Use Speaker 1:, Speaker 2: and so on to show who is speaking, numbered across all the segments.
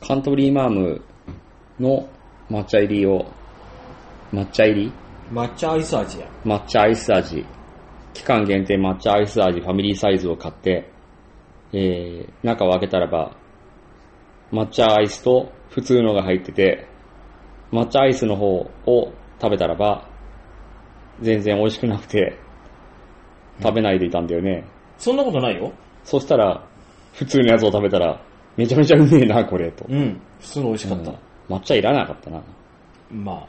Speaker 1: カントリーマームの抹茶入りを、抹茶入り
Speaker 2: 抹茶アイス味や。
Speaker 1: 抹茶アイス味、期間限定抹茶アイス味ファミリーサイズを買って、えー、中を開けたらば、抹茶アイスと普通のが入ってて、抹茶アイスの方を食べたらば、全然美味しくなくて、食べないでいたんだよね。
Speaker 2: そんなことないよ。
Speaker 1: そしたら、普通のやつを食べたら、めちゃめちゃうめえな、これ、と。
Speaker 2: うん。普通の美味しかった。
Speaker 1: 抹茶いらなかったな。
Speaker 2: ま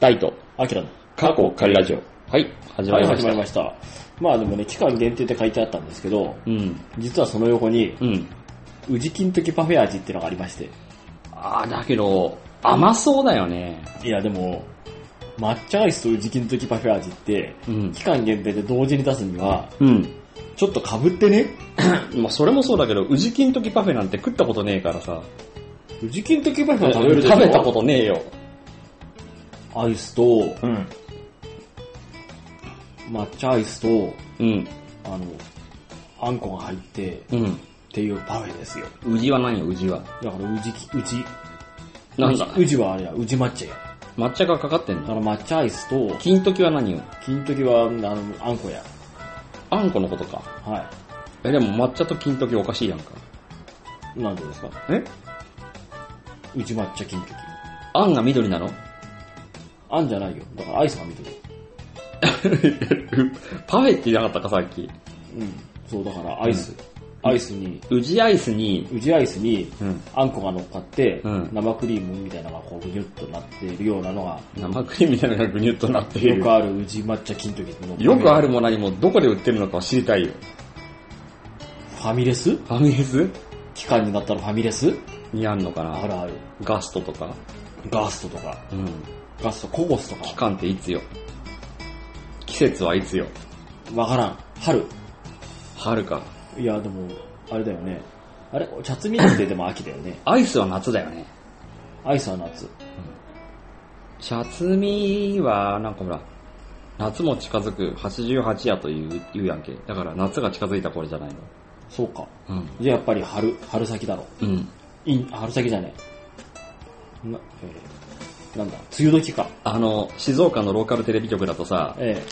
Speaker 1: ダイト、
Speaker 2: あ、アキラの。
Speaker 1: 過去仮ラジオ。はい、始まりまし
Speaker 2: 始
Speaker 1: た。
Speaker 2: まりました。まあでもね、期間限定って書いてあったんですけど、
Speaker 1: うん、
Speaker 2: 実はその横に、
Speaker 1: うん。
Speaker 2: 宇治金時パフェ味っていうのがありまして。
Speaker 1: ああ、だけど、甘そうだよね。
Speaker 2: いやでも、抹茶アイスと宇治金時パフェ味って、
Speaker 1: うん。
Speaker 2: 期間限定で同時に出すには、
Speaker 1: うん。
Speaker 2: ちょっと被ってね。
Speaker 1: まあ、それもそうだけど、宇治金時パフェなんて食ったことねえからさ。
Speaker 2: 宇治金時パフェは
Speaker 1: 食
Speaker 2: 食べる
Speaker 1: べ
Speaker 2: でしょ
Speaker 1: たことねえよ。
Speaker 2: と。アイスと、
Speaker 1: うん。
Speaker 2: 抹茶アイスと、
Speaker 1: うん。
Speaker 2: あの、あんこが入って、っ
Speaker 1: うん。
Speaker 2: ていうパフェですよ。
Speaker 1: 宇治は何よ、宇治は。
Speaker 2: だから宇治き、宇治、
Speaker 1: なんだ
Speaker 2: 宇治宇治はあれや、宇治抹茶や。
Speaker 1: 抹茶がかかってん
Speaker 2: だ
Speaker 1: だ。
Speaker 2: から抹茶アイスと、
Speaker 1: 金時は何よ
Speaker 2: 金時は、あの、あんこや。
Speaker 1: あんこのことか。
Speaker 2: は
Speaker 1: え、でも抹茶と金時おかしいやんか。
Speaker 2: い。なんでですか
Speaker 1: え
Speaker 2: 宇治抹茶金時。
Speaker 1: あんが緑なの
Speaker 2: あんじゃないよ。だからアイスが見てる。
Speaker 1: パフェって言いなかったか、さっき。
Speaker 2: うん。そう、だからアイス。アイスに、
Speaker 1: 宇治アイスに、
Speaker 2: 宇治アイスに、
Speaker 1: うん。
Speaker 2: あんこが乗っかって、
Speaker 1: うん
Speaker 2: 生クリームみたいなのがこうぐにゅっとなっているようなのが、
Speaker 1: 生クリームみたいなのがぐにゅっとなってい
Speaker 2: よ
Speaker 1: る。
Speaker 2: くある宇治抹茶金時の。
Speaker 1: よくあるも何もどこで売ってるのかは知りたいよ。
Speaker 2: ファミレス
Speaker 1: ファミレス
Speaker 2: 期間になったらファミレス
Speaker 1: にあんのかな
Speaker 2: あるある。
Speaker 1: ガストとか。
Speaker 2: ガストとか、
Speaker 1: うん。
Speaker 2: ガスト、コゴスと
Speaker 1: 期
Speaker 2: か、
Speaker 1: 間っていつよ季節はいつよ
Speaker 2: わからん。春。
Speaker 1: 春か。
Speaker 2: いや、でも、あれだよね。あれチャツミってでも秋だよね。
Speaker 1: アイスは夏だよね。
Speaker 2: アイスは夏。
Speaker 1: シャツミは、なんかほら、夏も近づく88夜という言うやんけ。だから夏が近づいた頃じゃないの。
Speaker 2: そうか。
Speaker 1: うん。
Speaker 2: じゃあやっぱり春、春先だろ。
Speaker 1: うん。
Speaker 2: いん春先じゃねえ。な、えー、なんだ、梅雨時か。
Speaker 1: あの、静岡のローカルテレビ局だとさ、
Speaker 2: え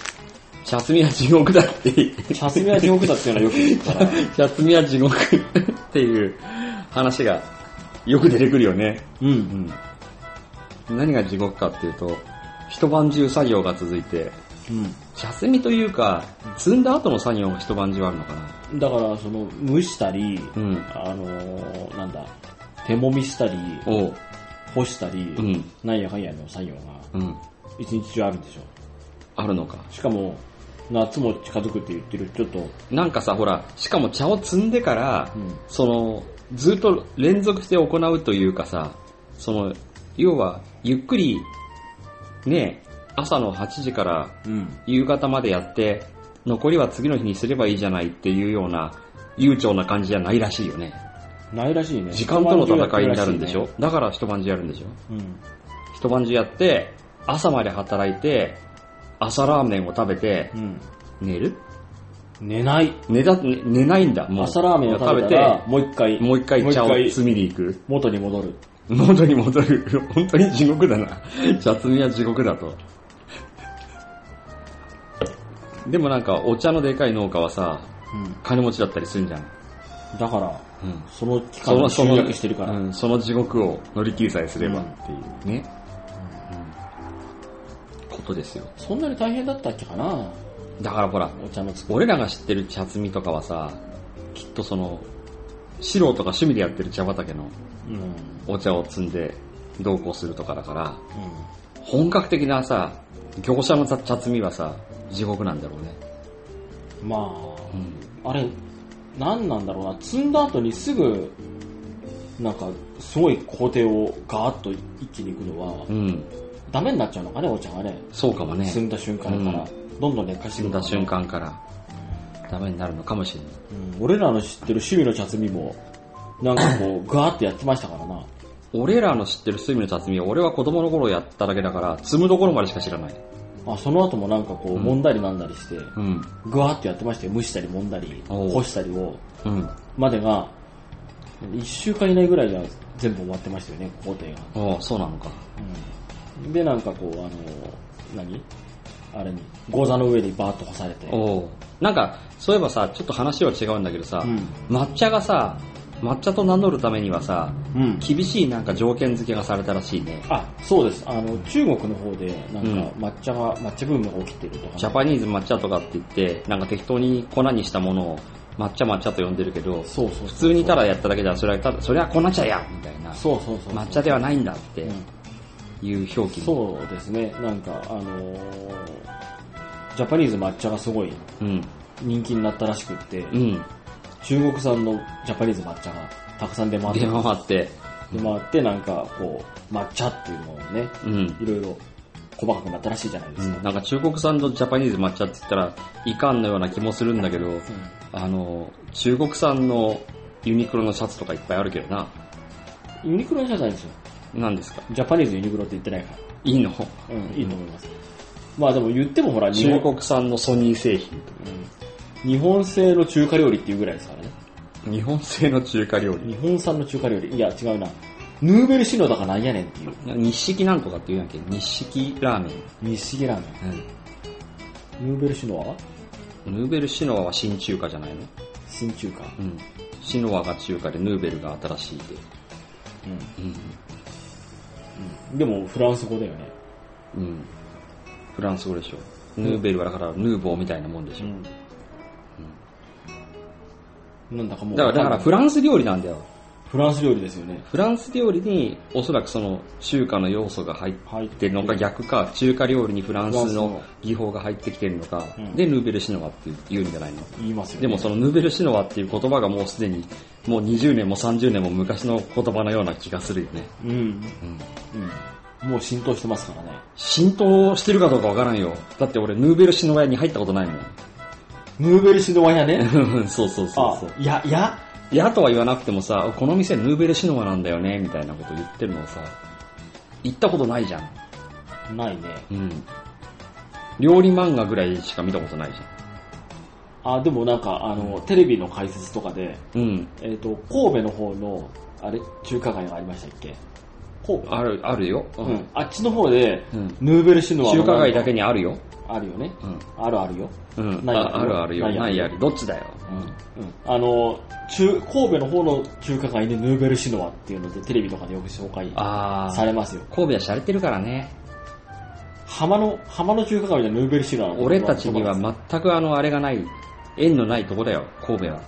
Speaker 1: シャツミは地獄だって、 シ
Speaker 2: えチャツミは地獄だっていうのはよく聞く から。
Speaker 1: ャツミは地獄っていう話がよく出てくるよね。
Speaker 2: うん。
Speaker 1: うん。何が地獄かっていうと、一晩中作業が続いて、
Speaker 2: う
Speaker 1: 茶摘みというか、摘んだ後の作業が一晩中あるのかな。
Speaker 2: ん、だからその蒸したり、
Speaker 1: うん。
Speaker 2: あのーなんだ手もみしたり
Speaker 1: おう。
Speaker 2: 干したり、
Speaker 1: うん。
Speaker 2: なんやかんやの作業が
Speaker 1: うん。
Speaker 2: 一日中あるんでしょ
Speaker 1: あるのか。
Speaker 2: しかも夏も近づくって言ってるちょっと、
Speaker 1: なんかさ、ほら、しかも茶を摘んでから
Speaker 2: う、ん、
Speaker 1: その、ずっと連続して行うというかさ、その、要は、ゆっくり、ね、朝の8時から
Speaker 2: うん、
Speaker 1: 夕方までやって、残りは次の日にすればいいじゃないっていうような、悠長な感じじゃないらしいよね。
Speaker 2: ないらしいね
Speaker 1: 時間との戦いになるんでしょ
Speaker 2: 一
Speaker 1: だから一晩中やるんでしょ
Speaker 2: 晩中やってるらしいね
Speaker 1: 一晩中やって、朝まで働いて、朝ラーメンを食べて
Speaker 2: う、ん、
Speaker 1: 寝る
Speaker 2: うん、寝ない
Speaker 1: 寝た、寝寝ないんだ、もう。
Speaker 2: 朝ラーメンを食べたら
Speaker 1: 食
Speaker 2: もう一
Speaker 1: べ
Speaker 2: 回
Speaker 1: てもう一
Speaker 2: もう
Speaker 1: 回
Speaker 2: 一
Speaker 1: 茶
Speaker 2: 回
Speaker 1: を摘みに行く。
Speaker 2: 元に戻る
Speaker 1: 元に戻る。本当に地獄だな。茶摘みは地獄だと。でもなんか、お茶のでかい農家はさ、
Speaker 2: うん
Speaker 1: 金持ちだったりするんじゃん。
Speaker 2: だから
Speaker 1: うん。
Speaker 2: その期間を集約してるから
Speaker 1: うん、その地獄を乗り切りさえすればっていうね。うんことですよ。
Speaker 2: そんなに大変だったっけかな
Speaker 1: だからほら、
Speaker 2: お茶の作り
Speaker 1: 俺らが知ってる茶摘みとかはさ、きっとその、素人が趣味でやってる茶畑の
Speaker 2: うん、うん
Speaker 1: お茶を摘んで同行するとかだから、本格的なさ、業者の茶茶摘みはさ、地獄なんだろうね。
Speaker 2: まあ、
Speaker 1: うん。
Speaker 2: あれ、何なんだろうな、積んだ後にすぐ、なんか、すごい工程をガーッと一気にいくのは
Speaker 1: う、ん。
Speaker 2: ダメになっちゃうのかね、お茶がね。
Speaker 1: そうかもね。
Speaker 2: 積んだ瞬間から、どんどん劣化して
Speaker 1: 摘
Speaker 2: く
Speaker 1: ん
Speaker 2: るか
Speaker 1: だ
Speaker 2: ら
Speaker 1: 瞬間から、ダメになるのかもしれない。
Speaker 2: うん俺らの知ってる趣味の茶摘みも、なんかこ う、ガーッとやってましたからな。
Speaker 1: 俺らの知ってるスミの茶摘みは俺は子供の頃やっただけだから、摘むところまでしか知らない。
Speaker 2: あその後もなんかこう、
Speaker 1: うん
Speaker 2: 揉んだりなんだりして、
Speaker 1: うん。
Speaker 2: ガーッとやってましたよ。蒸したり揉んだり、
Speaker 1: おう
Speaker 2: 干したりを、
Speaker 1: うん。
Speaker 2: までが、 1週間以内ぐらいじゃ全部終わってましたよね、工程が。
Speaker 1: ああ、そうなのか。
Speaker 2: うんで、なんかこう、あの、何あれに、ゴザの上にバーッと干されて。
Speaker 1: おお。なんか、そういえばさ、ちょっと話は違うんだけどさ、
Speaker 2: うん。
Speaker 1: 抹茶がさ、抹茶と名乗るためにはさ、
Speaker 2: うん。
Speaker 1: 厳しいなんか条件付けがされたらしいね。
Speaker 2: あ、そうです。あの、中国の方で、なん
Speaker 1: うん
Speaker 2: か、抹茶が、抹茶ブームが起きてるとかね、
Speaker 1: ジャパニーズ抹茶とかって言って、なんか適当に粉にしたものを抹茶抹茶と呼んでるけど、
Speaker 2: そうそうそう。
Speaker 1: 普通にただやっただけじゃ、それはただ、それは粉茶やみたいな、
Speaker 2: そうそうそう。
Speaker 1: 抹茶ではないんだって
Speaker 2: うん
Speaker 1: いう表記も。
Speaker 2: そうですね。なんか、あのージャパニーズ抹茶がすごい
Speaker 1: うん。
Speaker 2: 人気になったらしくって、
Speaker 1: うん。
Speaker 2: 中国産のジャパニーズ抹茶がたくさん出回って
Speaker 1: 出、回って、
Speaker 2: 出回って、なんか、こう、抹茶っていうのをね、
Speaker 1: うん。
Speaker 2: いろいろ細かくなったらしいじゃないで
Speaker 1: う
Speaker 2: すか。
Speaker 1: ん、なんか中国産のジャパニーズ抹茶って言ったらいかんのような気もするんだけど、あの、中国産のユニクロのシャツとかいっぱいあるけどな。
Speaker 2: うんユニクロの社じゃないんですよ。
Speaker 1: 何ですか
Speaker 2: ジャパニーズユニクロって言ってないか
Speaker 1: いいの
Speaker 2: ら。うん、いいと思います。まあでも言ってもほら、日
Speaker 1: 中
Speaker 2: 本,、
Speaker 1: 国産のソニー製品。
Speaker 2: うん、日本製の中華料理っていうぐらいですからね。
Speaker 1: 日本製の中華料理。
Speaker 2: 日本産の中華料理。いや、違うな。ヌーベルシノだかなんやねんっていう。
Speaker 1: 日式なんとかって言うんやけど、日式ラーメ
Speaker 2: 日式ラーメン。
Speaker 1: ン。
Speaker 2: ヌーベルシノアは
Speaker 1: ヌーベルシノアは新中華じゃないの
Speaker 2: 新中華。
Speaker 1: うん。シノアが中華でヌーベルが新しいで。
Speaker 2: う
Speaker 1: うん。
Speaker 2: ん。でも、フランス語だよね。
Speaker 1: うん。フランス語でしょ。ヌーベルはだからヌーボーみたいなもんでしょ。
Speaker 2: なんだかもう。
Speaker 1: だから、だからフランス料理なんだよ。
Speaker 2: フランス料理ですよね。
Speaker 1: フランス料理におそらくその中華の要素が入っ
Speaker 2: 入って
Speaker 1: るのか逆か、中華料理にフランスの技法が入ってきてるのか
Speaker 2: うん、
Speaker 1: で、ヌーベルシノアって言うんじゃないの
Speaker 2: 言いますよ、ね。
Speaker 1: でもそのヌーベルシノワっていう言葉がもうすでにもう20年も30年も昔の言葉のような気がするよね。
Speaker 2: うん。うん。もう浸透してますからね。
Speaker 1: 浸透してるかどうかわからんよ。だって俺ヌーベルシノワに入ったことないも
Speaker 2: ヌーベルシノワやね。
Speaker 1: ん。 そうそうそう
Speaker 2: あ
Speaker 1: そう。、
Speaker 2: いや、いや、
Speaker 1: いやとは言わなくてもさ、この店ヌーベルシノワなんだよね、みたいなこと言ってるのをさ、行ったことないじゃん。
Speaker 2: ないね。
Speaker 1: うん。料理漫画ぐらいしか見たことないじ
Speaker 2: あ、でもなんか、あの、テレビの解説とかで、
Speaker 1: ゃん。うん。
Speaker 2: えっ、と、神戸の方の、あれ、中華街がありましたっけ神戸
Speaker 1: ある、あるよ。
Speaker 2: う。ん。あっちの方で、
Speaker 1: うん。
Speaker 2: ヌーベルシノワ
Speaker 1: 中華街だけ
Speaker 2: に。
Speaker 1: にあるよ。
Speaker 2: あるよね。
Speaker 1: うん。
Speaker 2: あるあるよ。
Speaker 1: うん。
Speaker 2: ない
Speaker 1: ああるあるよ。
Speaker 2: ないある
Speaker 1: ないある。どっちだよ。うん。
Speaker 2: うんあの、中、神戸の方の中華街でヌーベルシノワっていうのでテレビとかでよく紹介
Speaker 1: あ
Speaker 2: さ
Speaker 1: ー、
Speaker 2: れますよ。
Speaker 1: 神戸は洒落てるからね。
Speaker 2: 浜の、浜の中華街でヌーベルシノワの
Speaker 1: 俺たちには全くあの、あれがない、縁のないとこだよ、神戸は。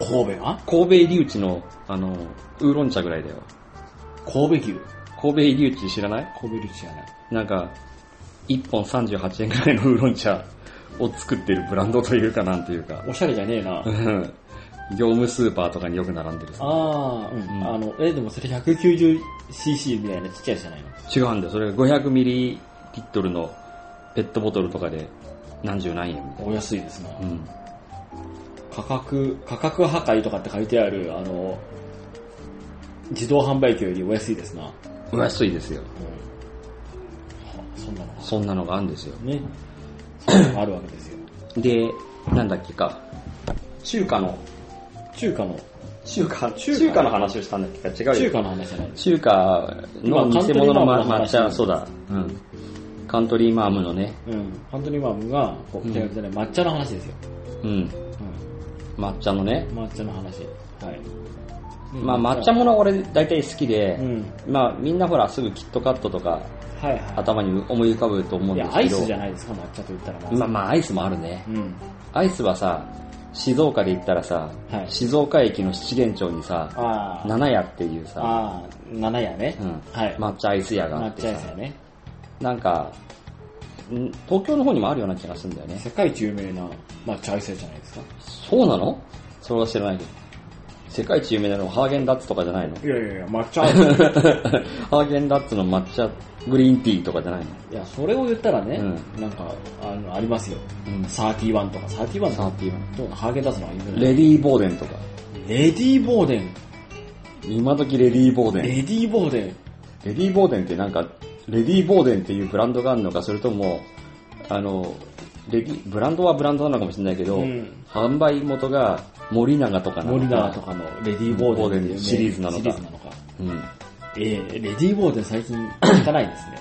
Speaker 2: 神戸が
Speaker 1: 神戸入り口の、あの、ウーロン茶ぐらいだよ。
Speaker 2: 神戸牛。
Speaker 1: 神戸入り口知らない
Speaker 2: 神戸牛じゃない。
Speaker 1: なんか、1本38円ぐらいのウーロン茶を作ってるブランドというかなんというか。
Speaker 2: おしゃれじゃね えな
Speaker 1: う。ん業務スーパーとかによく並んでるさ。
Speaker 2: あー、うん、
Speaker 1: うん
Speaker 2: あの、え、でもそれ 190cc みたいなちっちゃいやつじゃないの
Speaker 1: 違うんだよ。それが500ミリリットルのペットボトルとかで何十何円みたい
Speaker 2: お安いですな、
Speaker 1: な。うん。
Speaker 2: 価格、価格破壊とかって書いてある、あの、自動販売機よりお安いですな。うん。は
Speaker 1: お安いですよ。
Speaker 2: そんなのが
Speaker 1: そんなのがあるんですよ。
Speaker 2: ね。そういうのがあるわけですよ。
Speaker 1: で、なんだっけか。中華の、
Speaker 2: 中華の、
Speaker 1: 中華、
Speaker 2: 中華
Speaker 1: 中華の話をしたんだっけか。違う
Speaker 2: 中
Speaker 1: よ。
Speaker 2: 華の話じゃないです。
Speaker 1: 中華の
Speaker 2: 今
Speaker 1: 偽物の
Speaker 2: カントリーマアムの
Speaker 1: 抹
Speaker 2: 話
Speaker 1: 茶、そうだ。うん。カントリーマアムのね、
Speaker 2: うん。ハントリーマームが、こう、手がけてない抹茶の話ですよ。
Speaker 1: うん。
Speaker 2: う
Speaker 1: 抹茶のね。
Speaker 2: ん。抹茶の話。はい。
Speaker 1: まあ抹茶もの俺大体好きで
Speaker 2: う、ん。
Speaker 1: まあみんなほらすぐキットカットとか
Speaker 2: はいは
Speaker 1: 頭に思い浮かぶと思う
Speaker 2: い。
Speaker 1: ん
Speaker 2: い
Speaker 1: で
Speaker 2: や、アイ
Speaker 1: す
Speaker 2: ス
Speaker 1: け
Speaker 2: じ
Speaker 1: ど
Speaker 2: ゃ、ないですか、抹茶と言ったら。
Speaker 1: まあまあアイスもあるね
Speaker 2: う。ん。
Speaker 1: アイスはさ、静岡で言ったらさ、
Speaker 2: はい
Speaker 1: 静岡駅の七元町にさ、
Speaker 2: ああ。
Speaker 1: 七屋っていうさ、
Speaker 2: ああ、七夜ね
Speaker 1: う。ん、
Speaker 2: はい。
Speaker 1: 抹茶アイス屋があ
Speaker 2: 抹
Speaker 1: って
Speaker 2: 茶
Speaker 1: さ
Speaker 2: アイスやね。
Speaker 1: なんか、ん東京の方にもあるような気がするんだよね。
Speaker 2: 世界一有名な抹茶アイスじゃないですか。
Speaker 1: そうなのそれは知らないけど。世界一有名なのはハーゲンダッツとかじゃない の
Speaker 2: いやいやいや、抹茶アイス。
Speaker 1: ハーゲンダッツの抹茶グリーンティーとかじゃないの
Speaker 2: いや、それを言ったらね、
Speaker 1: う
Speaker 2: なんか、あの、ありますよ。
Speaker 1: うん。
Speaker 2: サーティワンとか、サーティワン
Speaker 1: サーティワン。
Speaker 2: とか、ハーゲンダッツの方が有名な
Speaker 1: レディー・ボーデンとか。
Speaker 2: レディー・ボーデン。
Speaker 1: 今時レディー・ボー
Speaker 2: レ
Speaker 1: デン。
Speaker 2: ディー・ボーデン。
Speaker 1: レディー・ボーデンってなんか、レディー・ボーデンっていうブランドがあるのか、それとも、あの、できブランドはブランドなのかもしれないけど、
Speaker 2: うん
Speaker 1: 販売元が森永とかなの
Speaker 2: 森永とかのレディー・ボーデンっていうね
Speaker 1: シリーズなのか
Speaker 2: シリーズなのか。
Speaker 1: うん。
Speaker 2: えー、レディー・ボーデン最近聞かないですね。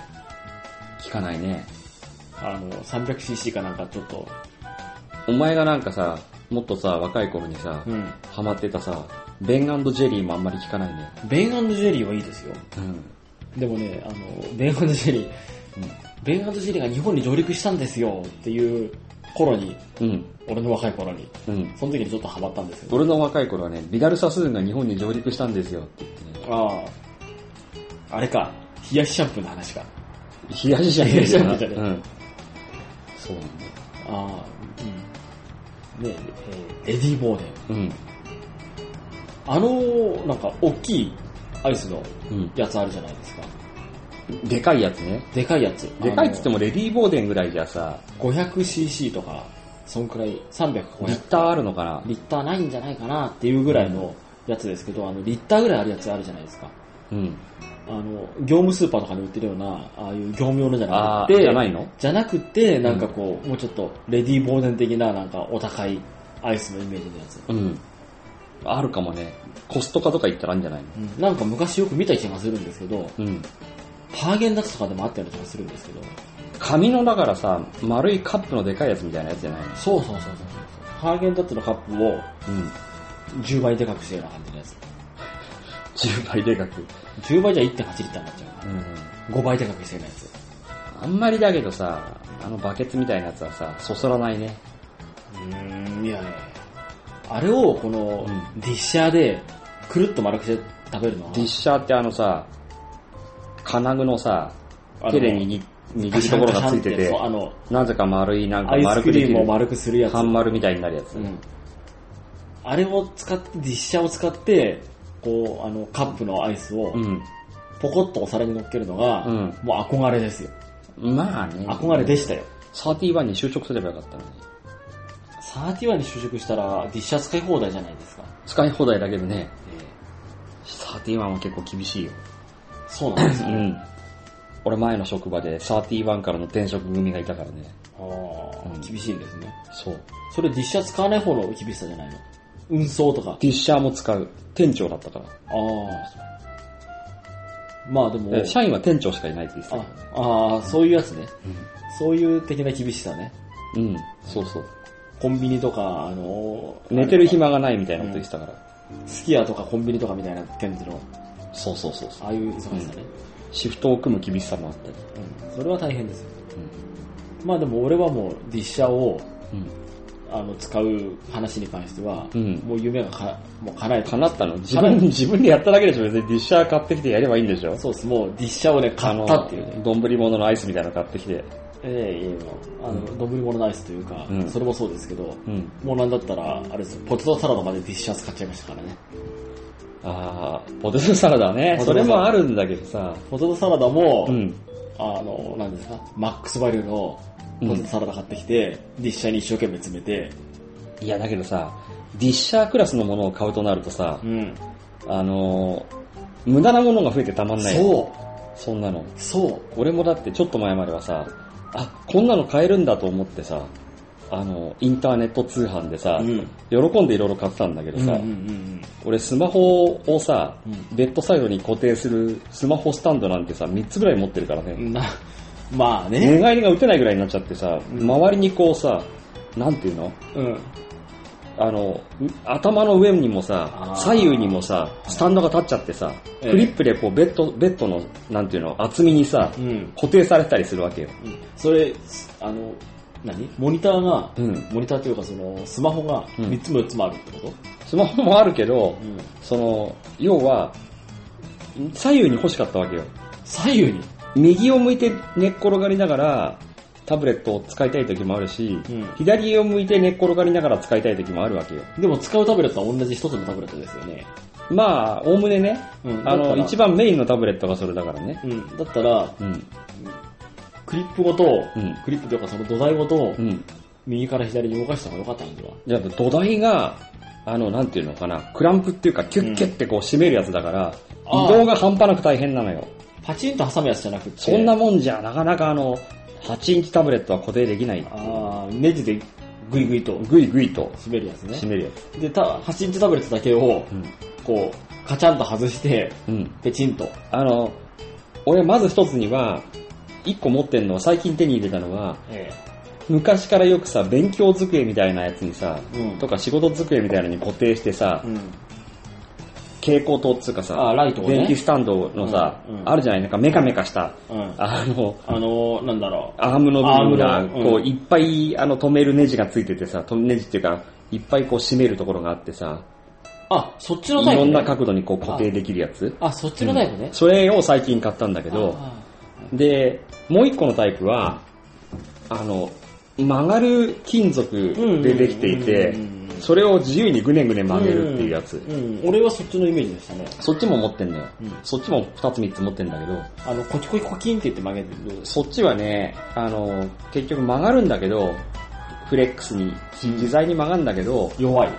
Speaker 1: 聞かないね。
Speaker 2: あの、300cc かなんかちょっと、
Speaker 1: お前がなんかさ、もっとさ、若い頃にさ、
Speaker 2: うん。
Speaker 1: ハマってたさ、ベンジェリーもあんまり聞かないね。
Speaker 2: ベンジェリーはいいですよ。
Speaker 1: うん。
Speaker 2: でもね、あの、ベンジェリー、ベンジェリーが日本に上陸したんですよっていう頃に、
Speaker 1: うん。
Speaker 2: 俺の若い頃に、
Speaker 1: うん。
Speaker 2: その時にちょっとハマったんですよ。
Speaker 1: 俺の若い頃はね、ビダルサスーンが日本に上陸したんですよって言ってね。
Speaker 2: ああ、あれか、冷やしシャンプーの話か。
Speaker 1: 冷やしじゃねえよな
Speaker 2: 冷やしじゃねえ
Speaker 1: うん。そうなんだよ。
Speaker 2: ああ、うん。ねえーレディー・ボーデン。
Speaker 1: うん。
Speaker 2: あの、なんか、大きいアイスの
Speaker 1: うん。
Speaker 2: やつあるじゃないですか。
Speaker 1: でかいやつね。
Speaker 2: でかいやつ。
Speaker 1: でかいっつって
Speaker 2: も。
Speaker 1: もレディーボーデンぐらいじゃさ、
Speaker 2: 500cc とか、そんくらい、300、500。
Speaker 1: リッターあるのかな
Speaker 2: リッターないんじゃないかなっていうぐらいのやつですけど、あの、リッターぐらいあるやつあるじゃないですか。
Speaker 1: うん。
Speaker 2: あの、業務スーパーとかに売ってるような、ああいう業務用のじゃ
Speaker 1: あ
Speaker 2: なく
Speaker 1: ー、
Speaker 2: て、
Speaker 1: じゃないの
Speaker 2: じゃなくて、なんかこう、もうちょっと、レディー・ボーデン的な、なんか、お高いアイスのイメージのやつ。
Speaker 1: うん。あるかもね。コストコとか行ったらあるんじゃないの
Speaker 2: なんか昔よく見た気がするんですけど、
Speaker 1: うん。
Speaker 2: ハーゲンダッツとかでもあったような気がするんですけど、
Speaker 1: 紙のだからさ、丸いカップのでかいやつみたいなやつじゃないの
Speaker 2: そうそうそうそうそう。ハーゲンダッツのカップを
Speaker 1: うん。
Speaker 2: 10倍でかくしてるような感じのやつ。
Speaker 1: 10倍でかく。
Speaker 2: 10倍じゃ1.8リッターになっちゃう
Speaker 1: うん。
Speaker 2: な。5倍でかくしてるようなやつ。
Speaker 1: あんまりだけどさ、あのバケツみたいなやつはさ、そそらないね。
Speaker 2: うーん、いやね。あれをこ
Speaker 1: う
Speaker 2: のディッシャーでくるっと丸くして食べるのは
Speaker 1: ディッシャーってあのさ、金具のさ、手で握握るところがついて
Speaker 2: そ
Speaker 1: て、
Speaker 2: うあの、
Speaker 1: なぜか丸い、なんか
Speaker 2: アイス
Speaker 1: 丸
Speaker 2: ク
Speaker 1: く
Speaker 2: リ
Speaker 1: で
Speaker 2: ー
Speaker 1: き
Speaker 2: ムを
Speaker 1: る、
Speaker 2: 丸くするやつ。
Speaker 1: 半丸みたいになるやつ
Speaker 2: う。ん。あれを使って、ディッシャーを使って、こう、あの、カップのアイスを
Speaker 1: うん。
Speaker 2: ポコッとお皿に乗っけるのが、
Speaker 1: うん
Speaker 2: もう憧れですよ。
Speaker 1: まあね。
Speaker 2: 憧れでしたよ。
Speaker 1: 31に就職すればよかったのに。
Speaker 2: 31に就職したら、ディッシャー使い放題じゃないですか。
Speaker 1: 使い放題だけどね、
Speaker 2: え
Speaker 1: 31は結構厳しいよ。
Speaker 2: ーそうなんです
Speaker 1: う
Speaker 2: よ。
Speaker 1: ん。俺前の職場で31からの転職組がいたからね。
Speaker 2: あー
Speaker 1: うん
Speaker 2: 厳しいんですね。
Speaker 1: そう。
Speaker 2: それディッシャー使わない方の厳しさじゃないの運送とか。
Speaker 1: ディッシャーも使う。店長だったから。
Speaker 2: ああ。まあでも
Speaker 1: で、社員は店長しかいないって言ってた
Speaker 2: あ
Speaker 1: けどね。
Speaker 2: あー、そういうやつね。そういう的な厳しさね。
Speaker 1: うん、そうそう。
Speaker 2: コンビニとか、あのー、
Speaker 1: 寝てる暇がないみたいなこと言ってたから。
Speaker 2: スキヤとかコンビニとかみたいな感じの、
Speaker 1: そうそうそうそう。
Speaker 2: ああいう忙しさね。
Speaker 1: シフトを組む厳しさもあったり。
Speaker 2: うん。それは大変ですよ。まあでも俺はもうディッシャーを
Speaker 1: うん。
Speaker 2: あの使う話に関しては、
Speaker 1: うん
Speaker 2: もう夢がかもう叶えた。
Speaker 1: 叶ったの自分、自分でやっただけでしょ別にディッシャー買ってきてやればいいんでしょ
Speaker 2: そうです、もうディッシャーをね、買ったっていうね。
Speaker 1: 丼物のアイスみたいなの買ってきて。
Speaker 2: ええいえいえあの、丼物のアイスというか、
Speaker 1: うん
Speaker 2: それもそうですけど、
Speaker 1: うん。
Speaker 2: もうなんだったら、あれですよポテトサラダまでディッシャー使っちゃいましたからね。
Speaker 1: あー、ポテトサラダね。
Speaker 2: ポテ
Speaker 1: そ
Speaker 2: トサラ
Speaker 1: れ
Speaker 2: ダ
Speaker 1: もあるんだけどさ。
Speaker 2: ポテトサラダも、
Speaker 1: うん。
Speaker 2: あの、なんですか、マックスバリューの
Speaker 1: うん
Speaker 2: ポテトサラダ買ってきて、ディッシャーに一生懸命詰めて、
Speaker 1: いや、だけどさ、ディッシャークラスのものを買うとなるとさ、
Speaker 2: うん。
Speaker 1: あのー無駄なものが増えてたまんないよ
Speaker 2: そ
Speaker 1: そんなの。
Speaker 2: う、そう。
Speaker 1: 俺もだってちょっと前まではさ、あ、こんなの買えるんだと思ってさ、あの、インターネット通販でさ、
Speaker 2: うん。
Speaker 1: 喜んでいろいろ買ってたんだけど
Speaker 2: うん
Speaker 1: さ、
Speaker 2: うんうん
Speaker 1: 俺スマホをさ、
Speaker 2: うん
Speaker 1: ベッドサイドに固定するスマホスタンドなんてさ、3つぐらい持ってるから
Speaker 2: う
Speaker 1: ね、
Speaker 2: ん。な、まあね。
Speaker 1: 寝返りが打てないぐらいになっちゃってさ、
Speaker 2: うん
Speaker 1: 周りにこうさ、なんていうの
Speaker 2: うん。
Speaker 1: あの、う頭の上にもさ
Speaker 2: あ、ー
Speaker 1: 左右にもさ、スタンドが立っちゃってさ、
Speaker 2: ええ
Speaker 1: クリップでこうベッド、ベッドの、なんていうの、厚みにさ、
Speaker 2: うん。
Speaker 1: 固定されたりするわけよ。
Speaker 2: それ、あの、何モニターが、
Speaker 1: うん。
Speaker 2: モニターというかその、スマホが
Speaker 1: うん
Speaker 2: 3つも4つもあるってこと
Speaker 1: スマホもあるけど、
Speaker 2: うん。
Speaker 1: その、要は、左右に欲しかったわけよ。
Speaker 2: 左右に。
Speaker 1: 右を向いて寝っ転がりながら、タブレットを使いたい時もあるし、
Speaker 2: うん
Speaker 1: 左を向いて寝っ転がりながら使いたい時もあるわけよ。
Speaker 2: でも使うタブレットは同じ一つのタブレットですよね。
Speaker 1: まあ、おおむねね、
Speaker 2: うん
Speaker 1: あ
Speaker 2: だった
Speaker 1: の、
Speaker 2: ら
Speaker 1: 一番メインのタブレットがそれだからね。
Speaker 2: うん。だったら、
Speaker 1: うん。
Speaker 2: クリップごと、
Speaker 1: うん
Speaker 2: クリップというかその土台ごと
Speaker 1: う、ん。
Speaker 2: 右から左に動かした方が良かったんでは。
Speaker 1: やっぱ土台が、あの、なんていうのかな、クランプっていうか、キュッキュッてこう締めるやつだから、
Speaker 2: ああ
Speaker 1: 移動が半端なく大変なのよ。
Speaker 2: パチンと挟むやつじゃなくて、
Speaker 1: そんなもんじゃ、なかなかあの、 8インチタブレットは固定できない。
Speaker 2: ああ、ネジでグイグイと
Speaker 1: ぐいぐいと
Speaker 2: 締めるやつね。
Speaker 1: 締めるやつ。
Speaker 2: で、た、8インチタブレットだけを、こう、カチャンと外して、
Speaker 1: うん。うん。
Speaker 2: ペチンと。
Speaker 1: あの、俺まず一つには、一個持ってんのは最近手に入れたのは、
Speaker 2: え
Speaker 1: 昔からよくさ、勉強机みたいなやつにさ、
Speaker 2: え。うん。
Speaker 1: とか仕事机みたいなのに固定してさ
Speaker 2: う、ん。
Speaker 1: 蛍光灯っつうかさ、
Speaker 2: あ、ライトをね。
Speaker 1: 電気スタンドのさ
Speaker 2: うんう、ん
Speaker 1: あるじゃないなんかメカメカした、
Speaker 2: うん。
Speaker 1: あの、
Speaker 2: あのー、なんだろ
Speaker 1: アームの部分
Speaker 2: ア
Speaker 1: が、
Speaker 2: ームの
Speaker 1: こ
Speaker 2: う
Speaker 1: う、
Speaker 2: ん
Speaker 1: いっぱい、あの、止めるネジがついててさ、とネジっていうか、いっぱいこう締めるところがあってさ、
Speaker 2: う。あ、そっちの
Speaker 1: い
Speaker 2: タイプ、
Speaker 1: ろ
Speaker 2: ね、
Speaker 1: んな角度にこう固定できるやつ。
Speaker 2: あ、そっちのタイプね。
Speaker 1: それを最近買ったんだけ
Speaker 2: け
Speaker 1: ど、で、もう一個のタイプは、あの、曲がる金属でできていて
Speaker 2: うんうんうんうんうん、
Speaker 1: それを自由にぐねぐね曲げるっていうやつ。
Speaker 2: うん、うん俺はそっちのイメージでしたね。
Speaker 1: そっちも持ってんのよ
Speaker 2: うん。
Speaker 1: そっちも二つ三つ持ってんだけど、
Speaker 2: あの、コキコキコキンって言って曲げてる。
Speaker 1: そっちはね、あの、結局曲がるんだけど、フレックスに、自在に曲がるんだけど、
Speaker 2: 弱い。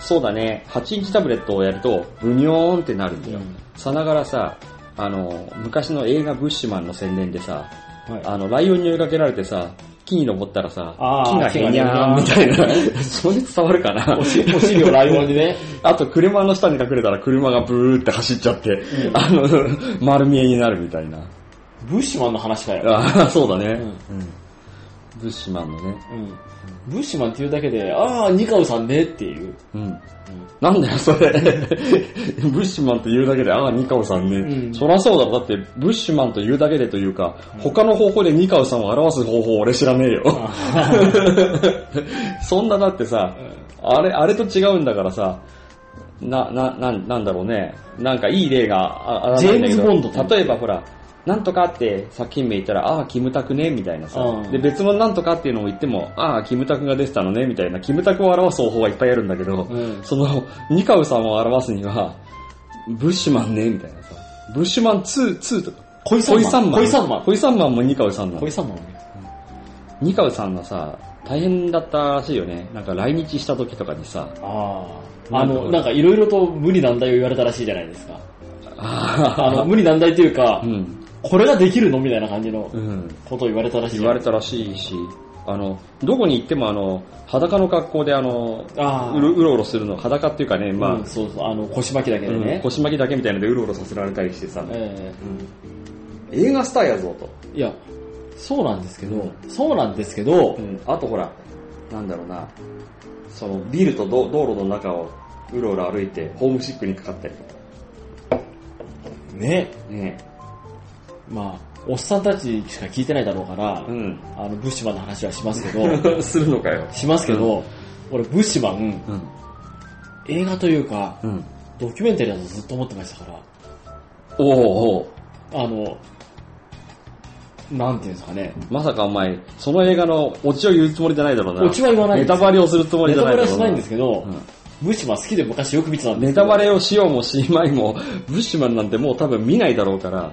Speaker 1: そうだね、8インチタブレットをやると、ブニョーンってなるんだよ。
Speaker 2: うん
Speaker 1: さながらさ、あの、昔の映画ブッシュマンの宣伝でさ、
Speaker 2: はい
Speaker 1: あの、ライオンに追いかけられてさ、木に登ったらさ、
Speaker 2: あー
Speaker 1: 木がへにゃーんみたいな、 それ伝わるかな
Speaker 2: お尻お尻をライオンでね。
Speaker 1: あと、車の下に隠れたら車がブーって走っちゃって、あの、丸見えになるみたいな。
Speaker 2: ブッシュマンの話かよ。
Speaker 1: ああ、そうだね、うんブッシュマンのね。
Speaker 2: うん。ブッシュマンっていうだけで、ああ、ニカウさんねっていう。
Speaker 1: うん。なんだよ、それ。 ブッシュマンと言うだけで、ああ、ニカオさんね。
Speaker 2: うん
Speaker 1: そらそうだろ。だって、ブッシュマンと言うだけでというか、他の方法でニカオさんを表す方法俺知らねえ よ。そんなだってさ、あれ、あれと違うんだからさ、な、な、なん、なんだろうね。なんかいい例があ、あ
Speaker 2: ジェームズボンド
Speaker 1: と例えばほら、なんとかって作品名言ったら、ああ、キムタクね、みたいなさ。
Speaker 2: うん
Speaker 1: で、別のなんとかっていうのも言っても、ああ、キムタクが出てたのね、みたいな、キムタクを表す方法はいっぱいあるんだけど、
Speaker 2: うん
Speaker 1: その、ニカウさんを表すには、ブッシュマンね、みたいなさ。ブッシュマン2、2とか。
Speaker 2: 恋
Speaker 1: コイサンマン。
Speaker 2: 恋三万。
Speaker 1: コイサンマンもニカウさんなの
Speaker 2: 恋。三万ね。
Speaker 1: ニカウさんがさ、大変だったらしいよね。なんか来日した時とかにさ、
Speaker 2: ああ。
Speaker 1: な
Speaker 2: あ
Speaker 1: んか
Speaker 2: の、なんかいろいろと無理難題を言われたらしいじゃないですか。あ
Speaker 1: あ
Speaker 2: の、無理難題というか
Speaker 1: う、ん、
Speaker 2: これができるのみたいな感じの
Speaker 1: うん。
Speaker 2: ことを言われたらしい
Speaker 1: 言
Speaker 2: じゃ
Speaker 1: わ
Speaker 2: な
Speaker 1: れ
Speaker 2: い
Speaker 1: たらしいし、あの、どこに行ってもあの、裸の格好であの、
Speaker 2: ああ。
Speaker 1: うろうろうろするの、裸っていうかね、まあ、
Speaker 2: うんそうそう、あの、腰巻きだけで
Speaker 1: う
Speaker 2: ね
Speaker 1: ん。腰巻きだけみたいのでうろうろさせられたりしてさ、
Speaker 2: え
Speaker 1: 映画スターやぞと。
Speaker 2: えいや、そうなんですけど、そうなんですけど
Speaker 1: う、ん、あとほら、なんだろうな、そのビルと道道路の中をうろうろ歩いて、ホームシックにかかったりとか。
Speaker 2: ね、
Speaker 1: ね
Speaker 2: まあ、おっさんたちしか聞いてないだろうから、
Speaker 1: うん。
Speaker 2: あの、ブッシュマンの話はしますけど、
Speaker 1: するのかよ。
Speaker 2: しますけど、俺、ブッシュマン、
Speaker 1: うん。
Speaker 2: 映画というか、
Speaker 1: うん。
Speaker 2: ドキュメンタリーだとずっと思ってましたか
Speaker 1: おうおう
Speaker 2: ら、あの、なんていうんですかね、
Speaker 1: まさかお前、その映画のオチを言うつもりじゃないだろうな。
Speaker 2: オチは言わないん
Speaker 1: ネ
Speaker 2: で
Speaker 1: タ
Speaker 2: すよ
Speaker 1: バレをするつもり
Speaker 2: ネ
Speaker 1: じ
Speaker 2: タ
Speaker 1: ゃな
Speaker 2: バ
Speaker 1: いだ
Speaker 2: レは
Speaker 1: ろ
Speaker 2: し
Speaker 1: う
Speaker 2: な
Speaker 1: ない
Speaker 2: んですけど、
Speaker 1: うん
Speaker 2: ブッシュマン好きで昔よく見てたんです
Speaker 1: ネ
Speaker 2: けど
Speaker 1: タバレをしようもしまいも、ブッシュマンなんてもう多分見ないだろうから、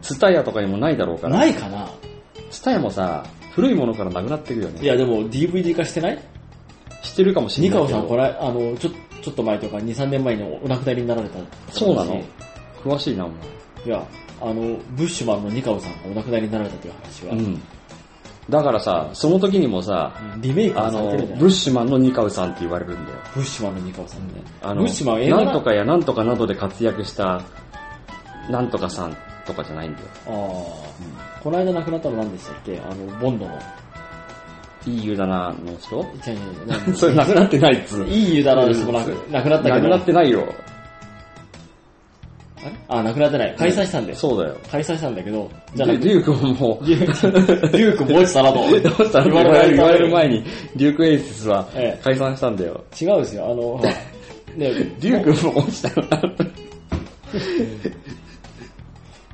Speaker 1: ツタヤとかにもないだろうから、
Speaker 2: ないかな
Speaker 1: ツタヤもさ、古いものからなくなってくよ
Speaker 2: い
Speaker 1: ね。
Speaker 2: や、でも DVD 化してない
Speaker 1: 知ってるかもしれ
Speaker 2: ニ
Speaker 1: な
Speaker 2: カ
Speaker 1: い
Speaker 2: オ
Speaker 1: け
Speaker 2: さ
Speaker 1: ど。
Speaker 2: ん、これ、あの、ちょ、ちょっと前とか、2、3年前にお亡くなりになられた方
Speaker 1: そうな
Speaker 2: だ
Speaker 1: の
Speaker 2: し
Speaker 1: 詳しいな、お
Speaker 2: いや、あの、ブッシュマンのニカオさんがお亡くなりになられたという話は、
Speaker 1: 前。うん。だからさ、その時にもさ、
Speaker 2: リメイク
Speaker 1: あ
Speaker 2: がされ
Speaker 1: の
Speaker 2: てるじゃ、ない
Speaker 1: ブッシュマンのニカウさんって言われるんだよ。
Speaker 2: ブッシュマンのニカオさんね。
Speaker 1: あ
Speaker 2: ブ
Speaker 1: の
Speaker 2: ッシュマン映、画
Speaker 1: なんとかやなんとかなどで活躍した、なんとかさんとかじゃないんだよ。
Speaker 2: ああ、この間亡くなったの何でしたっけあの、ボ ンドの。
Speaker 1: いい湯だな、の人
Speaker 2: 違う違う違うなん
Speaker 1: それなくなってないっつう
Speaker 2: だ。いい湯だな、ですもなく、亡くなったけど。
Speaker 1: なくなってないよ。
Speaker 2: あれあ、亡くなってない。解散したんで。
Speaker 1: そうだよ。
Speaker 2: 解散したんだけど、じゃな
Speaker 1: で
Speaker 2: くて、
Speaker 1: リュウ君ももう、
Speaker 2: デューク、デュークも落ちたなと。
Speaker 1: どうした
Speaker 2: 言
Speaker 1: 言
Speaker 2: わ
Speaker 1: われ
Speaker 2: れる
Speaker 1: る言われる前に、リュウクエイスは
Speaker 2: ええ
Speaker 1: 解散したんだよ。
Speaker 2: 違うですよ、あの、ほらね、
Speaker 1: リュウ君も落ちたな。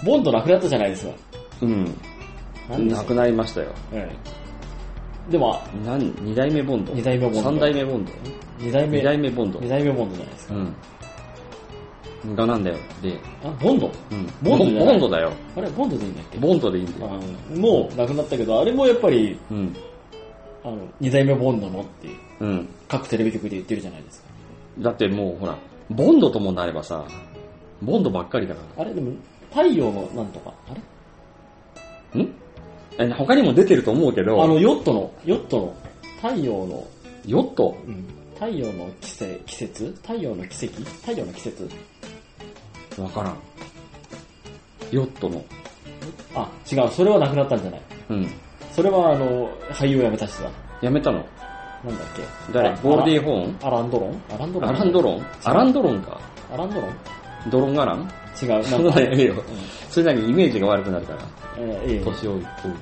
Speaker 2: ボンドなくなったじゃないですか。
Speaker 1: うん。
Speaker 2: なんで
Speaker 1: な
Speaker 2: す
Speaker 1: くなりましたよ。
Speaker 2: ええでも、
Speaker 1: 何二代目ボンド
Speaker 2: 二代目ボンド
Speaker 1: 三代目ボンド
Speaker 2: 二代目、
Speaker 1: 二代目ボンド
Speaker 2: 二。代目ボンドじゃないですか。
Speaker 1: うん。がなんだよ。で、
Speaker 2: あ、ボンド
Speaker 1: うん。
Speaker 2: ボンドじゃない
Speaker 1: ボンドだよ。
Speaker 2: あれ、ボンドでいいんだっけ
Speaker 1: ボンドでいいんだよ。
Speaker 2: あもうなくなったけど、あれもやっぱり、
Speaker 1: うん。
Speaker 2: あの、二代目ボンドのって、
Speaker 1: うん。
Speaker 2: 各テレビ局で言ってるじゃないですか。
Speaker 1: だってもうほら、ボンドともなればさ、ボンドばっかりだか
Speaker 2: あれ、でも、太陽のなんとか、あれ
Speaker 1: ら。んえ他にも出てると思うけど、
Speaker 2: あの、ヨットの、ヨットの、太陽の、
Speaker 1: ヨット
Speaker 2: うん、太陽の季節、季節太陽の奇跡太陽の季節
Speaker 1: わからん。ヨットの。
Speaker 2: あ、違う、それはなくなったんじゃない。
Speaker 1: うん。
Speaker 2: それは、あの、俳優を辞めた人だ。
Speaker 1: やめたの
Speaker 2: なんだっけ
Speaker 1: 誰
Speaker 2: あ
Speaker 1: ゴールディ・ホーン
Speaker 2: アランドロンアランドロン
Speaker 1: アランドロンアランドロンか。
Speaker 2: アランドロン
Speaker 1: ドロンアラン
Speaker 2: 違う、なん
Speaker 1: そんな
Speaker 2: か、
Speaker 1: のやめよう。それなりにイメージが悪くなるから。
Speaker 2: うん、えーえー
Speaker 1: 年を追う、追う追うっ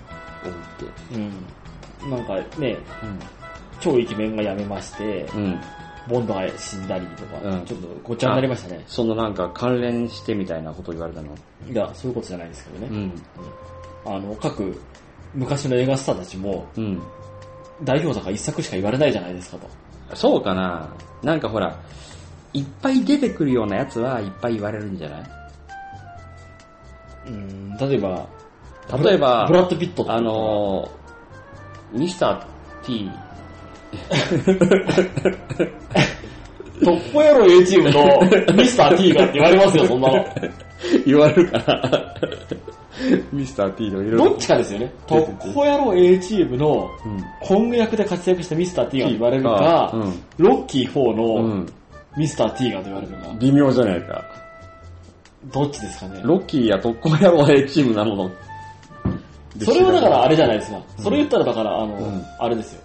Speaker 1: て。
Speaker 2: うん。なんかね、超イケメンが辞めまして、
Speaker 1: うん。うん。
Speaker 2: ボンドが死んだりとか、
Speaker 1: うん
Speaker 2: ちょっとごっちゃになりましたね。
Speaker 1: そのなんか関連してみたいなこと言われたの。
Speaker 2: いや、そういうことじゃないですけどね
Speaker 1: う。ん。
Speaker 2: あの、各、昔の映画スターたちも、
Speaker 1: うん。
Speaker 2: 代表作は一作しか言われないじゃないですかと。
Speaker 1: そうかななんかほら、いっぱい出てくるようなやつはいっぱい言われるんじゃない
Speaker 2: うん、例えば、
Speaker 1: 例えば
Speaker 2: ブラブラッド・ピットとか
Speaker 1: あ、のー、ミスター T、
Speaker 2: トップエロ A チーム のミスター T がって言われますよ、そんなの。
Speaker 1: 言われるから。 ミスター T のいろいろ。
Speaker 2: どっちかですよね。トッコ野郎 A チームの
Speaker 1: うん。
Speaker 2: コング役で活躍したミスター T がと言われるか、
Speaker 1: うん
Speaker 2: ロッキー4
Speaker 1: う
Speaker 2: の
Speaker 1: ん。
Speaker 2: ミスター T がと言われるか、
Speaker 1: 微妙じゃないか。
Speaker 2: どっちですかね。
Speaker 1: ロッキーや特攻野郎は A チームなもの。
Speaker 2: それはだからあれじゃないですか。それ言ったらだから、あの、
Speaker 1: うん
Speaker 2: あれですよ。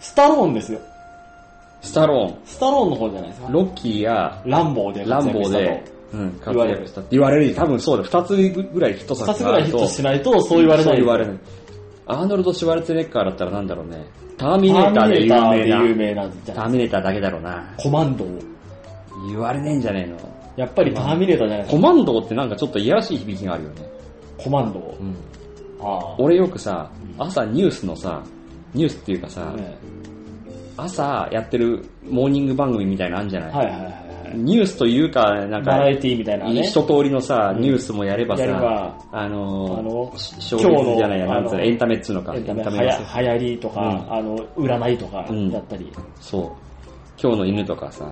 Speaker 2: スタローンですよ。
Speaker 1: スタロ
Speaker 2: スタローンの方じゃないですか
Speaker 1: ーン、。ロッキーや
Speaker 2: ランボーで
Speaker 1: ラ
Speaker 2: 活
Speaker 1: ンボ
Speaker 2: 躍
Speaker 1: ー
Speaker 2: したと。
Speaker 1: で、うん、活
Speaker 2: 言われる
Speaker 1: 躍したって言われる。多分そうだ。二つぐらいヒット作
Speaker 2: 2つぐらいヒットしないとそう言われない。
Speaker 1: そう言われない。アーノルド・シュワルツェネッカーだったらなんだろうね。ターミネーターで有
Speaker 2: ターミネーターで有
Speaker 1: 名な。
Speaker 2: 名なんじゃ
Speaker 1: タ
Speaker 2: な
Speaker 1: ー
Speaker 2: い
Speaker 1: ミネーターだけだろうな。
Speaker 2: コマンドを。
Speaker 1: 言われねえんじゃねえの。
Speaker 2: やっぱりターミネーターじゃないです
Speaker 1: コ
Speaker 2: か。
Speaker 1: マンドってなんかちょっといやらしい響きがあるよね。
Speaker 2: コマンドを
Speaker 1: う。ん。
Speaker 2: あ
Speaker 1: 俺よくさ、朝ニュースのさ、ニュースっていうかさ
Speaker 2: あ。、ね
Speaker 1: 朝やってるモーニング番組みたいなのあるんじゃない
Speaker 2: はいはいはいはい。
Speaker 1: ニュースというか、なん
Speaker 2: バ
Speaker 1: か
Speaker 2: ラ、エティみたいなね。
Speaker 1: 一通りのさ、
Speaker 2: うん
Speaker 1: ニュースもやればさ、
Speaker 2: やれば
Speaker 1: あ
Speaker 2: あ
Speaker 1: の
Speaker 2: の
Speaker 1: ー、ショービズじゃないや、
Speaker 2: 今日の
Speaker 1: なんつう
Speaker 2: あ
Speaker 1: の、
Speaker 2: の
Speaker 1: エンタメっつうのか、
Speaker 2: エンタメ
Speaker 1: エンタ
Speaker 2: は
Speaker 1: メ
Speaker 2: や
Speaker 1: のさ
Speaker 2: 流行りとか、
Speaker 1: うん
Speaker 2: あの、占いとか
Speaker 1: うん
Speaker 2: だったり、
Speaker 1: そう。今日の犬とかさ、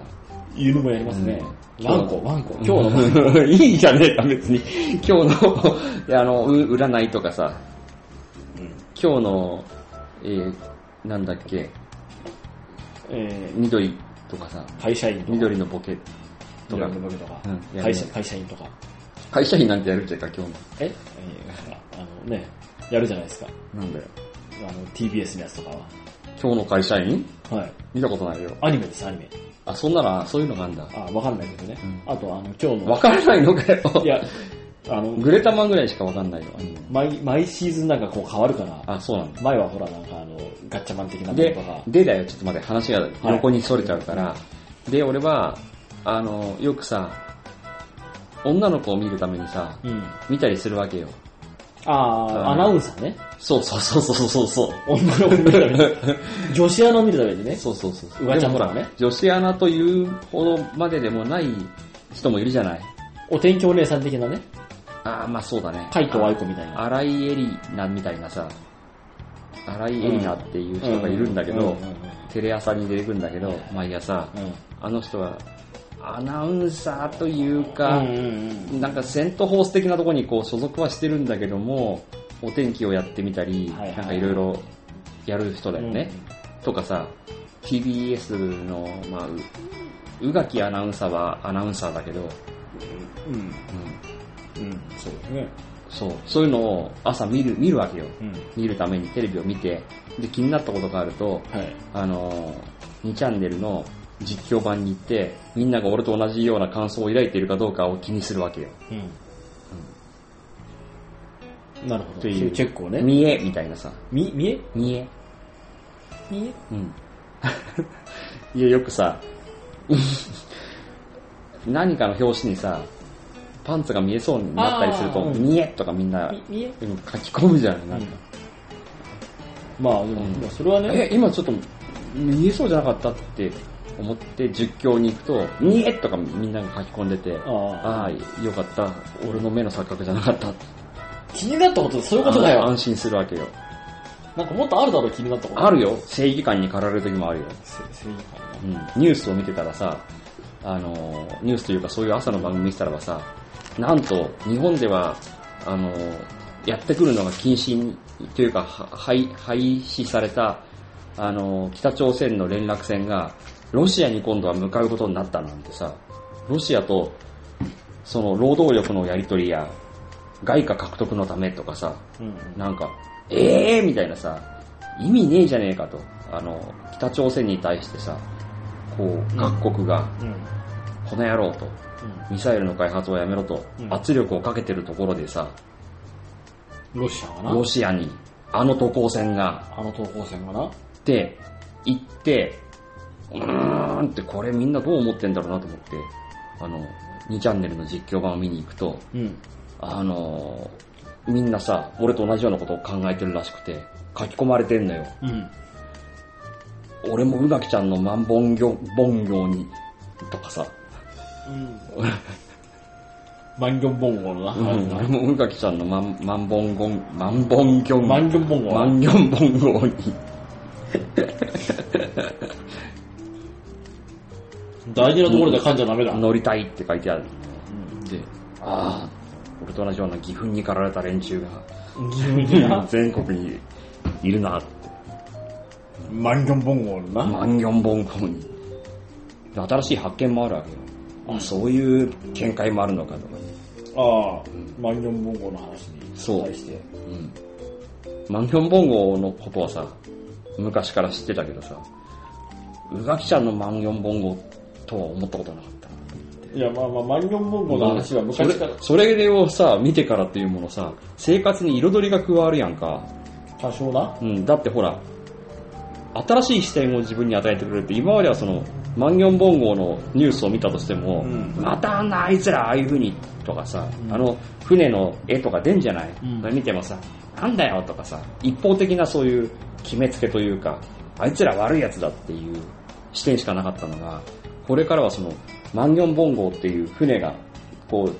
Speaker 2: いうのもやりますね。
Speaker 1: うん
Speaker 2: ワンコ、ワンコ。今日の、
Speaker 1: の、いいじゃねえか、別に。今日の、いやあの、う占いとかさ、今日の、えー、なんだっけ、
Speaker 2: え
Speaker 1: 緑とかさ、
Speaker 2: ー会社員とか、
Speaker 1: 緑のボケとか、
Speaker 2: 緑のとか
Speaker 1: うんやる
Speaker 2: 会社、会社員とか。
Speaker 1: 会社員なんてやるんじゃんか、今日
Speaker 2: ええーあのね、やるじゃないですか。
Speaker 1: の。なんだよ。
Speaker 2: あの、TBS のやつとか
Speaker 1: 今日の会社員
Speaker 2: は。はい。
Speaker 1: 見たことないよ。
Speaker 2: アニメです、アニメ。
Speaker 1: あ、そんなら、そういうのがあんだ。
Speaker 2: あ、わかんないけどね。
Speaker 1: う
Speaker 2: あと、あの、今日の、
Speaker 1: わからないのかよ。
Speaker 2: いや、あの、
Speaker 1: グレタマンぐらいしかわかんないよ。
Speaker 2: 毎、毎シーズンなんかこう変わるから、
Speaker 1: あ、そうなんだ。
Speaker 2: 前はほらなんかあの、ガッチャマン的なの
Speaker 1: で
Speaker 2: とか、、
Speaker 1: でだよ、ちょっと待って、話が横に逸れちゃうから。で、俺は、あの、よくさ、女の子を見るためにさ、
Speaker 2: うん。
Speaker 1: 見たりするわけよ。
Speaker 2: ああ、アナウンサーね。
Speaker 1: そうそうそうそうそうそう。
Speaker 2: 女の子見るために。女子アナを見るためにね。
Speaker 1: そうそうそうそう。
Speaker 2: うわちゃん
Speaker 1: でもほ
Speaker 2: とからね、
Speaker 1: 女子アナというほどまででもない人もいるじゃない。
Speaker 2: お天気お姉さん的なね。
Speaker 1: ああ、まあそうだね。
Speaker 2: 海藤愛子みたいな。
Speaker 1: 荒井絵里奈みたいなさ、荒井絵里奈っていう人がいるんだけ
Speaker 2: う
Speaker 1: ど
Speaker 2: ん、
Speaker 1: テレ朝に出てくるんだけど、毎朝、あの人はアナウンサーというか
Speaker 2: うん、うん
Speaker 1: なんかセントホース的なところにこう所属はしてるんだけども、お天気をやってみたり、
Speaker 2: はいはい
Speaker 1: なんかいろいろやる人だ
Speaker 2: う
Speaker 1: よ
Speaker 2: ん。
Speaker 1: ね。とかさ、TBS の、まあ、う宇垣アナウンサーはアナウンサーだけど、
Speaker 2: うん。うん。うん。そうですね。
Speaker 1: そう、そういうのを朝見る、見るわけよ。
Speaker 2: うん。
Speaker 1: 見るためにテレビを見て、で、気になったことがあると、
Speaker 2: はい。
Speaker 1: あのー、2チャンネルの実況版に行って、みんなが俺と同じような感想を抱いているかどうかを気にするわけよ。
Speaker 2: うん。なるほど。
Speaker 1: っ
Speaker 2: そ
Speaker 1: て
Speaker 2: う
Speaker 1: いう
Speaker 2: いうチェックをね。
Speaker 1: 見えみたいなさ。
Speaker 2: み、見え
Speaker 1: 見え
Speaker 2: 見え
Speaker 1: うん。 いや、よくさ、 何かの表紙にさ、パンツが見えそうになったりすると、
Speaker 2: あーうん
Speaker 1: 見えとかみんな
Speaker 2: み見え
Speaker 1: うん書き込むじゃん。なんか
Speaker 2: まあ、でも、
Speaker 1: うん
Speaker 2: まあそれはね、
Speaker 1: え、今ちょっと見えそうじゃなかったって思って実況に行くと、見えとかみんなが書き込んでて、
Speaker 2: ああ
Speaker 1: ああ、よかった。俺の目の錯覚じゃなかった。
Speaker 2: 気になったこと、そういうことだ
Speaker 1: あ
Speaker 2: よ。
Speaker 1: 安心するわけよ。
Speaker 2: なんかもっとあるだろう、気になったこと。
Speaker 1: あるよ。正義感に駆られる時もあるよ。
Speaker 2: せ正義感
Speaker 1: うん。ニュースを見てたらさ、あのー、ニュースというかそういう朝の番組見てたらばさ、なんと、日本では、あのー、やってくるのが禁止というか、は廃廃止された、あの、北朝鮮の連絡船が、ロシアに今度は向かうことになったなんてさ、ロシアと、その、労働力のやり取りや、外貨獲得のためとかさ、
Speaker 2: うん。
Speaker 1: なんか、ええー、みたいなさ、意味ねえじゃねえかと、あの、北朝鮮に対してさ、こう、各国が、
Speaker 2: うん。
Speaker 1: この野郎と、ミサイルの開発をやめろと
Speaker 2: う、ん
Speaker 1: 圧力をかけてるところでさ、
Speaker 2: ロシアがな
Speaker 1: ロ。シアに、あの渡航船が、
Speaker 2: あの投稿船がな。
Speaker 1: って行って、うーんってこれみんなどう思ってんだろうなと思って、あの、2チャンネルの実況版を見に行くと、
Speaker 2: うん。
Speaker 1: あのーみんなさ、俺と同じようなことを考えてるらしくて、書き込まれてんのよ。
Speaker 2: うん。
Speaker 1: 俺もうなきちゃんの万本業、本業に、とかさ、
Speaker 2: うん。 万ンギョンボンゴのな。
Speaker 1: うん俺もうなきちゃんの万、万本ゴン、万本業、
Speaker 2: 万ンギョンボンゴ
Speaker 1: マ
Speaker 2: な。
Speaker 1: ンギョンボン号に。
Speaker 2: 大事なところで噛んじゃダメだ。
Speaker 1: 乗りたいって書いてある。
Speaker 2: うん
Speaker 1: で、ああ、俺と同じような義憤に駆られた連中
Speaker 2: 自分で
Speaker 1: が。
Speaker 2: な
Speaker 1: 全国にいるなって、
Speaker 2: 万ンギョンボンゴのな。
Speaker 1: 万ン本校に。で新しい発見もあるわけよ。
Speaker 2: う
Speaker 1: あ、
Speaker 2: ん
Speaker 1: そういう見解もあるのかとか。
Speaker 2: ああ、万ンギョンボンゴの話に
Speaker 1: そう
Speaker 2: 対して。
Speaker 1: うん。万ン本号のことはさ、昔から知ってたけどさ、宇垣ちゃんの万ン本号とは思ったことなかったな。
Speaker 2: いや、まあまあ、万ンギョンボンゴの話は昔から、
Speaker 1: それそれをさ、見てからっていうものさ、生活に彩りが加わるやんか。
Speaker 2: 多少な。
Speaker 1: うん、だってほら、新しい視点を自分に与えてくれるって、今まではその、万ン本号のニュースを見たとしても、
Speaker 2: うん
Speaker 1: またあんなあいつらああいう風にとかさ、
Speaker 2: うん
Speaker 1: あの、船の絵とか出んじゃない、
Speaker 2: うん
Speaker 1: それ見てもさ、なんだよとかさ、一方的なそういう決めつけというか、あいつら悪いやつだっていう視点しかなかったのが、これからはその、万ン本号っていう船が、こ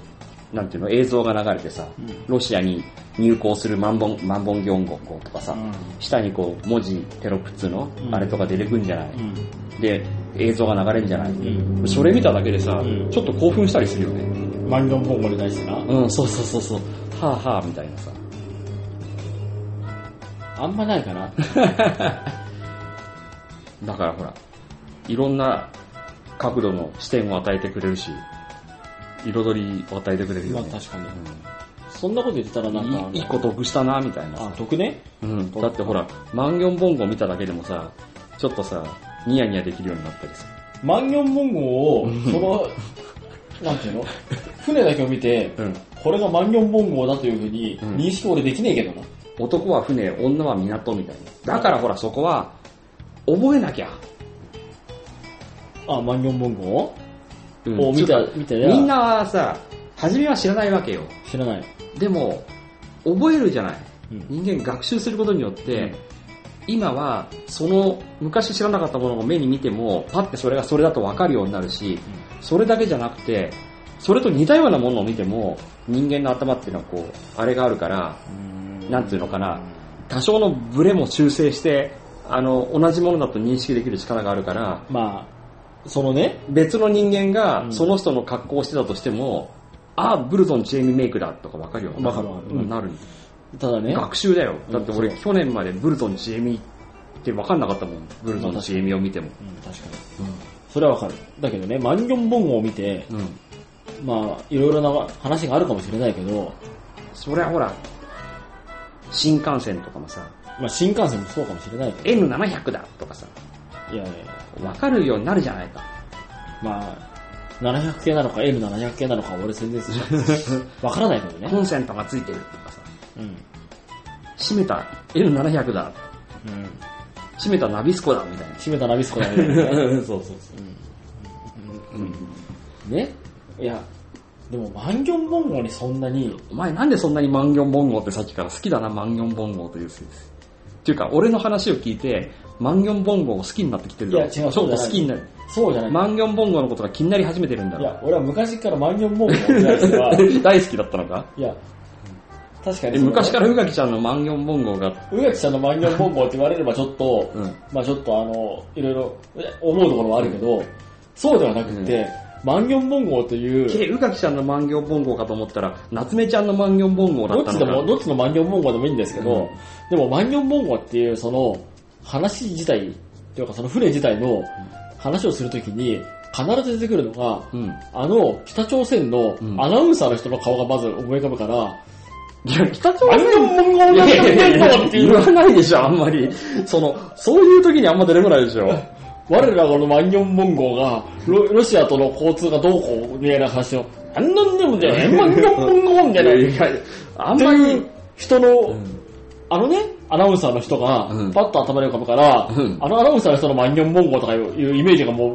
Speaker 1: う、なんていうの、映像が流れてさ、
Speaker 2: うん
Speaker 1: ロシアに入港する万本、万本行号とかさ、下にこう文字テロップっつうの、
Speaker 2: うん
Speaker 1: あれとか出てくんじゃない、
Speaker 2: うん。
Speaker 1: で映像が流れるんじゃない、
Speaker 2: う
Speaker 1: それ見ただけでさ、
Speaker 2: うん
Speaker 1: ちょっと興奮したりするよね
Speaker 2: マンギョンボンゴに対してな。
Speaker 1: うんそうそうそうそうはあはあみたいなさ
Speaker 2: あんまないかな。
Speaker 1: だからほらいろんな角度の視点を与えてくれるし彩りを与えてくれる
Speaker 2: ま
Speaker 1: よ
Speaker 2: あ
Speaker 1: ね、
Speaker 2: 確かに。そんなこと言ってたらなんかあの
Speaker 1: いいい子得したなみたいな
Speaker 2: あ
Speaker 1: さ、
Speaker 2: 得ね
Speaker 1: うん、だってほら万ン本号見ただけでもさちょっとさニヤニヤできるようになったりさ
Speaker 2: 万ンギョンボンゴを、その、なんていうの船だけを見て、
Speaker 1: うん
Speaker 2: これが万ンギョンボンゴだというふうに
Speaker 1: うん
Speaker 2: 認識俺できねえけどな。
Speaker 1: 男は船、女は港みたいな。だからほらそこは、覚えなきゃ。
Speaker 2: あ、万ンギョンボンゴを
Speaker 1: うん
Speaker 2: 見
Speaker 1: ち
Speaker 2: た
Speaker 1: ょっ、
Speaker 2: 見た
Speaker 1: と
Speaker 2: ら
Speaker 1: みんなはさ、初めは知らないわけよ。
Speaker 2: 知らない。
Speaker 1: でも、覚えるじゃない。
Speaker 2: うん。
Speaker 1: 人間学習することによって、
Speaker 2: うん
Speaker 1: 今は、その、昔知らなかったものを目に見ても、パッてそれがそれだとわかるようになるし、それだけじゃなくて、それと似たようなものを見ても、人間の頭っていうのはこう、あれがあるから、なんていうのかな、多少のブレも修正して、あの、同じものだと認識できる力があるから、
Speaker 2: まあ、そのね、
Speaker 1: 別の人間
Speaker 2: う
Speaker 1: が
Speaker 2: ん
Speaker 1: その人の格好をしてたとしても、ああ、ブルゾンチエミメイクだとかわかるよ。
Speaker 2: わかるわかる
Speaker 1: うんなる。
Speaker 2: ただね、
Speaker 1: 学習だよ。
Speaker 2: うん
Speaker 1: だって俺
Speaker 2: そう
Speaker 1: 去年までブルゾンチエミってわかんなかったもん。ブルゾンチエミを見ても。
Speaker 2: うん、確かに。それはわかる。だけどね、万ンギョンボンゴを見て、
Speaker 1: うん。うん
Speaker 2: まあ、いろいろな話があるかもしれないけど、
Speaker 1: そりゃほら、新幹線とかもさ、
Speaker 2: まあ、新幹線もそうかもしれないけ
Speaker 1: N700 だとかさ、
Speaker 2: ど、いやいやいや
Speaker 1: わかるようになるじゃないか。
Speaker 2: まあ、700系なのか L700 系なのか俺全然 わからないけど
Speaker 1: コ
Speaker 2: ね。
Speaker 1: ンセントがついてるとかさ、
Speaker 2: うん。
Speaker 1: 閉めた N700 だ
Speaker 2: うん。
Speaker 1: 閉めたナビスコだみたい
Speaker 2: 閉めたナビスコだ ね。
Speaker 1: な。そうそう
Speaker 2: うん。ねいや、でも万ンボンゴにそんなに、
Speaker 1: お前なんでそんなに万ン本号ってさっきから好きだな、万ン本号というせいです。っていうか、俺の話を聞いて、万ン本号を好きになってきてるだろ。
Speaker 2: いや違う
Speaker 1: ちょっと
Speaker 2: そうじゃない
Speaker 1: 好きになる。
Speaker 2: そうじゃない。
Speaker 1: 万ン本号のことが気になり始めてるんだ
Speaker 2: い
Speaker 1: ろ。
Speaker 2: や、俺は昔から万ンボンゴに対し ては、
Speaker 1: 大好きだったのか
Speaker 2: いや、確かに
Speaker 1: え
Speaker 2: その。
Speaker 1: 昔から宇垣ちゃんの万ン本号が、
Speaker 2: 宇垣さんの万ンボンゴって言われればちょっと、
Speaker 1: うん
Speaker 2: まあちょっとあの、いろいろえ思うところはあるけど、そうではなくて、万ン本郷という、
Speaker 1: きれい、宇垣ちゃんの万行本号かと思ったら、夏目ちゃんの万行本号だ
Speaker 2: ど
Speaker 1: っ
Speaker 2: ったち
Speaker 1: のか。
Speaker 2: でも、どっちの万ン本郷でもいいんですけ
Speaker 1: う
Speaker 2: ど
Speaker 1: ん、
Speaker 2: でも万ン本郷っていうその話自体、というかその船自体の話をするときに、必ず出てくるのが、
Speaker 1: うん。い
Speaker 2: あの、北朝鮮の
Speaker 1: うん
Speaker 2: アナウンサーの人の顔がまず思い浮かぶから、
Speaker 1: や、北朝
Speaker 2: 万
Speaker 1: 鮮
Speaker 2: ン本郷
Speaker 1: い
Speaker 2: の
Speaker 1: やい
Speaker 2: 人
Speaker 1: やいや
Speaker 2: ってい
Speaker 1: 言
Speaker 2: う、
Speaker 1: わないでしょ、あんまり。その、そういう時にあんま出てこないでしょ。
Speaker 2: 我らがこの万ン本郷がロ、ロシアとの交通がどうこうみたいな話を、あんなんでもじゃない、万ン本郷みたいな。
Speaker 1: いやいやあんま
Speaker 2: ってい
Speaker 1: り
Speaker 2: う。人の、あのね、アナウンサーの人が
Speaker 1: うん、
Speaker 2: パッと頭に浮かぶから、
Speaker 1: うん
Speaker 2: あのアナウンサーの人の万ン本郷とかいういうイメージがもう、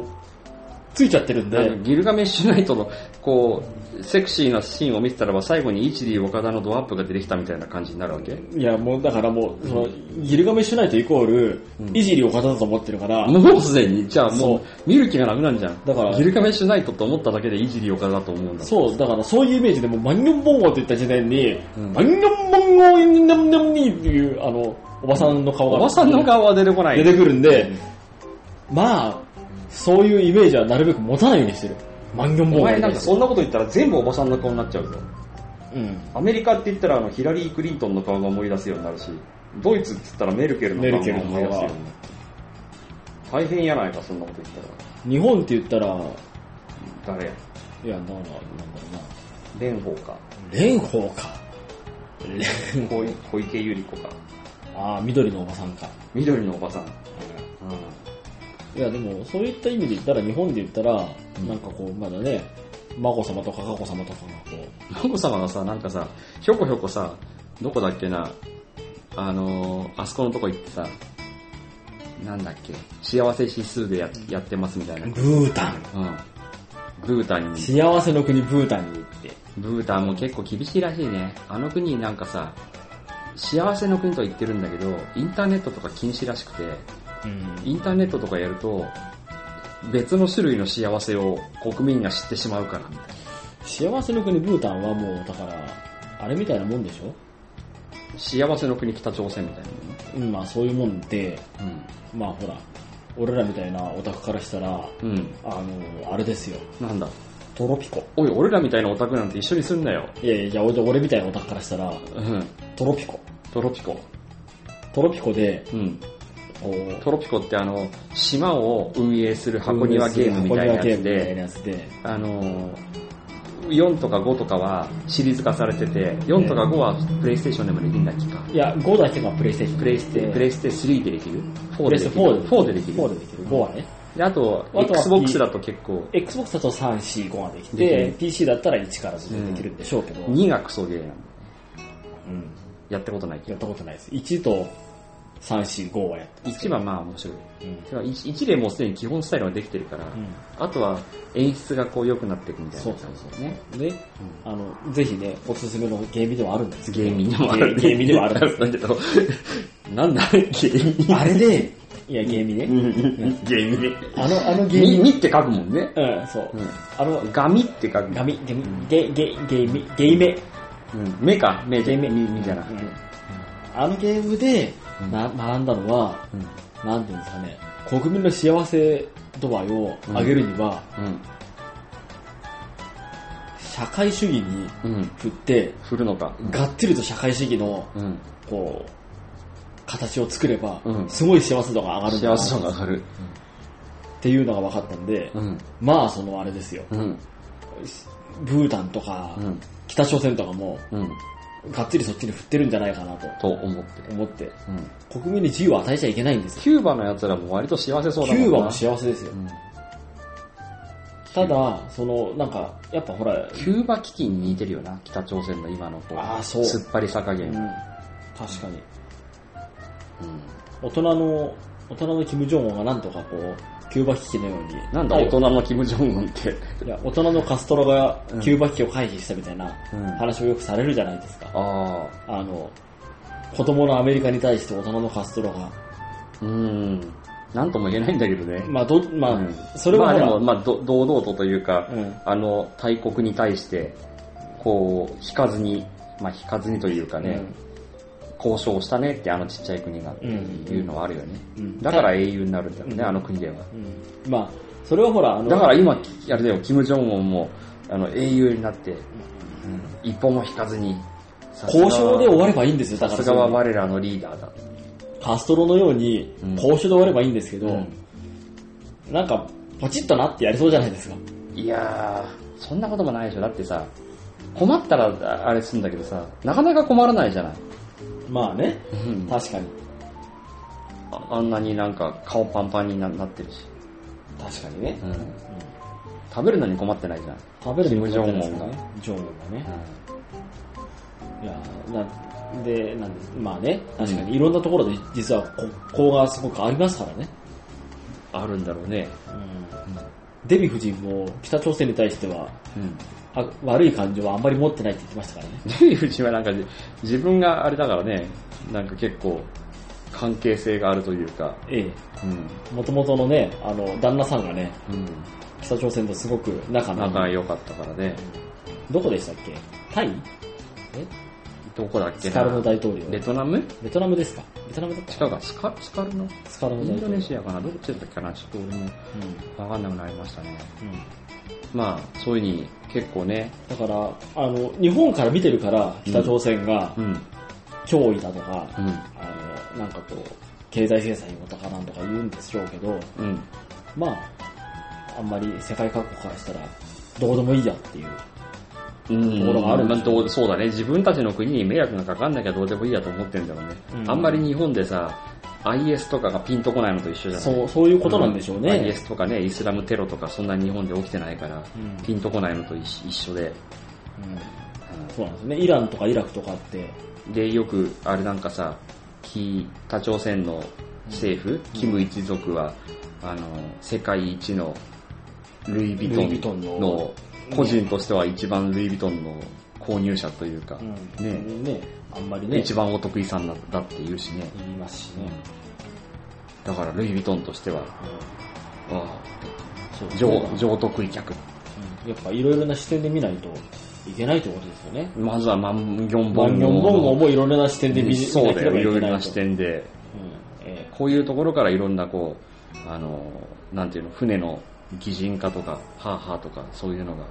Speaker 2: ついちゃってるん
Speaker 1: あの
Speaker 2: で、
Speaker 1: ギルガメッシュナイトの、こう、セクシーなシーンを見てたらば、最後に 1D 岡田のドアップが出てきたみたいな感じになるわけ
Speaker 2: いやもうだからもう、そのギルガメッシュナイトイコール、いじりを方だと思ってるから、
Speaker 1: もうすでに、じゃあも、
Speaker 2: そう
Speaker 1: 見る気がなくなるじゃん。
Speaker 2: だから
Speaker 1: ギルガメッシュナイトと思っただけで、いじり岡田だと思うんだ。
Speaker 2: そう、だからそういうイメージでもう万ン本郷って言った時点に
Speaker 1: うん、
Speaker 2: 万ン本郷にんなんなんにっていう、あの、おばさんの顔が、
Speaker 1: おばさんの顔は出てこない。
Speaker 2: 出てくるんで、まあ、そういうイメージはなるべく持たないようにしてる。万ン本郷
Speaker 1: お
Speaker 2: に
Speaker 1: 前なん
Speaker 2: 対
Speaker 1: か
Speaker 2: して
Speaker 1: そんなこと言ったら全部おばさんの顔になっちゃうぞ。
Speaker 2: うん。
Speaker 1: アメリカって言ったらあのヒラリー・クリントンの顔が思い出すようになるし、ドイツって言ったらメルケルの顔が思い出すようになる
Speaker 2: メルケルの。
Speaker 1: 大変やないか、そんなこと言った
Speaker 2: 日本って言ったら、
Speaker 1: ら。誰や
Speaker 2: いや、だから、なんだろうな。
Speaker 1: 蓮舫か。
Speaker 2: 蓮舫か。蓮
Speaker 1: 小い小池百合子か。
Speaker 2: ああ、緑のおばさんか。
Speaker 1: 緑のおばさん。
Speaker 2: いや、でも、そういった意味で言ったら、日本で言ったら、
Speaker 1: ん
Speaker 2: なんかこう、まだね、眞子様とか佳子様とかがこう、
Speaker 1: 眞子様がさ、なんかさ、ひょこひょこさ、どこだっけな、あのー、あそこのとこ行ってさ、なんだっけ、幸せ指数でややってますみたいな。うん。
Speaker 2: ブータン。
Speaker 1: ブータンに
Speaker 2: 幸せの国ブータンに行って。
Speaker 1: ブータンも結構厳しいらしいね。あの国なんかさ、幸せの国とは言ってるんだけど、インターネットとか禁止らしくて、インターネットとかやると、別の種類の幸せを国民が知ってしまうから、みたいな。
Speaker 2: 幸せの国ブータンはもう、だから、あれみたいなもんでしょ
Speaker 1: 幸せの国北朝鮮みたい
Speaker 2: うん、まあそういうもんで、
Speaker 1: なね。
Speaker 2: まあほら、俺らみたいなオタクからしたら、
Speaker 1: うん。うん。
Speaker 2: あの、あれですよ、
Speaker 1: なんだ。
Speaker 2: トロピコ。
Speaker 1: おい、俺らみたいなオタクなんて一緒にすんなよ。
Speaker 2: いやいやいや、俺俺みたいなオタクからしたら、
Speaker 1: うん。
Speaker 2: トロピコ。
Speaker 1: トロピコ。
Speaker 2: トロピコで、
Speaker 1: うん。
Speaker 2: こう、
Speaker 1: トロピコってあの、島を運営する箱庭ゲームみたいなやつ
Speaker 2: 箱庭ゲームみた
Speaker 1: で
Speaker 2: い、なやつで、
Speaker 1: あの4とか5とかはシリーズ化されてて、4とか5はプレイステーションでもできるんだっけか。
Speaker 2: いや、5だけがプレイステーション。
Speaker 1: プレイステ、プレイステ3でできる ?4
Speaker 2: プレ
Speaker 1: で
Speaker 2: イス
Speaker 1: で
Speaker 2: テ
Speaker 1: きる
Speaker 2: 4
Speaker 1: ?4 でできる
Speaker 2: 4でできる。5はね。
Speaker 1: であと、
Speaker 2: あとは
Speaker 1: Xbox だと結構、
Speaker 2: Xbox だと3、4、5ができ
Speaker 1: でき
Speaker 2: て
Speaker 1: る、
Speaker 2: PC だったら1からずっとできるんでしょうけど、うん。
Speaker 1: 2がクソゲーなんだよやったことないけ
Speaker 2: や
Speaker 1: ど。
Speaker 2: ったことないです。1と3、4、5はやってますけ
Speaker 1: 1
Speaker 2: ど。
Speaker 1: はまあ面白い。
Speaker 2: うん。
Speaker 1: てか 1, 1でもうすでに基本スタイルができてるから、あとは演出がこう良くなっていくみたいな感じだよね。
Speaker 2: うん。で、あの、ぜひね、おすすめのゲームではあるんですけ
Speaker 1: ゲ
Speaker 2: ど
Speaker 1: ーミンでも ある。
Speaker 2: ゲーミンでもあるんです
Speaker 1: だけど、なんだ、ゲーミン。
Speaker 2: あれで、いや、ゲームね。
Speaker 1: ゲーミね。
Speaker 2: あの、あのゲー
Speaker 1: に
Speaker 2: ム。
Speaker 1: にって書くもんね。
Speaker 2: うん、そう。
Speaker 1: うん
Speaker 2: あの、
Speaker 1: ガミって書く。
Speaker 2: ガミ、ゲミ、ゲ、ゲ、ゲイミ、ゲイメ。
Speaker 1: うん。目か。目で目。みたいな
Speaker 2: う。んあのゲームで、
Speaker 1: うん
Speaker 2: な、学んだのは、
Speaker 1: うん。
Speaker 2: なんていうんですかね、国民の幸せ度合いを上げるには、社会主義に
Speaker 1: うん。うん。
Speaker 2: 振って、
Speaker 1: 振るのか。
Speaker 2: がっつりと社会主義の、
Speaker 1: うん。
Speaker 2: こう、形を作れば、
Speaker 1: うん
Speaker 2: すごい幸せ度が上がるんだ
Speaker 1: 幸せ度が上がる。
Speaker 2: っていうのが分かったんで、
Speaker 1: うん。
Speaker 2: まあ、そのあれですよ、
Speaker 1: うん。
Speaker 2: ブータンとか、
Speaker 1: うん。
Speaker 2: 北朝鮮とかも、
Speaker 1: うん。
Speaker 2: がっつりそっちに振ってるんじゃないかなと
Speaker 1: と思ってる。
Speaker 2: 思って、
Speaker 1: うん。
Speaker 2: 国民に自由を与えちゃいけないんですよ。
Speaker 1: キューバの奴らも割と幸せそう
Speaker 2: キ
Speaker 1: だもんな。
Speaker 2: ューバも幸せですよ
Speaker 1: う。ん
Speaker 2: ただ、その、なんか、やっぱほら、
Speaker 1: キューバ危機に似てるよな。北朝鮮の今のこう。
Speaker 2: あーそう
Speaker 1: 突っ張りさ加
Speaker 2: う
Speaker 1: 減。
Speaker 2: ん
Speaker 1: うん。
Speaker 2: 確かに。大人の、大人のキム・ジョンウンがなんとかこう、キューバ危機のように。
Speaker 1: なんだ、
Speaker 2: はい
Speaker 1: 大人のキム・ジョンウンって。
Speaker 2: いや、大人のカストロが
Speaker 1: うん
Speaker 2: キューバ危機を回避したみたいな
Speaker 1: うんあ
Speaker 2: 話をよくされるじゃないですか。
Speaker 1: あ
Speaker 2: あの、子供のアメリカに対して大人のカストロが。
Speaker 1: ー。うん。なんとも言えないんだけどね。
Speaker 2: まあ、ど、まあ、
Speaker 1: うん
Speaker 2: それ
Speaker 1: ま
Speaker 2: は
Speaker 1: あ
Speaker 2: ほ
Speaker 1: で
Speaker 2: ら、
Speaker 1: も、まあ、ど堂々とというか、
Speaker 2: うん。
Speaker 1: あの、大国に対して、こう、引かずに、まあ、引かずにというかね、交渉したねってあのちっちゃい国がっていうのはあるよね。
Speaker 2: うん
Speaker 1: だから、英雄になるんだよね、
Speaker 2: うん
Speaker 1: あの国では。
Speaker 2: うん。まあ、それはほら、あの、
Speaker 1: だから今、きあれだよ、キム・ジョンウンも、あの、英雄になって、一歩も引かずに、
Speaker 2: 交渉で終われば
Speaker 1: いい
Speaker 2: いいんですよ、だ
Speaker 1: さ
Speaker 2: か
Speaker 1: す
Speaker 2: ら
Speaker 1: が
Speaker 2: そ
Speaker 1: は
Speaker 2: の。
Speaker 1: 我らのリーダーだ。
Speaker 2: カストロのように
Speaker 1: うん、
Speaker 2: 交渉で終わればいいんですけど、
Speaker 1: うん
Speaker 2: なんか、ポチッとなってやりそうじゃないですか。
Speaker 1: いやー、そんなこともないでしょ。だってさ、困ったらああれするんだけどさ、なかなか困らないじゃない。
Speaker 2: まあね、
Speaker 1: うん
Speaker 2: 確かに。
Speaker 1: ああんなになんか顔パンパンにななってるし、
Speaker 2: 確かにね。
Speaker 1: うん食べるのに困ってないじゃん。
Speaker 2: 食べる
Speaker 1: キムジョンウンが
Speaker 2: ね。ジョンウンがね。いやなでなんですまあね確か
Speaker 1: うん
Speaker 2: にいろんなところで実は国交がすごくありますからね、
Speaker 1: あるんだろうね。
Speaker 2: デヴィ夫人も北朝鮮に対しては
Speaker 1: うん。
Speaker 2: あ悪い感情はあんまり持ってないって言ってましたからね
Speaker 1: デ ヴィ夫人はなんかじ自分があれだからね、なんか結構関係性があるというか、
Speaker 2: え
Speaker 1: うん。
Speaker 2: えもともとのねあの旦那さんがね
Speaker 1: うん。
Speaker 2: 北朝鮮とすごく仲のいい
Speaker 1: 仲良かったからね。
Speaker 2: どこでしたっけタイ
Speaker 1: どこだっけ
Speaker 2: スカ
Speaker 1: な
Speaker 2: ルノ大統領
Speaker 1: ベトナム
Speaker 2: ベトナムですかベトナムだった
Speaker 1: 違うか、スカスカルノ
Speaker 2: スカル
Speaker 1: イ
Speaker 2: ノ
Speaker 1: ン
Speaker 2: 大
Speaker 1: ド
Speaker 2: 統領
Speaker 1: ネシアかなどっちだったっけなちょっと俺もわかんなくなりましたね。
Speaker 2: うんうん
Speaker 1: まあ、そういうふうに結構ね、
Speaker 2: だからあの日本から見てるから北朝鮮が
Speaker 1: うん。
Speaker 2: 脅威だとか、
Speaker 1: うん。
Speaker 2: あの、なんかこう、経済制裁をとかなんとか言うんでしょうけど、
Speaker 1: うん。
Speaker 2: まあ、あんまり世界各国からしたら、どうでもいいやっていう。
Speaker 1: うん、
Speaker 2: ところがあるんで
Speaker 1: まあ
Speaker 2: すよ
Speaker 1: どうそうだね。自分たちの国に迷惑がかかんなきゃどうでもいいやと思ってんだろうね。
Speaker 2: うん
Speaker 1: あんまり日本でさ、IS とかがピンとこないのと一緒じゃない
Speaker 2: そう、そういうことなんでしょうね。
Speaker 1: IS とかね、イスラムテロとかそんな日本で起きてないから、
Speaker 2: うん
Speaker 1: ピンとこないのと一一緒で、
Speaker 2: うんそうなんですね。イランとかイラクとかって、
Speaker 1: うんで、よくあれなんかさ、き北朝鮮の政府、キム一族は、あの、世界一のルイ・ヴ
Speaker 2: ルイヴィ
Speaker 1: ィ
Speaker 2: ト
Speaker 1: ト
Speaker 2: ン
Speaker 1: ン
Speaker 2: の
Speaker 1: の、個人としては一番ルイ・ヴィトンの購入者というか、ね
Speaker 2: ねねあんまりね、
Speaker 1: 一番お得意さんだだって言うしね。
Speaker 2: 言いますしね。
Speaker 1: だからルイ・ヴィトンとしては、
Speaker 2: うん
Speaker 1: あ
Speaker 2: そう
Speaker 1: あ
Speaker 2: ですね
Speaker 1: 上上得意客。
Speaker 2: うんやっぱいろいろな視点で見ないといけないってことですよね。
Speaker 1: まずはマン・ギョンボ
Speaker 2: 万
Speaker 1: ン
Speaker 2: ン本号もいろいろな視点で見
Speaker 1: そうだよ、いろいろな視。
Speaker 2: 見
Speaker 1: 点で。
Speaker 2: なきゃいけないとうんええ
Speaker 1: こういうところからいろんなこう、あの、なんていうの、船の擬人化とか、ハーハーとか、そういうのが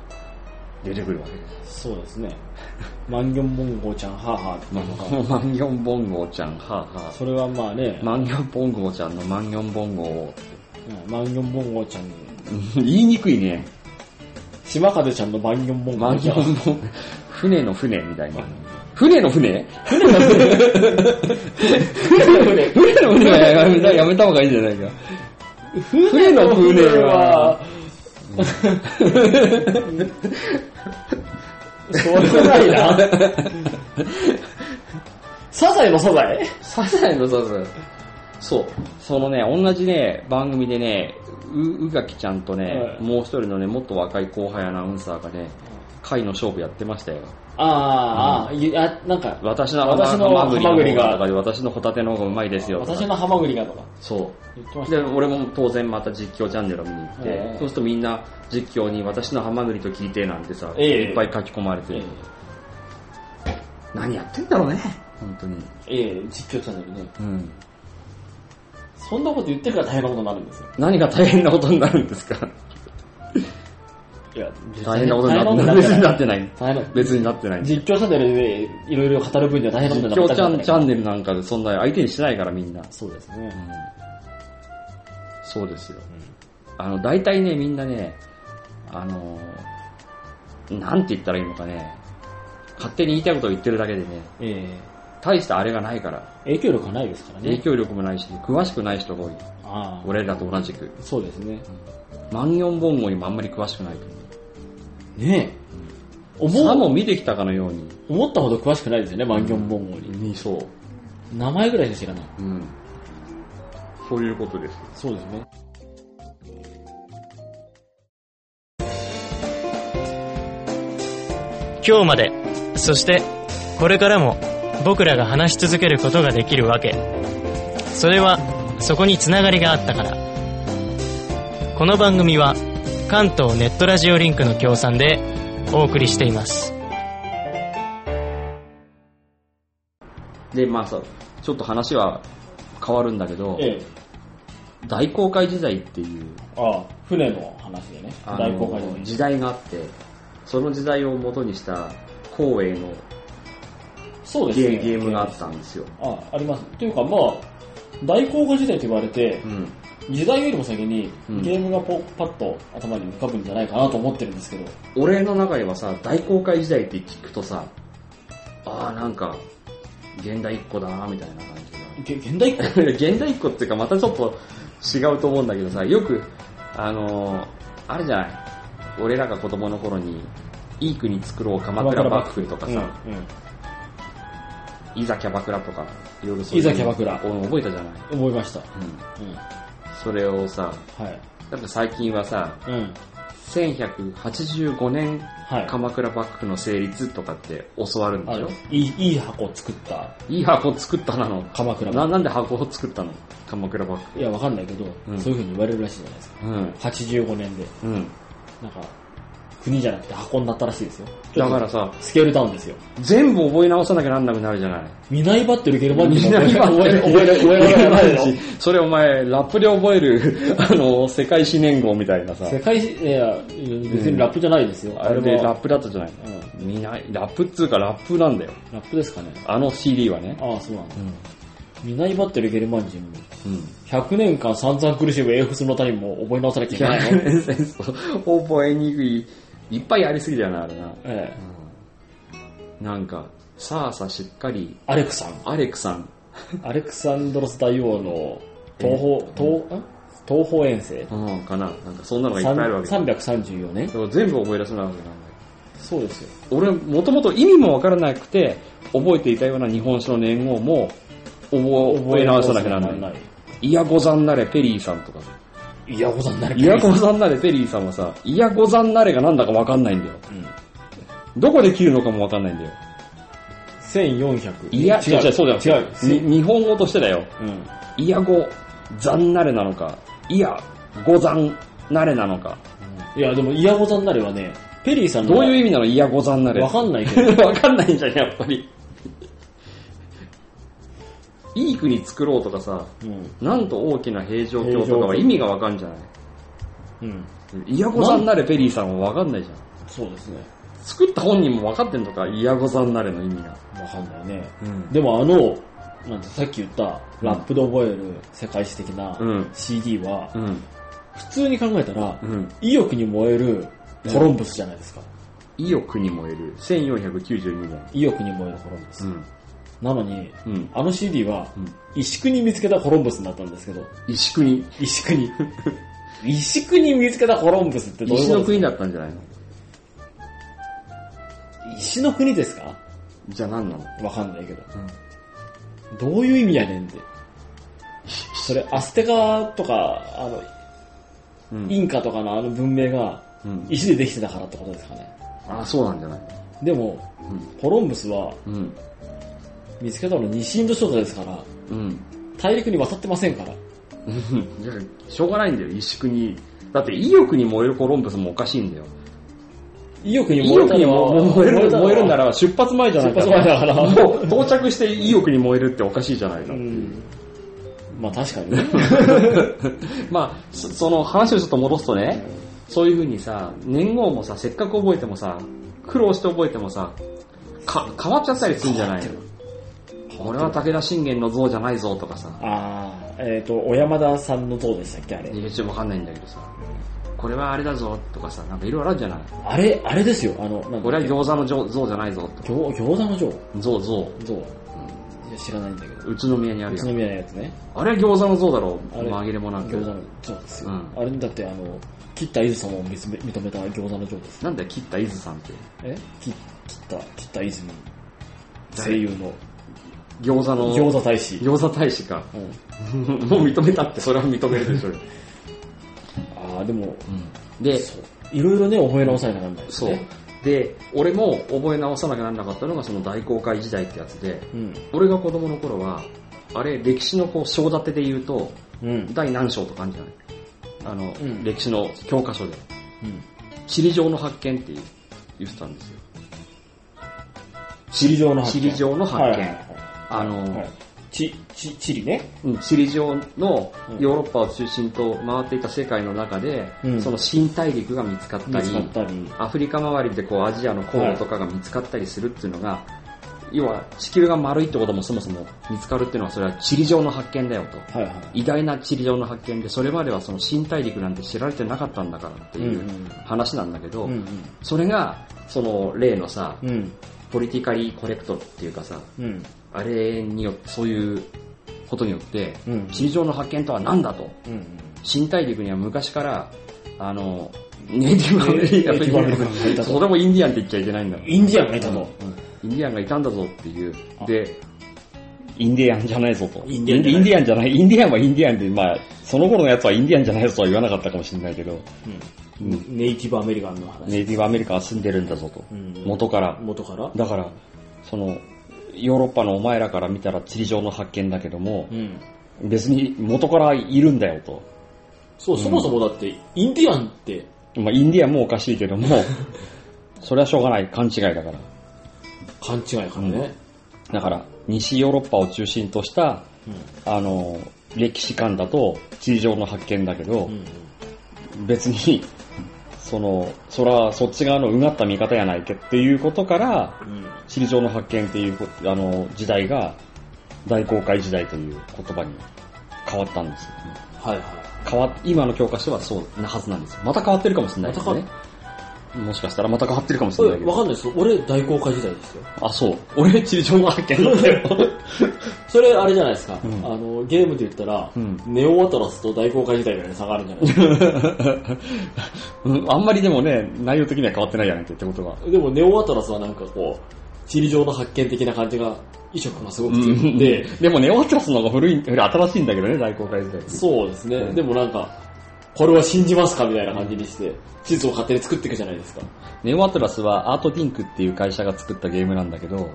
Speaker 1: 出てくるわけです。
Speaker 2: そうですね。 マンギョンモンゴーちゃん、ハーハーって
Speaker 1: ま
Speaker 2: いうの
Speaker 1: あ
Speaker 2: が、
Speaker 1: このマンギョンボンゴーちゃん、ハーハ
Speaker 2: それはまあね
Speaker 1: ー。、マンギョンボンゴーちゃんのマンギョンボンゴーを、
Speaker 2: うんマンギョンモンゴーちゃん、
Speaker 1: 言いにくいね。
Speaker 2: 島風ちゃんのマンギョンモンゴ
Speaker 1: マ
Speaker 2: ー
Speaker 1: ンギ
Speaker 2: ちゃん
Speaker 1: ョ。ンボン、船の船み たいな。船の船
Speaker 2: 船
Speaker 1: 船の船はやめたやめた方がいいんじゃないか。船の船は、
Speaker 2: それはないな。サザエのサザエ
Speaker 1: サザエのサザエ。そう。そのね、同じね、番組でね、う、うがきちゃんとね、
Speaker 2: はい
Speaker 1: もう一人のね、もっと若い後輩アナウンサーがね、貝の勝負やってましたよ。
Speaker 2: あーあー、ゆあ、なんか、
Speaker 1: 私の
Speaker 2: 私の
Speaker 1: ハマグリの方
Speaker 2: ハ
Speaker 1: がと
Speaker 2: マグ
Speaker 1: かで、私のホタテの方がうまいですよとか。
Speaker 2: 私のハマグリがとか
Speaker 1: そ
Speaker 2: 言ってま
Speaker 1: う。
Speaker 2: した
Speaker 1: で、。俺も当然また実況チャンネルを見に行って、
Speaker 2: は
Speaker 1: そ
Speaker 2: い
Speaker 1: うするとみんな実況に私のハマグリと聞いてなんてさ、
Speaker 2: ええ
Speaker 1: いっぱい書き込まれて、
Speaker 2: え
Speaker 1: 何やってんだろうね、本当に。
Speaker 2: えええ実況チャンネルね。
Speaker 1: うん。
Speaker 2: そんなこと言ってるから大変なことになるんですよ。
Speaker 1: 何が大変なことになるんですか
Speaker 2: いや、
Speaker 1: 大変なことになってない。
Speaker 2: 大
Speaker 1: 別
Speaker 2: 変
Speaker 1: に
Speaker 2: な
Speaker 1: な
Speaker 2: こ
Speaker 1: っ
Speaker 2: と
Speaker 1: てない。
Speaker 2: 大変な
Speaker 1: 別になってない。実
Speaker 2: 実況チャンネルでいろいろ語る分には大変なことにな
Speaker 1: 況
Speaker 2: った
Speaker 1: チャンチャ
Speaker 2: ン
Speaker 1: ンネルなんかでそんな相手にしないからみんな。
Speaker 2: そうですね。
Speaker 1: そうですよ。あの、大体ね、みんなね、あのー、なんて言ったらいいのかね、勝手に言いたいことを言ってるだけでね、
Speaker 2: ええ
Speaker 1: 大したあれがないから、
Speaker 2: 影響力はないですから
Speaker 1: 影
Speaker 2: ね。
Speaker 1: 響力もないし、詳しくない人が多い。
Speaker 2: ああ
Speaker 1: 俺らと同じく。
Speaker 2: そうですね。
Speaker 1: 万ン本号にもあんまり詳しくないと
Speaker 2: ねえ。
Speaker 1: 思う。さ
Speaker 2: 思う、
Speaker 1: も見てきたかのように。
Speaker 2: 思ったほど詳しくないですよね、万ン本語に。
Speaker 1: にそう。
Speaker 2: 名前ぐらいしか知らない。
Speaker 1: うん。そういうことです。
Speaker 2: そうですね。
Speaker 3: 今日までそしてこれからも僕らが話し続けることができるわけそれはそこにつながりがあったからこの番組は関東ネットラジオリンクの協賛でお送りしています
Speaker 1: で、まあさ、ちょっと話は変わるんだけど、
Speaker 2: ええ。
Speaker 1: 大航海時代っていう、
Speaker 2: ああ、船の話でね。
Speaker 1: あ
Speaker 2: 大航海
Speaker 1: の
Speaker 2: 時
Speaker 1: 時代があって、その時代を元にした光栄の
Speaker 2: そうです
Speaker 1: ゲ
Speaker 2: ね。
Speaker 1: ーゲームがあったんですよ。
Speaker 2: あ、あります。というか、まあ、大航海時代と言われて
Speaker 1: う、ん。
Speaker 2: 時代よりも先に
Speaker 1: うん
Speaker 2: ゲームがポパッと頭に浮かぶんじゃないかなと思ってるんですけど、
Speaker 1: 俺の中ではさ、大航海時代って聞くとさ、ああ、なんか、現代一個だな、みたいな感じが。
Speaker 2: げ現代っ子
Speaker 1: 現代っ子っていうかまたちょっと違うと思うんだけどさ、よく、あのーあれじゃない、俺らが子供の頃に、いい国作ろう鎌倉幕府とかさ、
Speaker 2: うんうん
Speaker 1: いざキャバクラとか、いろいろそういう。
Speaker 2: いざキャバクラ
Speaker 1: 俺覚えたじゃない。
Speaker 2: 思いました。
Speaker 1: うん。
Speaker 2: うん。は
Speaker 1: それをさ、
Speaker 2: い。
Speaker 1: やっぱ最近はさ、
Speaker 2: うん。
Speaker 1: 1185年
Speaker 2: はい。
Speaker 1: 鎌倉幕府の成立とかって教わるんで
Speaker 2: あ
Speaker 1: し
Speaker 2: の
Speaker 1: ょ
Speaker 2: いい、いい箱作った
Speaker 1: いい箱作ったなの。
Speaker 2: 鎌倉
Speaker 1: な、
Speaker 2: 幕
Speaker 1: なんで箱を作ったの鎌倉幕
Speaker 2: 府。いや、わかんないけど、
Speaker 1: うん
Speaker 2: そういう風に言われるらしいじゃないですか。
Speaker 1: 府。うん。
Speaker 2: 85年で。
Speaker 1: うん。
Speaker 2: なんか、国じゃなくて箱になったらしいですよ。
Speaker 1: だからさ、
Speaker 2: スケールダウンですよ。
Speaker 1: 全部覚え直さなきゃなんなくなるじゃない。
Speaker 2: 見ないばってるゲルマニ
Speaker 1: みん
Speaker 2: ア
Speaker 1: な
Speaker 2: 覚え
Speaker 1: 今
Speaker 2: 覚える、覚える、覚える、覚える、覚える
Speaker 1: し、 それお前、ラップで覚える、 あの、世界史年号みたいなさ、
Speaker 2: 世界史、いや、別にラップじゃないですよ。
Speaker 1: あれでラ
Speaker 2: は
Speaker 1: ップだったじゃない。
Speaker 2: うん、
Speaker 1: 見ない、ラップっつうかラップなんだよ。
Speaker 2: ラップですかね。
Speaker 1: あの CD はね。
Speaker 2: ああ、そうなんだ
Speaker 1: う。ん。
Speaker 2: 見ないばってるゲルマン人も、
Speaker 1: うん。
Speaker 2: 100年間散々苦しむエーフスの谷も覚え直さなきゃいけないの。
Speaker 1: 覚えにくい、いっぱいありすぎだよな、あれな。
Speaker 2: ええ、
Speaker 1: なんか、さあさあしっかり、
Speaker 2: アレクさん。
Speaker 1: アレクさん。
Speaker 2: アレクサンドロス大王の東方、東、ん東方遠征。
Speaker 1: うん、かな。なんかそんなのがいっぱいあるわけだよ。
Speaker 2: 334年
Speaker 1: だから全部覚え出せなわけなんだよ。
Speaker 2: そうですよ。
Speaker 1: 俺、もともと意味もわからなくて、覚えていたような日本史の年号も、覚え覚え直さなきゃなんない。
Speaker 2: い。
Speaker 1: いやござんなれペリーさんとか。
Speaker 2: いや、ござんなる
Speaker 1: いやござんなれペリーさんはさ、いやござんなれがなんだかわかんないんだよ。
Speaker 2: うん。
Speaker 1: どこで切るのかもわかんないんだよ。
Speaker 2: 1400。
Speaker 1: いや、違う違う、そうじゃ
Speaker 2: 違う。
Speaker 1: ん。に日本語としてだよ。
Speaker 2: うん。
Speaker 1: いやござんなれなのか、いやござんなれなのか。
Speaker 2: いや、でも、いやござんなれはね、ペリーさんの
Speaker 1: ど
Speaker 2: は
Speaker 1: ういう意味なのいやござんなれ。
Speaker 2: わかんないけ ど、
Speaker 1: わかんないんじゃん、やっぱり。いい国作ろうとかさ、
Speaker 2: うん。
Speaker 1: なんと大きな平城京とかは意味がわかんじゃない
Speaker 2: うん。
Speaker 1: イヤゴザになれペリーさんはわかんないじゃん。
Speaker 2: そうですね。
Speaker 1: 作った本人もわかってんのか、イヤゴザになれの意味が。
Speaker 2: わかんないね。
Speaker 1: うん。
Speaker 2: でもあの、なんてさっき言った、ラップで覚える世界史的な
Speaker 1: うん。
Speaker 2: CD は
Speaker 1: う、ん。
Speaker 2: 普通に考えたら、
Speaker 1: うん。
Speaker 2: 意欲に燃えるコロンブスじゃないですか。
Speaker 1: 意欲に燃える。1492年。
Speaker 2: 意欲に燃えるコロンブス。
Speaker 1: うん。
Speaker 2: なのに、
Speaker 1: うん。
Speaker 2: あの CD は
Speaker 1: うん、
Speaker 2: 石国見つけたコロンブスになったんですけど、
Speaker 1: 石国。
Speaker 2: 石国。石国見つけたコロンブスってどういう
Speaker 1: 石
Speaker 2: こと
Speaker 1: の国だったんじゃないの
Speaker 2: 石の国ですか
Speaker 1: じゃあ何なの
Speaker 2: わかんないけど。
Speaker 1: うん
Speaker 2: どういう意味やねんって。それ、アステカとか、あの、
Speaker 1: うん。
Speaker 2: インカとかのあの文明が
Speaker 1: うん。
Speaker 2: 石でできてたからってことですかね。
Speaker 1: あ、そうなんじゃない
Speaker 2: でも、コロンブスは
Speaker 1: うん。うん。
Speaker 2: 見つけたの西インド諸島ですから、
Speaker 1: うん。
Speaker 2: 大陸に渡ってませんから。
Speaker 1: うんいや、しょうがないんだよ、石国。だって、意欲に燃えるコロンブスもおかしいんだよ。
Speaker 2: 意欲に
Speaker 1: 意
Speaker 2: 燃え
Speaker 1: 欲
Speaker 2: た
Speaker 1: に
Speaker 2: の
Speaker 1: も
Speaker 2: は
Speaker 1: 燃える燃えるな
Speaker 2: ら、
Speaker 1: ら出発前じゃな
Speaker 2: 出
Speaker 1: いか
Speaker 2: 発前だから。
Speaker 1: もう到着して意欲に燃えるっておかしいじゃないうの。
Speaker 2: ん。まあ確かにね。
Speaker 1: まあ、そその話をちょっと戻すとね、そういうふうにさ、年号もさ、せっかく覚えてもさ、苦労して覚えてもさ、か、変わっちゃったりするんじゃない
Speaker 2: 変わ
Speaker 1: 俺は武田信玄の像じゃないぞとかさ、
Speaker 2: ああ、えっ、と、小山田さんの像でしたっけあれ。
Speaker 1: 逃げちゃわかんないんだけどさ、これはあれだぞとかさ、なんかいろいろあるじゃない。
Speaker 2: あれ、あれですよ、あの、なんだ
Speaker 1: 俺は餃子の像像じゃないぞとか、
Speaker 2: 餃餃子の像
Speaker 1: 像像。
Speaker 2: 像、いや、知らないんだけど。
Speaker 1: 宇都宮にあ
Speaker 2: 宇
Speaker 1: るや
Speaker 2: 都
Speaker 1: ん。
Speaker 2: 宮のやつね。
Speaker 1: あれは餃子の像だろ、
Speaker 2: あれ
Speaker 1: 紛れもな
Speaker 2: 餃子
Speaker 1: く。
Speaker 2: の像ですよ。
Speaker 1: うん
Speaker 2: あれだって、あの、切った伊豆様を認め認めた餃子の像です。
Speaker 1: なんだよ、切った伊豆さんって。
Speaker 2: え切切った、切った伊豆に、
Speaker 1: 誰
Speaker 2: 声優の
Speaker 1: 餃子の。
Speaker 2: 餃子大使。
Speaker 1: 餃子大使か。
Speaker 2: うん、
Speaker 1: もう認めたって、それは認めるでしょうよ。
Speaker 2: ああ、でも、
Speaker 1: で、
Speaker 2: そう。いろいろね、覚え直さなきゃならないです
Speaker 1: そう
Speaker 2: ね。。
Speaker 1: で、俺も覚え直さなきゃなんなかったのがその大航海時代ってやつで、
Speaker 2: うん。
Speaker 1: 俺が子供の頃は、あれ、歴史のこう、章立てで言うと、
Speaker 2: うん。
Speaker 1: 第何章とかあるんじゃないあの、
Speaker 2: うん
Speaker 1: 歴史の教科書で。
Speaker 2: うん。
Speaker 1: 地理上の発見って言ってたんですよ。
Speaker 2: 地理上の発
Speaker 1: 地
Speaker 2: 見。
Speaker 1: 理上の発見。
Speaker 2: はいはいはい
Speaker 1: あの、
Speaker 2: はいち、ち、チリね。
Speaker 1: うんチリ上のヨーロッパを中心と回っていた世界の中で、
Speaker 2: うん
Speaker 1: その新大陸が見つかった
Speaker 2: 見
Speaker 1: り
Speaker 2: つかったり。
Speaker 1: アフリカ周りでこうアジアの航路とかが見つかったりするっていうのが、要は地球が丸いってこともそもそも見つかるっていうのはそれは地理上の発見だよと
Speaker 2: はいはい。
Speaker 1: 偉大な地理上の発見でそれまではその新大陸なんて知られてなかったんだからっていう
Speaker 2: うんうん
Speaker 1: 話なんだけど、
Speaker 2: うん
Speaker 1: それがその例のさ、
Speaker 2: うん。うん。
Speaker 1: ポリティカリーコレクトっていうかさ
Speaker 2: うん。
Speaker 1: あれによってそういうことによって
Speaker 2: うん。
Speaker 1: 地理上の発見とは何だと
Speaker 2: うん。
Speaker 1: 新大陸には昔からあのネイティブアメリカ
Speaker 2: ネイティブアメリカンがいたと
Speaker 1: それもインディアンって言っちゃいけないんだ
Speaker 2: インディアンがいたと。
Speaker 1: インディアンがいたんだぞっていう
Speaker 2: あ。
Speaker 1: で、インディアンじゃないぞと。
Speaker 2: インディアンじゃない
Speaker 1: インディアンじゃない。インディアンはインディアンで、まあ、その頃のやつはインディアンじゃないぞとは言わなかったかもしれないけど、うん
Speaker 2: ネイティブアメリカンの話。
Speaker 1: ネイティブアメリカは住んでるんだぞと。
Speaker 2: うん
Speaker 1: 元から。
Speaker 2: 元から
Speaker 1: だから、その、ヨーロッパのお前らから見たら地理上の発見だけども
Speaker 2: う、ん。
Speaker 1: 別に元からいるんだよと。
Speaker 2: そう、そもそもだって、インディアンって、
Speaker 1: まあ、インディアンもおかしいけ ども、それはしょうがない。勘違いだから。
Speaker 2: 勘違いからね。
Speaker 1: だから、西ヨーロッパを中心とした、あの、歴史観だと地理上の発見だけど、
Speaker 2: うん。うん。
Speaker 1: 別に、その、そらそっち側のうがった見方やないけっていうことから、
Speaker 2: うん。
Speaker 1: 地理上の発見っていうこあの時代が大航海時代という言葉に変わったんですよ、ね。
Speaker 2: はいは
Speaker 1: 変わっ今の教科書はそうなはずなんですよ。また変わってるかもしれないです
Speaker 2: ま
Speaker 1: ね
Speaker 2: た。
Speaker 1: もしかしたらまた変わってるかもし
Speaker 2: い。
Speaker 1: れない
Speaker 2: え、
Speaker 1: け
Speaker 2: わ
Speaker 1: ど。
Speaker 2: かんないです。俺、大航海時代ですよ。
Speaker 1: あ、そう。俺地理上の発見なんだよ。
Speaker 2: それ、あれじゃないですか。
Speaker 1: うん
Speaker 2: あの、ゲームで言ったら、
Speaker 1: うん
Speaker 2: ネオアトラスと大航海時代ぐらいに下がるんじゃないですか。
Speaker 1: うん あんまりでもね、内容的には変わってないやねんってってことは。
Speaker 2: でも、ネオアトラスはなんかこう、地理上の発見的な感じが、衣食がすごく強くて、
Speaker 1: でもネオアトラスの方が古い、古い新しいんだけどね、大航海時代って。
Speaker 2: そうですね、
Speaker 1: うん
Speaker 2: でもなんか、これは信じますかみたいな感じにして、地図を勝手に作っていくじゃないですか。
Speaker 1: ネオアトラスはアートディンクっていう会社が作ったゲームなんだけど、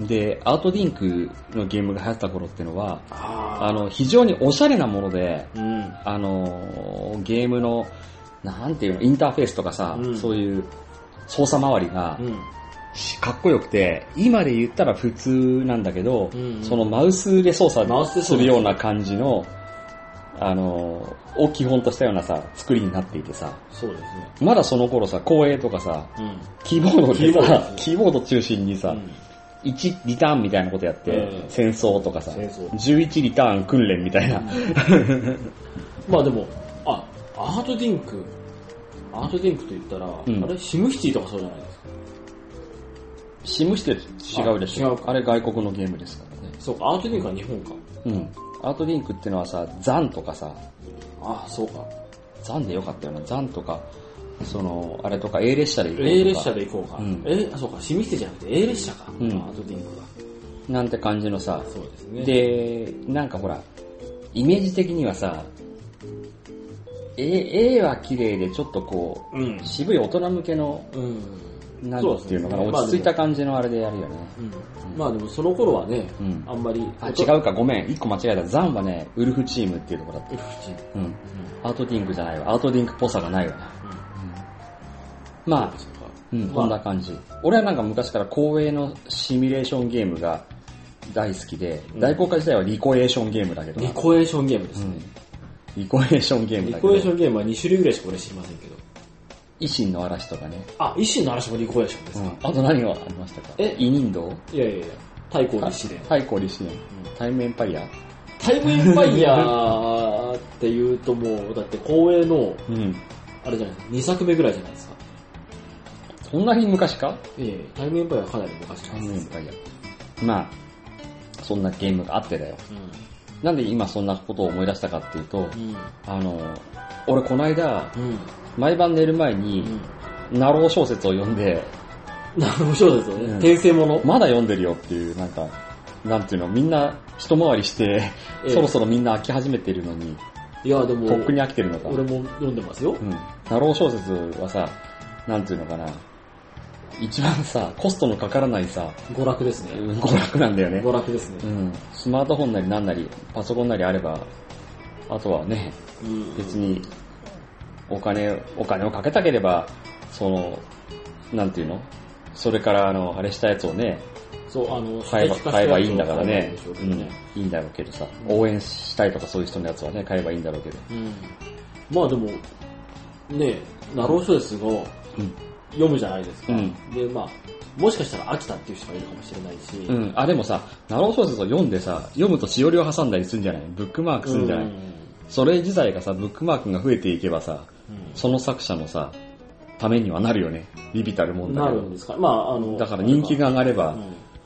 Speaker 1: で、アートディンクのゲームが流行った頃っていうのは、
Speaker 2: あ
Speaker 1: あの、非常におしゃれなもので、
Speaker 2: あ。うん。
Speaker 1: あの、ゲームの、なんていうの、インターフェースとかさ、
Speaker 2: うん
Speaker 1: そういう操作周りが
Speaker 2: うん。
Speaker 1: かっこよくて、今で言ったら普通なんだけど、
Speaker 2: うんうん
Speaker 1: そのマウスで操
Speaker 2: マウス
Speaker 1: 作す
Speaker 2: で操作
Speaker 1: るような感じの、あの、を基本としたようなさ、作りになっていてさ、
Speaker 2: そうですね。
Speaker 1: まだその頃さ、光栄とかさ、
Speaker 2: うん。
Speaker 1: キーボード
Speaker 2: キーボ
Speaker 1: で
Speaker 2: ード
Speaker 1: さ、キーボード中心にさ、1リターンみたいなことやって、
Speaker 2: うん
Speaker 1: 戦争とかさ、
Speaker 2: 戦争
Speaker 1: 11リターン訓練みたいな、
Speaker 2: まあでも、あ、アートディンク、アートディンクと言ったら、
Speaker 1: ん
Speaker 2: あれ、シムシティとかそうじゃないですか。
Speaker 1: シムして違うでし
Speaker 2: あ違
Speaker 1: ょ
Speaker 2: う。か
Speaker 1: あれ外国のゲームですからね。
Speaker 2: そうか、アートディンクは日本か。
Speaker 1: うん。アートリンクってのはさ、ザンとかさ、
Speaker 2: ああ、そうか。
Speaker 1: ザンでよかったよな、ザンとか、その、あれとか A 列車で行こうとか
Speaker 2: A 列車で行こうか。
Speaker 1: うん
Speaker 2: え、そうか、シムシティじゃなくて A 列車か。
Speaker 1: うん
Speaker 2: アートディンクが。
Speaker 1: なんて感じのさ、
Speaker 2: そうですね。、
Speaker 1: で、なんかほら、イメージ的にはさ、A, A は綺麗でちょっとこ
Speaker 2: う
Speaker 1: う、
Speaker 2: ん。
Speaker 1: 渋い大人向けの
Speaker 2: うん。
Speaker 1: なんていうのかな、
Speaker 2: そうですね
Speaker 1: 落ち着いた感じのあれでやるよね。
Speaker 2: うんまあでもその頃はね、
Speaker 1: うん
Speaker 2: あんまり、
Speaker 1: あ、違うか、ごめん。一個間違えた。ザンはね、ウルフチームっていうところだった。
Speaker 2: う。口
Speaker 1: うん。アートディンクじゃないわ。アートディンクっぽさがないわな。うんまあ、うん、
Speaker 2: まあ
Speaker 1: こんな感じ。俺はなんか昔から光栄のシミュレーションゲームが大好きで、
Speaker 2: うん
Speaker 1: 大公開自体はリコエーションゲームだけどな
Speaker 2: リコエーションゲームです
Speaker 1: う
Speaker 2: ね
Speaker 1: ん。リコエーションゲーム
Speaker 2: リ
Speaker 1: だけ
Speaker 2: コエーショ
Speaker 1: ど、
Speaker 2: ンゲームは2種類ぐらいしか俺知りませんけど。
Speaker 1: 維新の嵐とかね。
Speaker 2: あ、維新の嵐もリコエーションです
Speaker 1: う
Speaker 2: か。
Speaker 1: ん。あと何がありましたか
Speaker 2: え
Speaker 1: イニンド
Speaker 2: いやいやいや、太鼓の試練。
Speaker 1: 太鼓立志伝。タイムエンパイア
Speaker 2: タイムエンパイアーっていうともう、だって光栄の、
Speaker 1: うん。
Speaker 2: あれじゃないですか、2作目ぐらいじゃないですか。
Speaker 1: そんなに昔か
Speaker 2: いやいやタイムエンパイアはかなり昔
Speaker 1: タ
Speaker 2: な
Speaker 1: イ
Speaker 2: ん
Speaker 1: ム
Speaker 2: で
Speaker 1: エ
Speaker 2: す
Speaker 1: ン
Speaker 2: よ
Speaker 1: パイア。まあ、そんなゲームがあってだよ。なんで今そんなことを思い出したかっていうと、
Speaker 2: うん。
Speaker 1: あの、俺この間、
Speaker 2: うん。うん。
Speaker 1: 毎晩寝る前に、ナロー小説を読んで、
Speaker 2: なるほど、そうですよ
Speaker 1: うん
Speaker 2: ね。転生もの。
Speaker 1: まだ読んでるよっていう、なんか、なんていうの、みんな一回りして、
Speaker 2: ええ
Speaker 1: そろそろみんな飽き始めてるのに、
Speaker 2: いや、で
Speaker 1: と
Speaker 2: も
Speaker 1: っ、くに飽きてるのか。
Speaker 2: 俺も読んでますよ。
Speaker 1: うん。ナロー小説はさ、なんていうのかな、一番さ、コストのかからないさ、
Speaker 2: 娯楽です
Speaker 1: う
Speaker 2: ね。
Speaker 1: ん娯楽なんだよね。
Speaker 2: 娯楽ですね
Speaker 1: う。ん。スマートフォンなりなんなり、パソコンなりあれば、あとはね、
Speaker 2: うん
Speaker 1: 別にお金お金をかけたければそのなんていうのそれからあのあれしたやつをね
Speaker 2: そう、あの、
Speaker 1: 買えば、
Speaker 2: 最適化
Speaker 1: 買えばいいんだから
Speaker 2: してる
Speaker 1: ねう
Speaker 2: やつを。買えばいいんでしょうけど
Speaker 1: ん
Speaker 2: ね。
Speaker 1: いいんだろうけどさ。
Speaker 2: うん
Speaker 1: 応援したいとかそういう人のやつはね、買えばいいんだろうけど。
Speaker 2: うん。まあでも、ねえ、ナロー小説を
Speaker 1: うん
Speaker 2: 読むじゃないですか。
Speaker 1: うん
Speaker 2: で、まあ、もしかしたら飽きたっていう人がいるかもしれないし。
Speaker 1: うん。あ、でもさ、ナロー小説を読んでさ、読むとしおりを挟んだりするんじゃないブックマークするんじゃない、
Speaker 2: うん
Speaker 1: それ自体がさ、ブックマークが増えていけばさ、その作者のさ、ためにはなるよね。ビビたるも
Speaker 2: うん
Speaker 1: んだ
Speaker 2: な
Speaker 1: け
Speaker 2: るん
Speaker 1: ど。
Speaker 2: ですか。まあ、あの、
Speaker 1: だから人気が上がれば、
Speaker 2: うん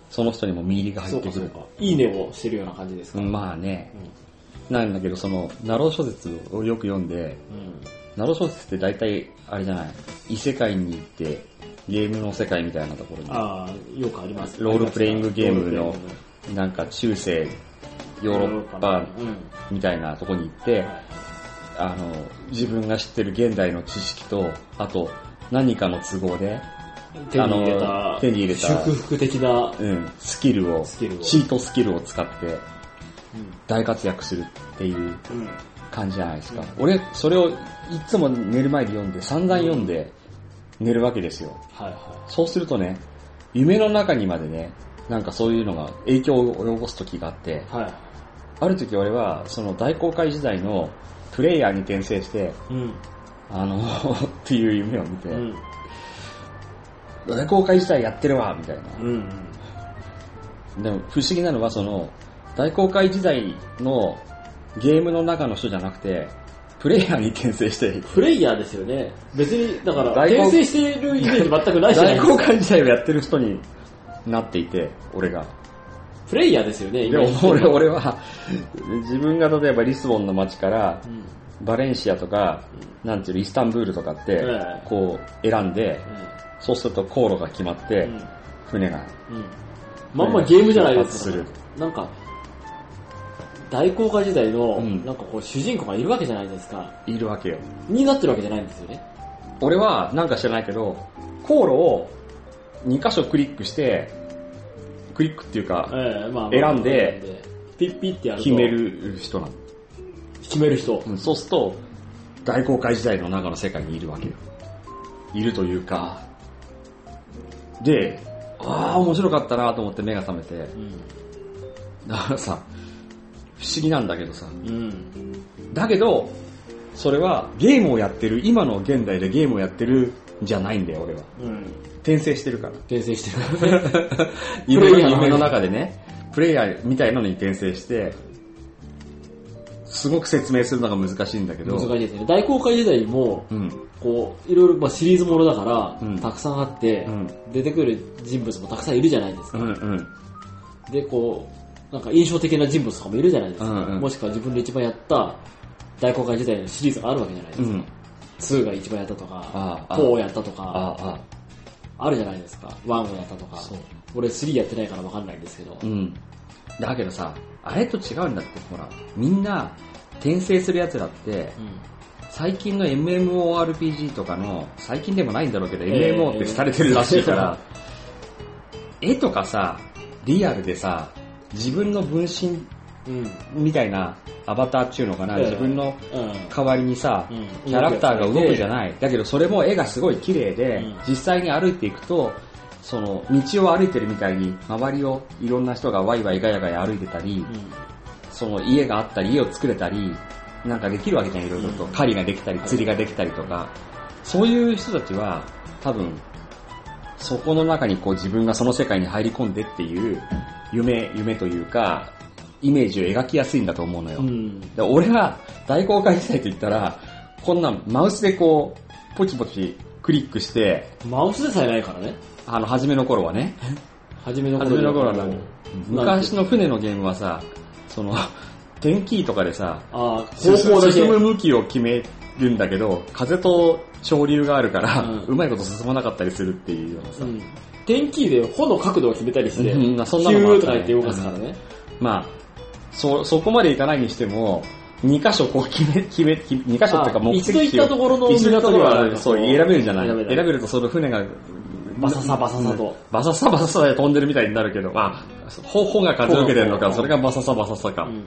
Speaker 1: その人にも見入りが
Speaker 2: そ
Speaker 1: 入っ
Speaker 2: う
Speaker 1: て
Speaker 2: か
Speaker 1: く
Speaker 2: そう
Speaker 1: る
Speaker 2: か。。いいねをしてるような感じですか。
Speaker 1: うんまあね
Speaker 2: う。ん
Speaker 1: なんだけど、その、ナロー小説をよく読んで、ナロー小説って大体、あれじゃない、異世界に行って、ゲームの世界みたいなところに、
Speaker 2: ああ、よくあります。
Speaker 1: ロールプレイングゲームの
Speaker 2: ロールプレイング
Speaker 1: なんか中世、ヨーロッパ
Speaker 2: うん。
Speaker 1: みたいなとこに行って、
Speaker 2: はい
Speaker 1: あの、自分が知ってる現代の知識と、あと、何かの都合で、
Speaker 2: 手に入れ
Speaker 1: あ
Speaker 2: た、
Speaker 1: の手に入れた
Speaker 2: 祝福的な、
Speaker 1: うん、スキルを、
Speaker 2: スキルを
Speaker 1: チートスキルを使って大活躍するっていう
Speaker 2: うん
Speaker 1: 感じじゃないですか。俺、それをいつも寝る前に読んで、散々読んで寝るわけですよ。
Speaker 2: はいは
Speaker 1: そうするとね、夢の中にまでね、なんかそういうのが影響を及ぼす時があって、
Speaker 2: い。は
Speaker 1: ある時俺はその大航海時代のプレイヤーに転生して、
Speaker 2: い。うん。
Speaker 1: あの、 っていう夢を見て、
Speaker 2: うん。
Speaker 1: 大航海時代やってるわみたいな。
Speaker 2: うん。
Speaker 1: でも不思議なのはその、大航海時代のゲームの中の人じゃなくて、プレイヤーに転生して、
Speaker 2: プレイヤーですよね。別に、だから、
Speaker 1: 大根
Speaker 2: 転生しているイメージ全くないじゃな
Speaker 1: 大
Speaker 2: いです
Speaker 1: 航
Speaker 2: か。
Speaker 1: 海時代をやってる人になっていて、俺が。
Speaker 2: プレイヤーですよね、
Speaker 1: で
Speaker 2: 今
Speaker 1: も 俺俺は、自分が例えばリスボンの街から
Speaker 2: う、ん。
Speaker 1: バレンシアとか、なんていうの、イスタンブールとかって
Speaker 2: ええ、
Speaker 1: こう選んで、そうすると航路が決まって
Speaker 2: うん。、
Speaker 1: 船が。
Speaker 2: うん。まんまゲームじゃないです
Speaker 1: する
Speaker 2: か。なんか、大航海時代の
Speaker 1: う、ん
Speaker 2: なんかこう、主人公がいるわけじゃないですか。
Speaker 1: いるわけよ。
Speaker 2: になってるわけじゃないんですよね。
Speaker 1: 俺はなんか知らないけど、航路を2箇所クリックして、クリックっていうか、
Speaker 2: ええまあまあ
Speaker 1: 選んで
Speaker 2: 選んピッピッてやると。
Speaker 1: 決め。る人なの。
Speaker 2: 決める人
Speaker 1: う。んそうすると、大航海時代の中の世界にいるわけよ。いるというか、で、ああ、面白かったなと思って目が覚めて、
Speaker 2: うん。
Speaker 1: だからさ、不思議なんだけどさ、
Speaker 2: うん。
Speaker 1: だけど、それはゲームをやってる、今の現代でゲームをやってるんじゃないんだよ、俺は。
Speaker 2: うん。
Speaker 1: 転生してる から。
Speaker 2: 転生してるからね。
Speaker 1: 夢
Speaker 2: プレイヤーの
Speaker 1: 夢の中でね、プレイヤーみたいのに転生して、すごく説明するのが難しいんだけど、
Speaker 2: 難しいですね。大航海時代も、
Speaker 1: うん、
Speaker 2: こう、いろいろ、まあ、シリーズものだから、
Speaker 1: うん
Speaker 2: たくさんあって、
Speaker 1: うん
Speaker 2: 出てくる人物もたくさんいるじゃないです
Speaker 1: う
Speaker 2: か。
Speaker 1: ん、うん、
Speaker 2: で、こう、なんか印象的な人物とかもいるじゃないですか。
Speaker 1: うんうん
Speaker 2: もしくは自分で一番やった大航海時代のシリーズがあるわけじゃないです
Speaker 1: うん、
Speaker 2: か。2が一番やったとか、
Speaker 1: ああ、
Speaker 2: 4をやったと
Speaker 1: ああ
Speaker 2: か、、
Speaker 1: ああ、
Speaker 2: あるじゃないですか。1をやったとか
Speaker 1: そう。
Speaker 2: 俺3やってないからわかんないんですけど。
Speaker 1: うん。だけどさ、あれと違うんだって、ほら、みんな、転生する奴らって、最近の MMORPG とかの、最近でもないんだろうけど、
Speaker 2: ええ
Speaker 1: MMO って廃れてるらしいから、絵とかさ、リアルでさ、自分の分身
Speaker 2: うん。うん。
Speaker 1: みたいなアバターっていうのかな、
Speaker 2: ええ
Speaker 1: 自分の
Speaker 2: うん。
Speaker 1: 代わりにさ、
Speaker 2: うん
Speaker 1: キャラクターが動くじゃない。だけどそれも絵がすごい綺麗で、
Speaker 2: うん
Speaker 1: 実際に歩いていくと、その道を歩いてるみたいに周りをいろんな人がワイワイガヤガヤ歩いてたり、その家があったり家を作れたり、なんかできるわけじゃん、いろいろと。
Speaker 2: うん
Speaker 1: 狩りができたり、
Speaker 2: はい
Speaker 1: 釣りができたりとか、そういう人たちは多分、そこの中にこう自分がその世界に入り込んでっていう夢、夢というか、イメージを描きやすいんだと思うのよ。
Speaker 2: うん。うん。
Speaker 1: で俺は大公開時代と言ったら、こんなんマウスでこう、ポチポチクリックして、
Speaker 2: マウスでさえないからね。
Speaker 1: あの、初めの頃はね、
Speaker 2: 初めの頃
Speaker 1: 初めの頃はなん
Speaker 2: に
Speaker 1: か昔の船のゲームはさ、その、テンキーとかでさ、
Speaker 2: ああ、
Speaker 1: 進
Speaker 2: 方向だけ。
Speaker 1: む向きを決めるんだけど、風と潮流があるから、
Speaker 2: うん
Speaker 1: うまいこと進まなかったりするっていうようなさ、
Speaker 2: うん。天気で帆の角度を決めたりして、
Speaker 1: うんうんそんな
Speaker 2: ヒ
Speaker 1: のもあ
Speaker 2: ュ
Speaker 1: っ
Speaker 2: ー
Speaker 1: た
Speaker 2: とか
Speaker 1: ね
Speaker 2: 言って動かすからね。
Speaker 1: まあ、そ、そこまでいかないにしても、2箇所こう決め、決め、決め2箇所っていうか
Speaker 2: あ
Speaker 1: 目的地を
Speaker 2: 一度行ったところの
Speaker 1: 一度行ったところ
Speaker 2: なん
Speaker 1: は、
Speaker 2: か
Speaker 1: そう、選べるじゃない。
Speaker 2: 選べ
Speaker 1: 選
Speaker 2: る
Speaker 1: べるとその船が、
Speaker 2: バササバササと。
Speaker 1: バササバササで飛んでるみたいになるけど、まあ、方法が風を受けてるのか、それがバササバササか。
Speaker 2: うん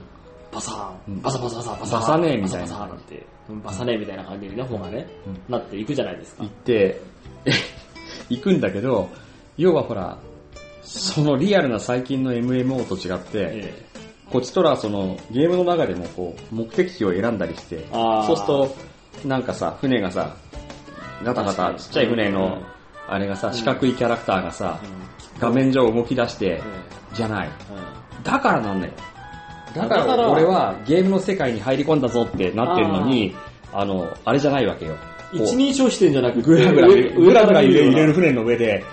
Speaker 2: バサ
Speaker 1: う
Speaker 2: ー
Speaker 1: ん
Speaker 2: ン、バサバサバサバサ
Speaker 1: バサねみたいな
Speaker 2: バサバサなんて、うんバサねみたいな感じにね、方がね
Speaker 1: うん、
Speaker 2: なっていくじゃないですか
Speaker 1: 行っ。て、行くんだけど、要はほら、そのリアルな最近の MMO と違って、
Speaker 2: え
Speaker 1: こっちとらはそのゲームの中でもこう目的地を選んだりして、
Speaker 2: あー
Speaker 1: そうするとなんかさ、船がさ、ガタガ
Speaker 2: 確か
Speaker 1: タ
Speaker 2: に
Speaker 1: ちっちゃい船のあれがさ、四角いキャラクターがさ、画面上動き出して、じゃない。
Speaker 2: えうん
Speaker 1: だからなんだよ。だ
Speaker 2: だ
Speaker 1: か
Speaker 2: から
Speaker 1: ら俺はゲームの世界に入り込んだぞってなってるのに、あの、あれじゃないわけよ。こう
Speaker 2: 一人称視点じゃなくて、
Speaker 1: ぐらぐら、
Speaker 2: 上
Speaker 1: ぐらぐら揺れ
Speaker 2: 上
Speaker 1: 揺れる
Speaker 2: か
Speaker 1: 船の上で、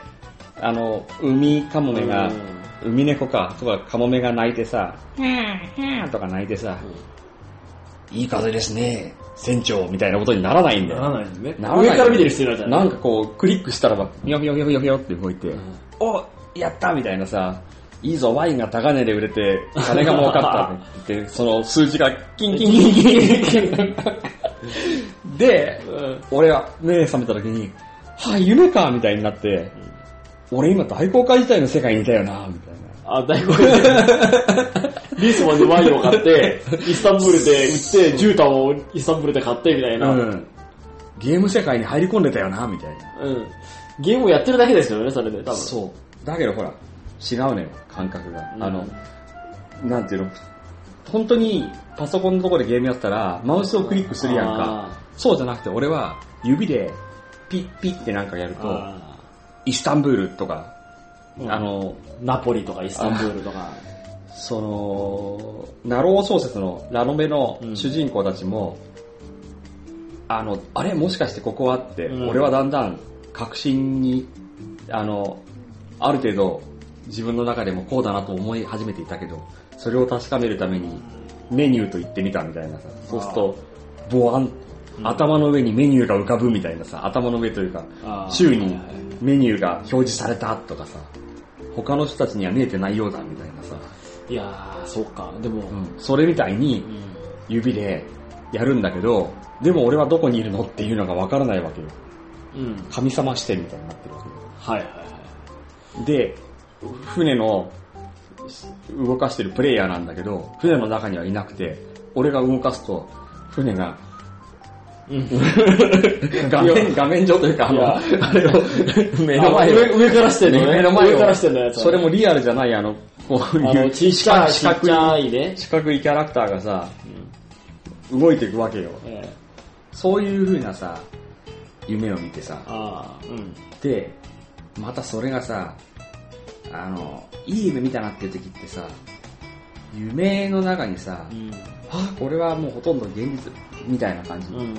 Speaker 1: あの、海カモメ
Speaker 2: ら
Speaker 1: が
Speaker 2: 見るよう、な
Speaker 1: 海猫か、とかカモメが鳴いてさ、ふーん、とか鳴いてさ、いい風ですね、船長、みたいなことにならないんだ
Speaker 2: な
Speaker 1: よ。
Speaker 2: らないですね。
Speaker 1: ならない
Speaker 2: 上から見てる必要ないじゃ。
Speaker 1: なんんかこう、クリックしたらば、ひよひよひよひよひよって動いて、
Speaker 2: ん
Speaker 1: おやったみたいなさ、いいぞ、ワインが高値で売れて、金が儲かったって言って、その数字がキンキンキンキンキンキン。 で、俺は目覚めた時に、はあ、夢かみたいになって、俺今大航海時代の世界にいたよなみたいな。
Speaker 2: あ、大根。リスボンでワインを買って、イスタンブールで売って、絨毯をイスタンブールで買ってみたいな。うん。
Speaker 1: ん。ゲーム世界に入り込んでたよなみたいな。
Speaker 2: ゲームをやってるだけですよね、それで。多分。
Speaker 1: そう。だけどほら、違うね、感覚が。
Speaker 2: うん
Speaker 1: あの、なんていうの、本当にパソコンのところでゲームやってたら、マウスをクリックするやんか。
Speaker 2: あ
Speaker 1: そうじゃなくて、俺は指でピッピッってなんかやる
Speaker 2: ー。
Speaker 1: と、
Speaker 2: あ
Speaker 1: イスタンブールとか、
Speaker 2: うん
Speaker 1: あの、
Speaker 2: ーナポリとかイスタンブールとか。
Speaker 1: その、ナロー小説のラノベの主人公たちも、あの、あれもしかしてここはって、
Speaker 2: うん
Speaker 1: 俺はだんだん確信に、あの、ある程度自分の中でもこうだなと思い始めていたけど、それを確かめるためにメニューと言ってみたみたいなさ、そうすると、ボワン、
Speaker 2: うん
Speaker 1: 頭の上にメニューが浮かぶみたいなさ、頭の上というか、
Speaker 2: あー
Speaker 1: 宙にメニューが表示されたとかさ、他の人たちには見えてないようだみたいなさ、
Speaker 2: いやー、そうか。でも、
Speaker 1: うんそれみたいに
Speaker 2: うん
Speaker 1: 指でやるんだけど、でも俺はどこにいるのっていうのがわからないわけよ。
Speaker 2: うん。
Speaker 1: 神様視点みたいになってるわ
Speaker 2: はいはいはい。
Speaker 1: けよ。で、船のし動かしてるプレイヤーなんだけど、船の中にはいなくて、俺が動かすと、船が、 画面、画面上というか、あ
Speaker 2: い
Speaker 1: の、
Speaker 2: や
Speaker 1: あ れを、目の
Speaker 2: あ
Speaker 1: 前を
Speaker 2: 上上からしてんのね。
Speaker 1: 目の前を
Speaker 2: 上からしてんのやつ。
Speaker 1: それもリアルじゃない、あの、こう
Speaker 2: あ
Speaker 1: い
Speaker 2: の、
Speaker 1: う、
Speaker 2: ちっちゃい、
Speaker 1: 四
Speaker 2: ちっ
Speaker 1: 角
Speaker 2: ちゃ
Speaker 1: い、
Speaker 2: いね。
Speaker 1: 四角いキャラクターがさ、動いていくわけよ。
Speaker 2: ええ
Speaker 1: そういう風なさ、夢を見てさ、
Speaker 2: ああ、うん。
Speaker 1: で、またそれがさ、あの、いい夢見たなっていう時ってさ、夢の中にさ、あ、これはもうほとんど現実みたいな感じ、
Speaker 2: うん。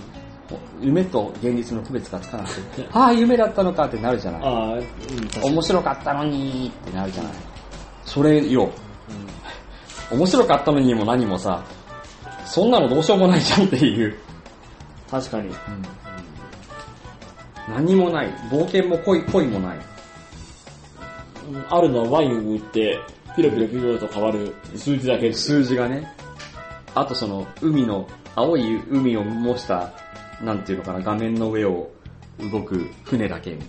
Speaker 1: 夢と現実の区別がつかなくて、 ああ、夢だったのかってなるじゃない。
Speaker 2: ああ、うん。確かに
Speaker 1: 面白かったのにってなるじゃない。それよ、面白かったのにも何もさ、そんなのどうしようもないじゃんっていう。
Speaker 2: 確かに。
Speaker 1: 何もない。冒険も恋、恋もない。
Speaker 2: うんあるのはワインを売って、ピロピロピロと変わる数字だけです。
Speaker 1: 数字がね。あとその、海の、青い海を模した、なんていうのかな、画面の上を動く船だけみたい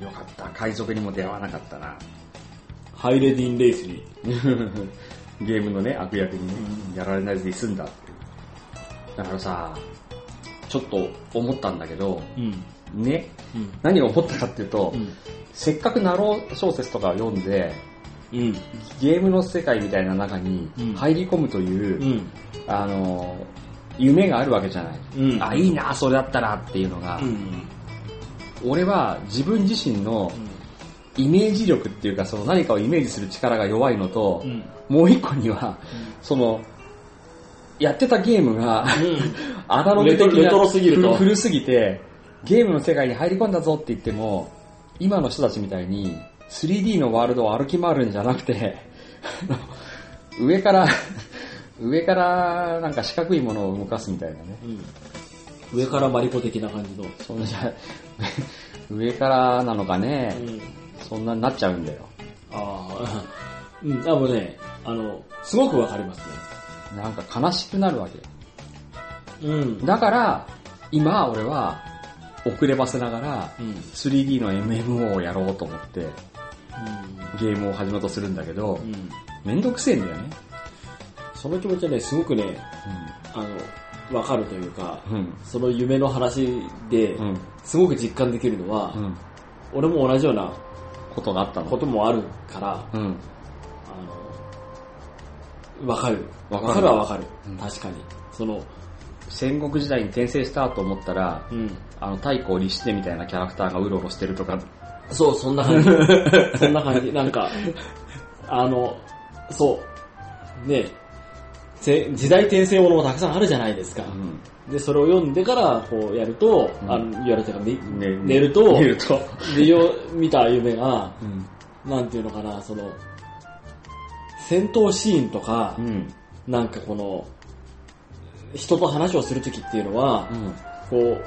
Speaker 1: な。よかった。海賊にも出会わなかったな。
Speaker 2: ハイレディン・レイスに。
Speaker 1: ゲームのね、悪役にね、やられないで済んだっていう。だからさ、ちょっと思ったんだけど、
Speaker 2: うん。
Speaker 1: ね、
Speaker 2: うん。
Speaker 1: 何を思ったかっていうと、
Speaker 2: うん。
Speaker 1: せっかくナロー小説とかを読んで、
Speaker 2: うん。
Speaker 1: ゲームの世界みたいな中に
Speaker 2: うん
Speaker 1: 入り込むという、
Speaker 2: うん。
Speaker 1: あの、夢があるわけじゃない。
Speaker 2: うん
Speaker 1: あ、いいな、それだったらっていうのが、
Speaker 2: うん。
Speaker 1: 俺は自分自身のイメージ力っていうか、その何かをイメージする力が弱いのと、
Speaker 2: うん。
Speaker 1: もう一個には、その、やってたゲームが、アナログ的な
Speaker 2: レトレトロすぎると
Speaker 1: 古古すぎて、ゲームの世界に入り込んだぞって言っても、今の人たちみたいに 3D のワールドを歩き回るんじゃなくて、あの上から、上からなんか四角いものを動かすみたいなね。
Speaker 2: うん。上からマリコ的な感じの。
Speaker 1: そんなじゃ、上からなのかね、
Speaker 2: うん。
Speaker 1: そんなになっちゃうんだよ。
Speaker 2: ああ、うん。でもね、あの、すごくわかりますね。
Speaker 1: なんか悲しくなるわけよ。
Speaker 2: うん。
Speaker 1: だから、今俺は遅ればせながら、
Speaker 2: うん。
Speaker 1: 3D の MMO をやろうと思ってゲームを始めようとするんだけど
Speaker 2: う、ん。
Speaker 1: めんどくせえんだよね。
Speaker 2: その気持ちはね、すごくね、あの、わかるというか、
Speaker 1: うん。
Speaker 2: その夢の話で
Speaker 1: う、ん。
Speaker 2: すごく実感できるのは、
Speaker 1: うん。
Speaker 2: 俺も同じような
Speaker 1: ことがあった
Speaker 2: こ
Speaker 1: の。
Speaker 2: ともあるから、
Speaker 1: うん。
Speaker 2: あの、わかる。
Speaker 1: わかる
Speaker 2: わかるはわかる
Speaker 1: うん。
Speaker 2: 確かに。その、
Speaker 1: 戦国時代に転生したと思ったら、
Speaker 2: うん。
Speaker 1: あの、太閤立志みたいなキャラクターがうろうろしてるとか、
Speaker 2: そう、そんな 感じ。そんな感じ。なんか、あの、そう。ねせ時代転生ものもたくさんあるじゃないですか。で、それを読んでから、こうやると、
Speaker 1: うん
Speaker 2: あの、やるというか、ね
Speaker 1: ね
Speaker 2: 寝ると
Speaker 1: 寝ると。
Speaker 2: で、よ、見た夢が、
Speaker 1: うん。
Speaker 2: なんていうのかな、その、戦闘シーンとか
Speaker 1: う、ん。
Speaker 2: なんかこの、人と話をするときっていうのは、こう、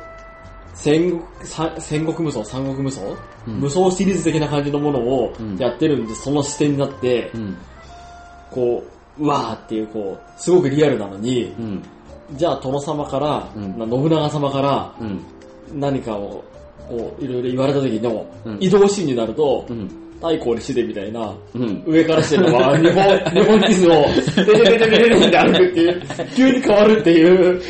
Speaker 2: 戦国、さ戦国無双、三国無双、
Speaker 1: うん
Speaker 2: 無双シリーズ的な感じのものを
Speaker 1: うん
Speaker 2: やってるんで、その視点になって、
Speaker 1: うん。
Speaker 2: こう、うわーっていう、こう、すごくリアルなのに、
Speaker 1: うん。
Speaker 2: じゃあ殿様から、
Speaker 1: うん
Speaker 2: な信長様から
Speaker 1: うん。
Speaker 2: 何かを、こう、いろいろ言われたときでも、
Speaker 1: うん
Speaker 2: 移動シーンになると、
Speaker 1: うん。
Speaker 2: 太閤に死でみたいな、
Speaker 1: うん。
Speaker 2: 上からしてるのは、日本、日本地図を、てててててててって歩くっていう、急に変わるっていう、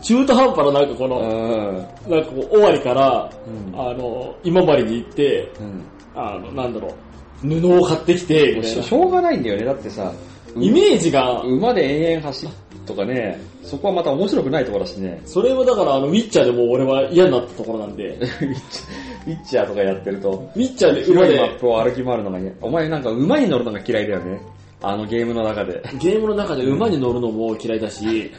Speaker 2: 中途半端ななんかこの、なんかこう、終わりから、
Speaker 1: うん
Speaker 2: あの、今治に行って、
Speaker 1: うん。
Speaker 2: あの、なんだろう、布を買ってきて、みたいな
Speaker 1: しょうがないんだよね。だってさ、
Speaker 2: イメージが、
Speaker 1: 馬で延々走っとかね、そこはまた面白くないところだしね。
Speaker 2: それはだから、あの、ウィッチャーでもう俺は嫌になったところなんで
Speaker 1: ウ、ィッチウィッチャーとかやってると、
Speaker 2: ウィッチャーで馬
Speaker 1: 広いマッ
Speaker 2: で、
Speaker 1: プを歩き回るのがね、お前なんか馬に乗るのが嫌いだよね。あのゲームの中で。
Speaker 2: ゲームの中で馬に乗るのも嫌いだし、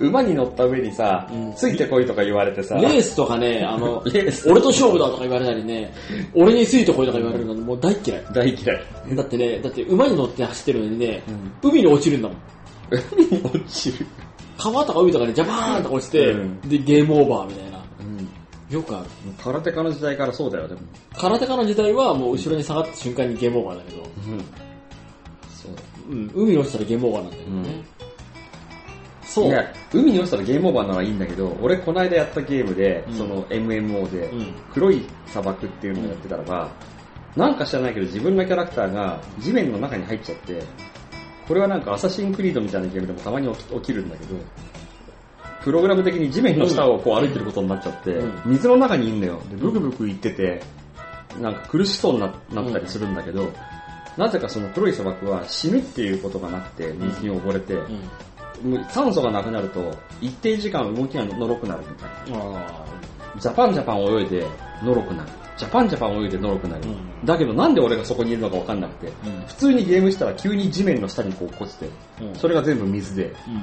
Speaker 1: 馬に乗った上にさ、
Speaker 2: うん
Speaker 1: ついてこいとか言われてさ、
Speaker 2: レースとかね、あの、
Speaker 1: レース
Speaker 2: 俺と勝負だとか言われたりね、俺についてこいとか言われるのもう大っ嫌い。
Speaker 1: 大嫌い。
Speaker 2: だってね、だって馬に乗って走ってるのにね、海に落ちるんだもん。
Speaker 1: 海に落ちる。
Speaker 2: 川とか海とかね、ジャバーンとか落ちて、
Speaker 1: うん
Speaker 2: で、ゲームオーバーみたいな。よくある。
Speaker 1: 空手家の時代からそうだよ、でも。
Speaker 2: 空手家の時代はもう後ろに下がった瞬間にゲームオーバーだけど、
Speaker 1: そう
Speaker 2: うん、海に落ちたらゲームオーバーなんだよね。そう。
Speaker 1: いや、海に落ちたらゲームオーバーならいいんだけど、俺この間やったゲームで、
Speaker 2: うん
Speaker 1: その MMO で、
Speaker 2: うん。
Speaker 1: 黒い砂漠っていうのをやってたらば、なんか知らないけど自分のキャラクターが地面の中に入っちゃって、これはなんかアサシンクリードみたいなゲームでもたまに起き起きるんだけど、プログラム的に地面の下をこう歩いてることになっちゃって、
Speaker 2: う
Speaker 1: 水の中にいるんだよ。で、ブクブク言ってて、なんか苦しそうにななったりするんだけど、なぜかその黒い砂漠は死ぬっていうことがなくて、水に溺れて、
Speaker 2: うん。
Speaker 1: もう酸素がなくなると、一定時間動きがのろくなるみたいな。
Speaker 2: あ
Speaker 1: ジャパンジャパン泳いで、のろくなる。ジャパンジャパン泳いで、のろくなる
Speaker 2: ー。うん。
Speaker 1: だけどなんで俺がそこにいるのかわかんなくて、
Speaker 2: うん
Speaker 1: 普通にゲームしたら急に地面の下にこう落っこちて、
Speaker 2: うん
Speaker 1: それが全部水で、
Speaker 2: うん。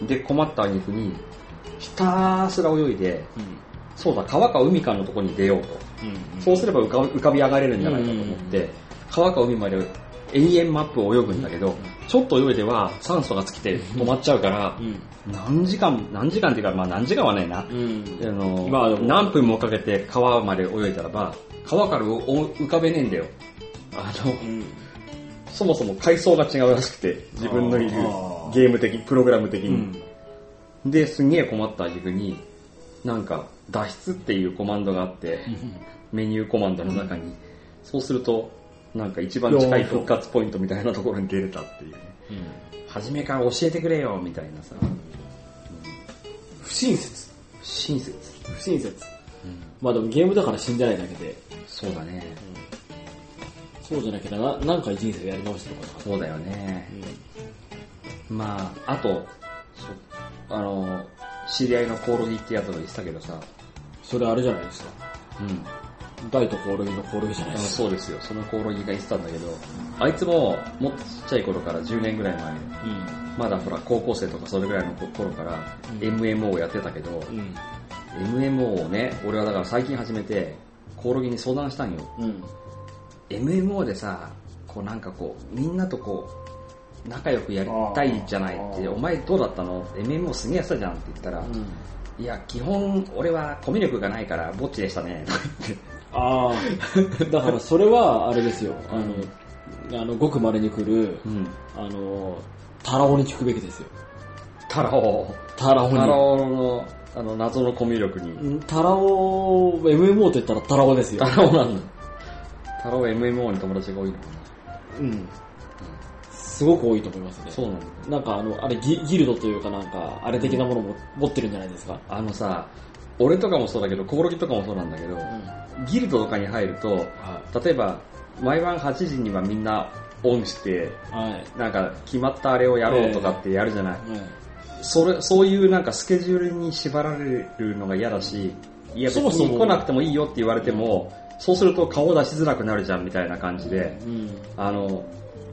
Speaker 2: うん。
Speaker 1: で困った挙句に、ひたすら泳いで、そうだ、川か海かのとこに出ようと。
Speaker 2: うん。
Speaker 1: そうすれば浮か浮かび上がれるんじゃないかと思っ
Speaker 2: うんうんう
Speaker 1: て、川か海まで延々マップを泳ぐんだけど、ちょっと泳いでは酸素が尽きて止まっちゃうから
Speaker 2: う、ん。
Speaker 1: 何時間、何時間っていうか、まあ何時間はないな。
Speaker 2: うん
Speaker 1: あ。の、
Speaker 2: まあでも
Speaker 1: 何分もかけて川まで泳いだらば、川からおお浮かべねえんだよ。あの、
Speaker 2: うん。
Speaker 1: そもそも階層が違うらしくて、自分のいる
Speaker 2: あー
Speaker 1: ゲーム的、プログラム的
Speaker 2: う
Speaker 1: に。
Speaker 2: ん。
Speaker 1: で、すんげえ困った自分に、なんか、脱出っていうコマンドがあって、メニューコマンドの中に、そうすると、なんか一番近い復活ポイントみたいなところに出れたっていうね。
Speaker 2: うん。
Speaker 1: 初めから教えてくれよ、みたいなさ、
Speaker 2: 不親切。
Speaker 1: 不親切。
Speaker 2: 不親切。まあでもゲームだから死んでないだけで、
Speaker 1: そうだね。
Speaker 2: そうじゃなきゃな、なんか人生やり直してることか
Speaker 1: そうだよね。
Speaker 2: な。
Speaker 1: まあ、あと、そあの、知り合いのコオロギってやつも言ってたけどさ、
Speaker 2: それあれじゃないですか。
Speaker 1: うん。
Speaker 2: 大とコオロギのコオロギじゃない
Speaker 1: あ
Speaker 2: ですか。
Speaker 1: そうですよ、そのコオロギが言ってたんだけど、あいつも、もっとちっちゃい頃から10年ぐらい前、
Speaker 2: うん。
Speaker 1: まだほら、高校生とかそれぐらいの頃から、
Speaker 2: うん
Speaker 1: MMO をやってたけど、
Speaker 2: うん。
Speaker 1: MMO をね、俺はだから最近始めて、コオロギに相談したんよ。
Speaker 2: うん。
Speaker 1: MMO でさ、こうなんかこう、みんなとこう、仲良くやりたいじゃないって、
Speaker 2: あー
Speaker 1: お前どうだったの ?MMO すげえやってたじゃんって言ったら、いや、基本、俺はコミュ力がないから、ぼっちでしたね。
Speaker 2: ああ、 だからそれはあれですよ。あ
Speaker 1: うん
Speaker 2: の、あの、ごく稀に来る、
Speaker 1: ん。
Speaker 2: あの、タラオに聞くべきですよ。
Speaker 1: 太郎。
Speaker 2: タラオ
Speaker 1: 太
Speaker 2: に。
Speaker 1: 郎の、あの、謎のコミュ力に。
Speaker 2: うんタラオ、MMO って言ったらタラオですよ。
Speaker 1: 太郎なんだ。太郎 MMO に友達が多いのか
Speaker 2: うん。すごく多いと思いますね
Speaker 1: な。。そうなんだ。
Speaker 2: なんかあの、あれギギルドというかなんか、あれ的なものも持ってるんじゃないですか。
Speaker 1: あのさ、俺とかもそうだけど、コオロギとかもそうなんだけど、
Speaker 2: う
Speaker 1: ギルドとかに入ると、
Speaker 2: は
Speaker 1: 例えば、毎晩8時にはみんなオンして、
Speaker 2: い。はい。
Speaker 1: なんか決まったあれをやろうとかってやるじゃない。
Speaker 2: うん
Speaker 1: それそういうなんかスケジュールに縛られるのが嫌だし、いや別
Speaker 2: そもそも
Speaker 1: に来なくてもいいよって言われても、そうすると顔出しづらくなるじゃんみたいな感じで、
Speaker 2: うん。
Speaker 1: あの、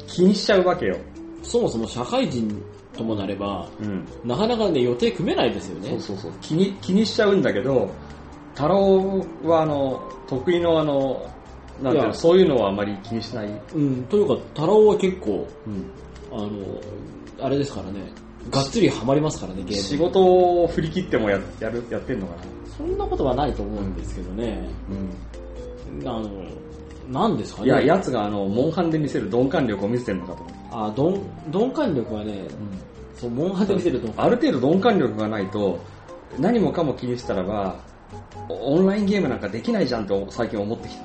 Speaker 1: 気にしちゃうわけよ。
Speaker 2: そもそも社会人ともなれば、
Speaker 1: うん。
Speaker 2: なかなかね、予定組めないですよね。
Speaker 1: そうそうそう。気に、気にしちゃうんだけど、太郎はあの、得意のあの、なんていう
Speaker 2: いや
Speaker 1: の、そういうのはあまり気にしない。
Speaker 2: うん。というか、太郎は結構、
Speaker 1: うん。
Speaker 2: あの、あれですからね、がっつりハマりますからね、ゲーム。
Speaker 1: 仕事を振り切ってもややるやってんのかな。
Speaker 2: そんなことはないと思うんですけどね。
Speaker 1: うん。
Speaker 2: あの、なんですかね。
Speaker 1: いや、奴があの、モンハンで見せる鈍感力を見せてるのかと思って。
Speaker 2: あ、どん、鈍感力はね、そう、モンハンで見せると、
Speaker 1: ある程度鈍感力がないと、何もかも気にしたらば、オンラインゲームなんかできないじゃんって最近思ってきた。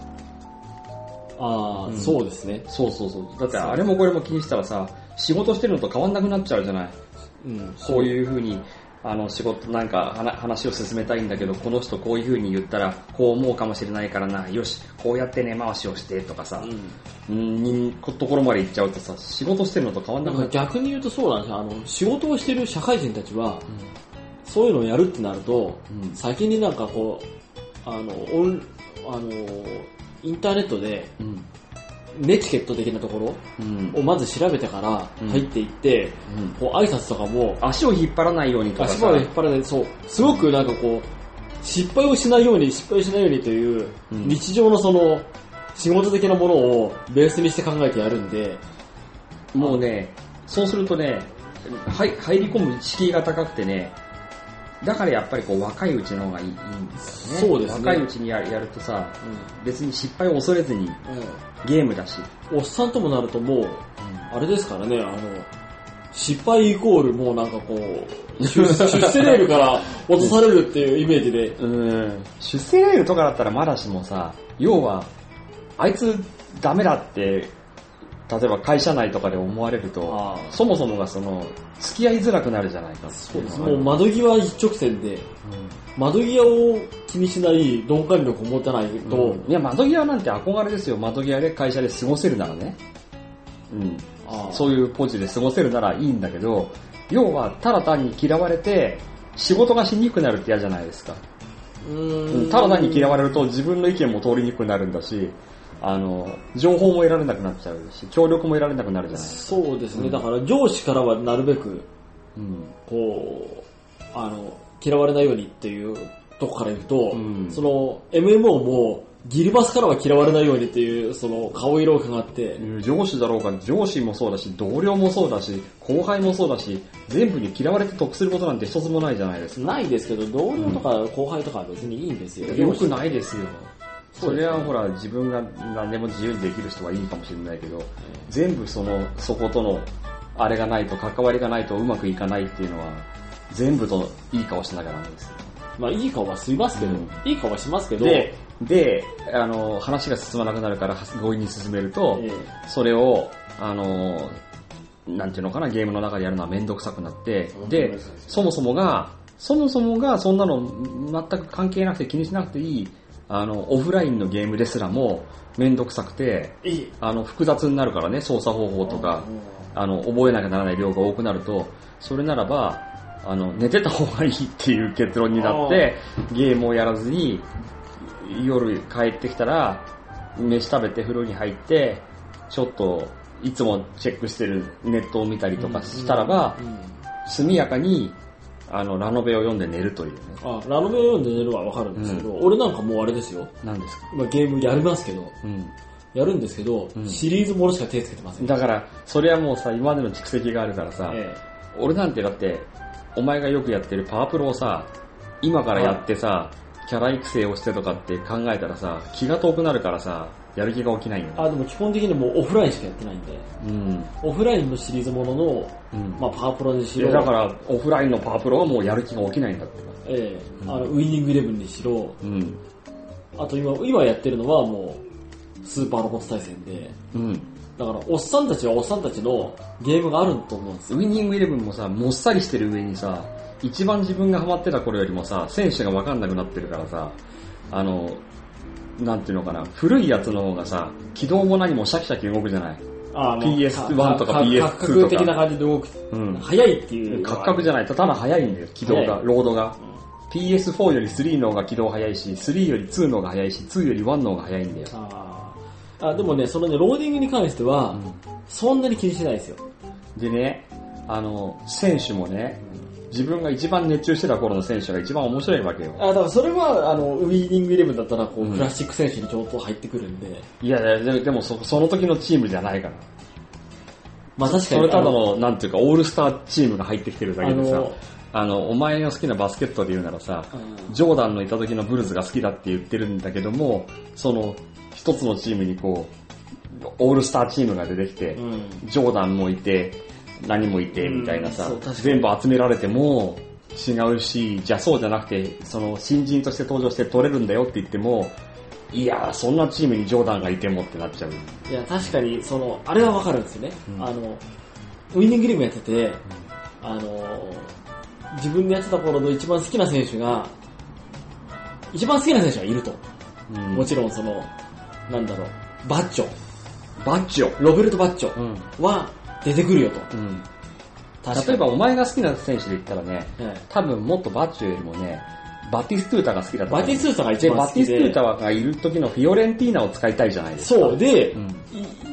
Speaker 2: ああ、
Speaker 1: うん
Speaker 2: そうですね。
Speaker 1: そうそうそう。だってあれもこれも気にしたらさ、仕事してるのと変わんなくなっちゃうじゃない。
Speaker 2: うん。
Speaker 1: こういうふうに、あの、仕事なんか話話を進めたいんだけど、この人こういうふうに言ったら、こう思うかもしれないからな、よし、こうやって根回しをしてとかさ
Speaker 2: う、ん。
Speaker 1: うん、にこところまで行っちゃうとさ、仕事してるのと変わん
Speaker 2: な
Speaker 1: なく
Speaker 2: ん
Speaker 1: な
Speaker 2: か
Speaker 1: っちゃ
Speaker 2: 逆に言うとそうなんですよ。あの、仕事をしてる社会人たちは、
Speaker 1: う。
Speaker 2: そういうのをやるってなると、
Speaker 1: うん
Speaker 2: 先になんかこう、あの、オン、あの、インターネットで、
Speaker 1: うん。
Speaker 2: ネチケット的なところ
Speaker 1: うん。
Speaker 2: をまず調べてから
Speaker 1: うん
Speaker 2: 入っていって、
Speaker 1: うん
Speaker 2: こう挨拶とかも、
Speaker 1: 足を引っ張らないようにとか
Speaker 2: 足
Speaker 1: さ、
Speaker 2: 場を引っ張らない、そう、すごくなんかこう、失敗をしないように、失敗をしないようにという、
Speaker 1: うん
Speaker 2: 日常のその、仕事的なものをベースにして考えてやるんで、
Speaker 1: もうね、そうするとね、はい入り込む敷居が高くてね、だからやっぱりこう若いうちの方がいいいいんですよね。
Speaker 2: そうですね
Speaker 1: 若いうちにややるとさ、別に失敗を恐れずにゲームだし、
Speaker 2: おっさんともなるともう、あれですからね、あの、失敗イコールもうなんかこう、出 出世レールから落とされるっていうイメージで、
Speaker 1: うん出世レールとかだったらまだしもさ、要は、あいつダメだって、例えば会社内とかで思われると、
Speaker 2: あ
Speaker 1: そもそもがその、付き合いづらくなるじゃないかって
Speaker 2: そ
Speaker 1: いうう
Speaker 2: です。
Speaker 1: の
Speaker 2: もう
Speaker 1: がある
Speaker 2: 窓際一直線で、窓際を気にしない鈍感力を持たないと、
Speaker 1: うんいや、窓際なんて憧れですよ。窓際で会社で過ごせるならね。うん。
Speaker 2: ああ
Speaker 1: そういうポジで過ごせるならいいんだけど、要はただ単に嫌われて、仕事がしにくくなるって嫌じゃないですか。
Speaker 2: う
Speaker 1: う
Speaker 2: ー
Speaker 1: ん
Speaker 2: ん
Speaker 1: ただ単に嫌われると自分の意見も通りにくくなるんだし、あの、情報も得られなくなっちゃうし、協力も得られなくなるじゃない。
Speaker 2: そうですね、
Speaker 1: うん
Speaker 2: だから上司からはなるべく、
Speaker 1: うん。
Speaker 2: こう、あの、嫌われないようにっていうとこから言うと、
Speaker 1: うん
Speaker 2: その、MMO も、ギルバスからは嫌われないようにっていう、その、顔色を伺って、
Speaker 1: 上司だろうが、上司もそうだし、同僚もそうだし、後輩もそうだし、全部に嫌われて得することなんて一つもないじゃないですか。
Speaker 2: ないですけど、同僚とか後輩とかは別にいいんですよ。
Speaker 1: よくないですよ。そ
Speaker 2: そうですね
Speaker 1: れはほら、自分が何でも自由にできる人はいいかもしれないけど、全部その、そことの、あれがないと、関わりがないとうまくいかないっていうのは、全部といい顔しながらなんですよ。
Speaker 2: まあ、いい顔はしますけど、
Speaker 1: うん
Speaker 2: いい顔はしますけど、
Speaker 1: で、で、あの、話が進まなくなるから強引に進めると、
Speaker 2: え
Speaker 1: それを、あの、なんていうのかな、ゲームの中でやるのはめんどくさくなって
Speaker 2: そ、う
Speaker 1: で
Speaker 2: そうそう、
Speaker 1: そもそもが、そもそもがそんなの全く関係なくて気にしなくていい、あの、オフラインのゲームですらもめんどくさくて、
Speaker 2: えいい。
Speaker 1: あの、複雑になるからね、操作方法とか、あの、覚えなきゃならない量が多くなると、それならば、あの、寝てた方がいいっていう結論になって、ゲームをやらずに、夜帰ってきたら、飯食べて風呂に入って、ちょっと、いつもチェックしてるネットを見たりとかしたらば
Speaker 2: う、ん
Speaker 1: 速やかに、あの、ラノベを読んで寝るというね。
Speaker 2: あ、ラノベを読んで寝るはわかるんですけど、俺なんかもうあれですよ。
Speaker 1: なんですか
Speaker 2: まあ、ゲームやりますけど、
Speaker 1: うん。
Speaker 2: やるんですけど、
Speaker 1: うん
Speaker 2: シリーズものしか手つけてません。
Speaker 1: だから、それはもうさ、今までの蓄積があるからさ、
Speaker 2: え
Speaker 1: 俺なんてだって、お前がよくやってるパワプロをさ、今からやってさ、キャラ育成をしてとかって考えたらさ、気が遠くなるからさ、やる気が起きないん
Speaker 2: え
Speaker 1: だよ。
Speaker 2: あ、でも基本的にもうオフラインしかやってないんで、
Speaker 1: うん。
Speaker 2: オフラインのシリーズものの、
Speaker 1: うん。
Speaker 2: まあ、パワープロにし
Speaker 1: いや
Speaker 2: ろ、
Speaker 1: だから、オフラインのパワプロはもうやる気が起きないんだって。
Speaker 2: ええあのウイニングイレブンにしろ、
Speaker 1: うん。
Speaker 2: あと今、今やってるのはもう、スーパーロボット対戦で、
Speaker 1: うん。
Speaker 2: だから、おっさんたちはおっさんたちのゲームがあると思うんですよ。
Speaker 1: ウィニングイレブンもさ、もっさりしてる上にさ、一番自分がハマってた頃よりもさ、選手がわかんなくなってるからさ、あの、なんていうのかな、古いやつの方がさ、軌道も何もシャキシャキ動くじゃない。
Speaker 2: あ
Speaker 1: PS1 とか PS2 とか
Speaker 2: 感覚的な感じで動く。
Speaker 1: うん。
Speaker 2: 早いっていう。
Speaker 1: カクカクじゃない。ただ単早いんだよ、軌道が、
Speaker 2: 早い
Speaker 1: ロードが
Speaker 2: う。ん
Speaker 1: PS4 より3の方が軌道早いし、3より2の方が早いし、2より1の方が早いんだよ。
Speaker 2: あーあ、でもね、そのね、ローディングに関しては、そんなに気にしないですよ。
Speaker 1: でね、あの、選手もね、自分が一番熱中してた頃の選手が一番面白いわけよ。
Speaker 2: あだからそれは、あの、ウィーニングイレブンだったら、こう、
Speaker 1: うん
Speaker 2: プラスチック選手に上等入ってくるんで、
Speaker 1: いやいや、でもでもそその時のチームじゃないから。
Speaker 2: まあ確か
Speaker 1: そ
Speaker 2: に。
Speaker 1: れただ
Speaker 2: あの
Speaker 1: の、なんていうか、オールスターチームが入ってきてるだけで
Speaker 2: あ
Speaker 1: さ
Speaker 2: の、
Speaker 1: あの、お前の好きなバスケットで言うならさ、
Speaker 2: うん
Speaker 1: ジョーダンのいた時のブルズが好きだって言ってるんだけども、その、一つのチームにこう、オールスターチームが出てきて、
Speaker 2: うん。
Speaker 1: ジョーダンもいて、何もいて、みたいなさ
Speaker 2: うんそう確か、に
Speaker 1: 全部集められても違うし、じゃあそうじゃなくて、その新人として登場して取れるんだよって言っても、いやー、そんなチームにジョーダンがいてもってなっちゃう。
Speaker 2: いや、確かに、その、あれはわかるんですよね。
Speaker 1: うん
Speaker 2: あの、ウィニングリームやってて、あの、自分のやってた頃の一番好きな選手が、一番好きな選手はいると。
Speaker 1: うん
Speaker 2: もちろん、その、なんだろう、バッチョ、
Speaker 1: バッジョ。
Speaker 2: ロベルト・バッチ
Speaker 1: う
Speaker 2: ョ
Speaker 1: ん。
Speaker 2: は出てくるよと。
Speaker 1: うん。
Speaker 2: 確か
Speaker 1: 例え
Speaker 2: に
Speaker 1: ば、お前が好きな選手で言ったらね、
Speaker 2: ええ
Speaker 1: 多分もっとバッチョよりもね、バティストゥータが好きだった。
Speaker 2: バティストゥータが一
Speaker 1: で、
Speaker 2: 番
Speaker 1: バ
Speaker 2: 好
Speaker 1: ティ
Speaker 2: き
Speaker 1: ストゥー
Speaker 2: で
Speaker 1: タ、がいる時のフィオレンティーナを使いたいじゃないですか。
Speaker 2: そう、で、
Speaker 1: うん。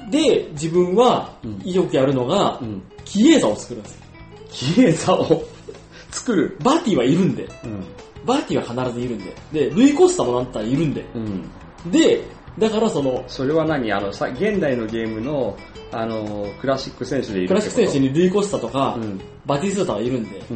Speaker 2: いで、自分は
Speaker 1: うん、
Speaker 2: よくやるのが
Speaker 1: う、ん。
Speaker 2: キエーザを作るんですよ。
Speaker 1: キエザを作る。
Speaker 2: バーティはいるんで。
Speaker 1: うん。
Speaker 2: バーティは必ずいるんで。で、ルイ・コスタもなんたらいるんで。
Speaker 1: うん。
Speaker 2: で、だからその、
Speaker 1: それは何あの、さ、現代のゲームの、あの、クラシック選手でいる
Speaker 2: クラシック選手
Speaker 1: に。
Speaker 2: にルイ・コスタとか、
Speaker 1: うん。
Speaker 2: バティスータがいるんで。
Speaker 1: う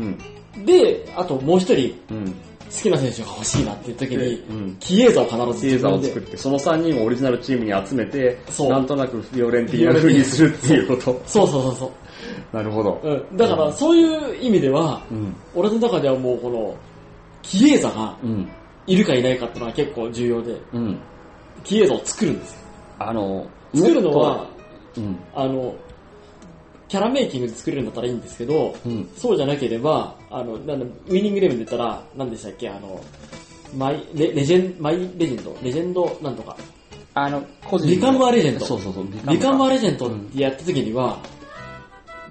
Speaker 1: ん。
Speaker 2: で、あともう一人
Speaker 1: うん。
Speaker 2: 好きな選手が欲しいなっていう時に、
Speaker 1: うん
Speaker 2: キエーザを必
Speaker 1: キ
Speaker 2: ず
Speaker 1: エ
Speaker 2: 自
Speaker 1: ザ
Speaker 2: 分
Speaker 1: を
Speaker 2: で
Speaker 1: 作って、その3人をオリジナルチームに集めて、
Speaker 2: そう
Speaker 1: なんとなくフィオレンティーナ風にするっていうこと。
Speaker 2: そうそうそうそ
Speaker 1: なるほど。
Speaker 2: う。うん。だからそういう意味では、
Speaker 1: うん。
Speaker 2: 俺の中ではもうこの、キエーザが
Speaker 1: うん。
Speaker 2: いるかいないかってのは結構重要で、
Speaker 1: うん。
Speaker 2: キエーザを作るんですよ。
Speaker 1: あの、
Speaker 2: 作るのは、
Speaker 1: うん。
Speaker 2: あの、キャラメイキングで作れるんだったらいいんですけど、
Speaker 1: うん。
Speaker 2: そうじゃなければ、あの、なんだ、ウィニングイレブンで言ったら、何でしたっけ、あの、マイ、レレジェン、マイレジェンド、レジェンドなんとか、
Speaker 1: あの、個人
Speaker 2: ビカンバーレジェンド
Speaker 1: そうそうそう。ビ
Speaker 2: リカンバー
Speaker 1: レ
Speaker 2: レジェンドってやった時には、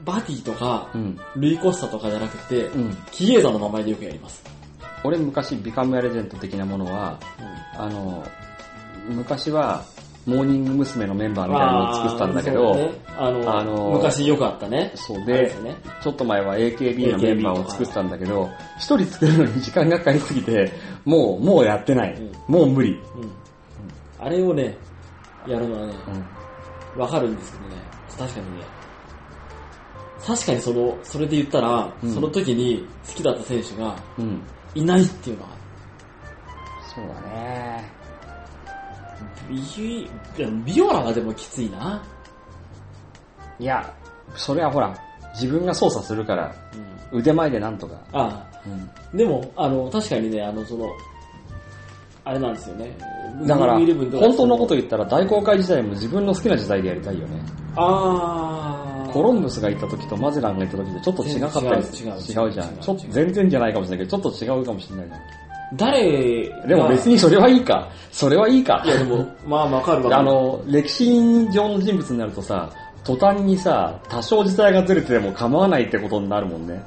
Speaker 2: バティとか、
Speaker 1: うん。
Speaker 2: ルイコスタとかじゃなくて、
Speaker 1: うん。
Speaker 2: キエーザの名前でよくやります。
Speaker 1: 俺昔、ビカンバーレジェンド的なものは、あの、昔は、モーニング娘。のメンバーみたいなのを作ってたんだけ
Speaker 2: あーそう
Speaker 1: ど
Speaker 2: ね、あの、
Speaker 1: あの
Speaker 2: 昔よくあったね。
Speaker 1: そう
Speaker 2: あれ
Speaker 1: で
Speaker 2: です、ね、
Speaker 1: ちょっと前は AKB のメンバーを作ってたんだけど、一人作るのに時間がかかりすぎて、もう、もうやってない。
Speaker 2: うん
Speaker 1: もう無理。
Speaker 2: うん。あれをね、やるのはね、わかるんですけどね。確かにね。確かにその、それで言ったら、
Speaker 1: うん
Speaker 2: その時に好きだった選手が
Speaker 1: うん。うん。
Speaker 2: いないっていうのは、
Speaker 1: そうだね。
Speaker 2: ビいやビオラがでもきついな。
Speaker 1: いや、それはほら、自分が操作するから、
Speaker 2: うん。
Speaker 1: 腕前でなんとか。
Speaker 2: あ
Speaker 1: うん。
Speaker 2: あでも、あの、確かにね、あの、その、あれなんですよね。
Speaker 1: だから、
Speaker 2: ウィルブン
Speaker 1: 本
Speaker 2: とか
Speaker 1: 当のこと言ったら大航海時代も自分の好きな時代でやりたいよね。
Speaker 2: あー
Speaker 1: コロンブスが行った時とマゼランが行った時でちょっと違かったりする
Speaker 2: 違う違う
Speaker 1: 違うじゃ
Speaker 2: 違
Speaker 1: ん。
Speaker 2: う
Speaker 1: ちょっと全然じゃないかもしれないけど、ちょっと違うかもしれないな。
Speaker 2: 誰
Speaker 1: でも別
Speaker 2: に。
Speaker 1: にそれはいいか。それはいいか
Speaker 2: い。やでも、まあわかるわかる。
Speaker 1: あの、歴史上の人物になるとさ、途端にさ、多少時代がずれてても構わないってことになるもんね。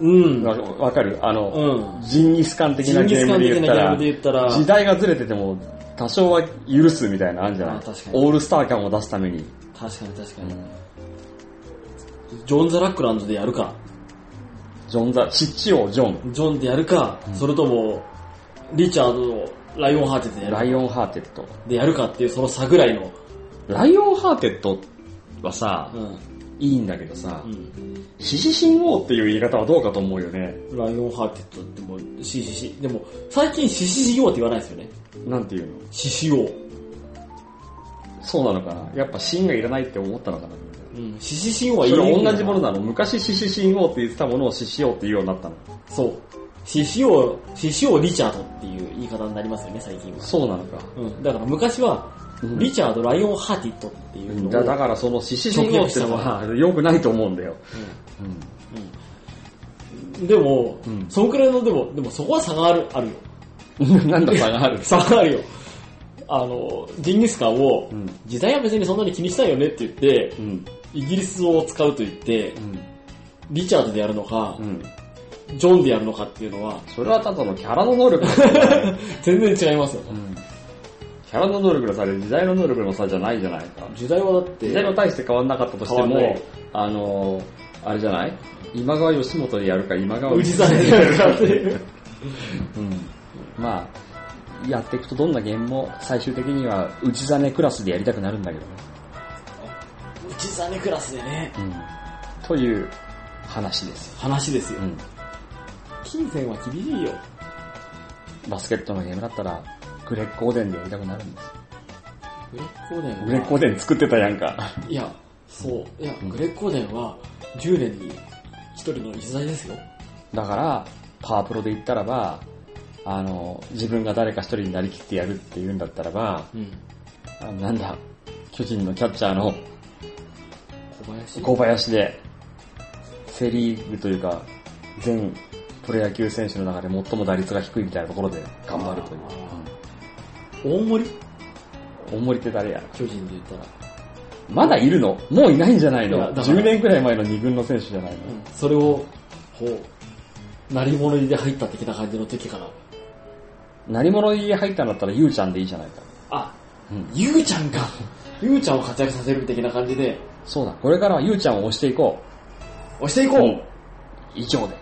Speaker 2: うん。
Speaker 1: わわかるあの、
Speaker 2: うん。
Speaker 1: ジンギスカン的
Speaker 2: ジ
Speaker 1: な
Speaker 2: ンギ
Speaker 1: ゲ
Speaker 2: ス
Speaker 1: ー
Speaker 2: カ
Speaker 1: ム
Speaker 2: ン
Speaker 1: で
Speaker 2: 的
Speaker 1: 言った
Speaker 2: なゲーム
Speaker 1: ら
Speaker 2: で、言ったら、
Speaker 1: 時代がずれてても多少は許すみたいなのあるんじゃない
Speaker 2: あ確かに
Speaker 1: オールスター感を出すために。
Speaker 2: 確かに確かに。ジョン・ザ・ラックランドでやるか、
Speaker 1: ジョンザ、チッチオ、ジョン、
Speaker 2: ジョンでやるか、それとも、リチャードのライオンハーテッドでや
Speaker 1: ラ
Speaker 2: る
Speaker 1: イオンハーテッド。
Speaker 2: でやるかっていうその差ぐらいの。
Speaker 1: ライオンハーテッドはさ
Speaker 2: う、ん。
Speaker 1: いいんだけどさ
Speaker 2: う、ん。
Speaker 1: 獅子神王っていう言い方はどうかと思うよね。
Speaker 2: ライオンハーテッドってもう、シシシ。でも、最近シシシ王って言わないですよね。
Speaker 1: なんていうの
Speaker 2: シシ王。
Speaker 1: そうなのかなやっぱ神がいらないって思ったのかな
Speaker 2: うん。シシシ王は
Speaker 1: そ
Speaker 2: 言いにく
Speaker 1: れ
Speaker 2: いな
Speaker 1: 同じものなの昔獅子神王って言ってたものを獅子王って言うようになったの。
Speaker 2: そう。シシ王、シシ王リチャードっていう言い方になりますよね、最近は。
Speaker 1: そうなのか。
Speaker 2: うん。だから昔は、
Speaker 1: うん
Speaker 2: リチャード・ライオンハーティッドっていうのを。
Speaker 1: だだからその獅子神王ってのは良くないと思うんだよ。
Speaker 2: うん
Speaker 1: うん
Speaker 2: でも、
Speaker 1: うん
Speaker 2: そんくらいの、でも、でもそこは差がある、あるよ。
Speaker 1: なん だ差がある。
Speaker 2: 差があるよ。あの、ジンギスカンを、
Speaker 1: うん
Speaker 2: 時代は別にそんなに気にしたいよねって言って
Speaker 1: う、ん。
Speaker 2: イギリスを使うと言って
Speaker 1: う、ん。
Speaker 2: リチャードでやるのか
Speaker 1: う、ん。
Speaker 2: ジョンでやるのかっていうのは、
Speaker 1: それはただのキャラの能力だ、
Speaker 2: 全然違いますよ。
Speaker 1: キャラの能力の差で時代の能力の差じゃないじゃないか。
Speaker 2: 時代はだって、
Speaker 1: 時代は大して変わんなかったとして
Speaker 2: 変わんな
Speaker 1: も
Speaker 2: い、
Speaker 1: あの、あれじゃない今川義元でやるか今川
Speaker 2: 宇治さんでやるかっていう。
Speaker 1: うん、まあ、やっていくとどんなゲームも最終的には内ざねクラスでやりたくなるんだけどね。
Speaker 2: うちざねクラスでね、
Speaker 1: うん、という話です。
Speaker 2: 話ですよ
Speaker 1: う。ん、
Speaker 2: 金銭は厳しいよ。
Speaker 1: バスケットのゲームだったら、グレッコーデンでやりたくなるんです。
Speaker 2: グレッコーデンは
Speaker 1: グレッコーデン作ってたやんか。
Speaker 2: いや、そう。いや、
Speaker 1: うん
Speaker 2: グレッコーデンは10年に1人の逸材ですよ。
Speaker 1: だから、パワープロで言ったらば、あの、自分が誰か一人になりきってやるっていうんだったらば、
Speaker 2: うん。
Speaker 1: あなんだ、巨人のキャッチャーの
Speaker 2: 小林。
Speaker 1: 小林で、セリーグというか、全プロ野球選手の中で最も打率が低いみたいなところで頑張るという。
Speaker 2: 大森
Speaker 1: うん大森って誰や
Speaker 2: 巨人で言ったら。
Speaker 1: まだいるのもういないんじゃない
Speaker 2: いや
Speaker 1: の
Speaker 2: だから
Speaker 1: ?10 年くらい前の2軍の選手じゃないの、
Speaker 2: それを、こう、鳴り物入りで入った的な感じの時から、
Speaker 1: 何者家入ったんだったらゆうちゃんでいいじゃないか。
Speaker 2: あ、
Speaker 1: うん。
Speaker 2: ゆうちゃんか。ゆうちゃんを活躍させる的な感じで、
Speaker 1: そうだ、これからはゆうちゃんを押していこ
Speaker 2: 押していこう、
Speaker 1: う。以上で。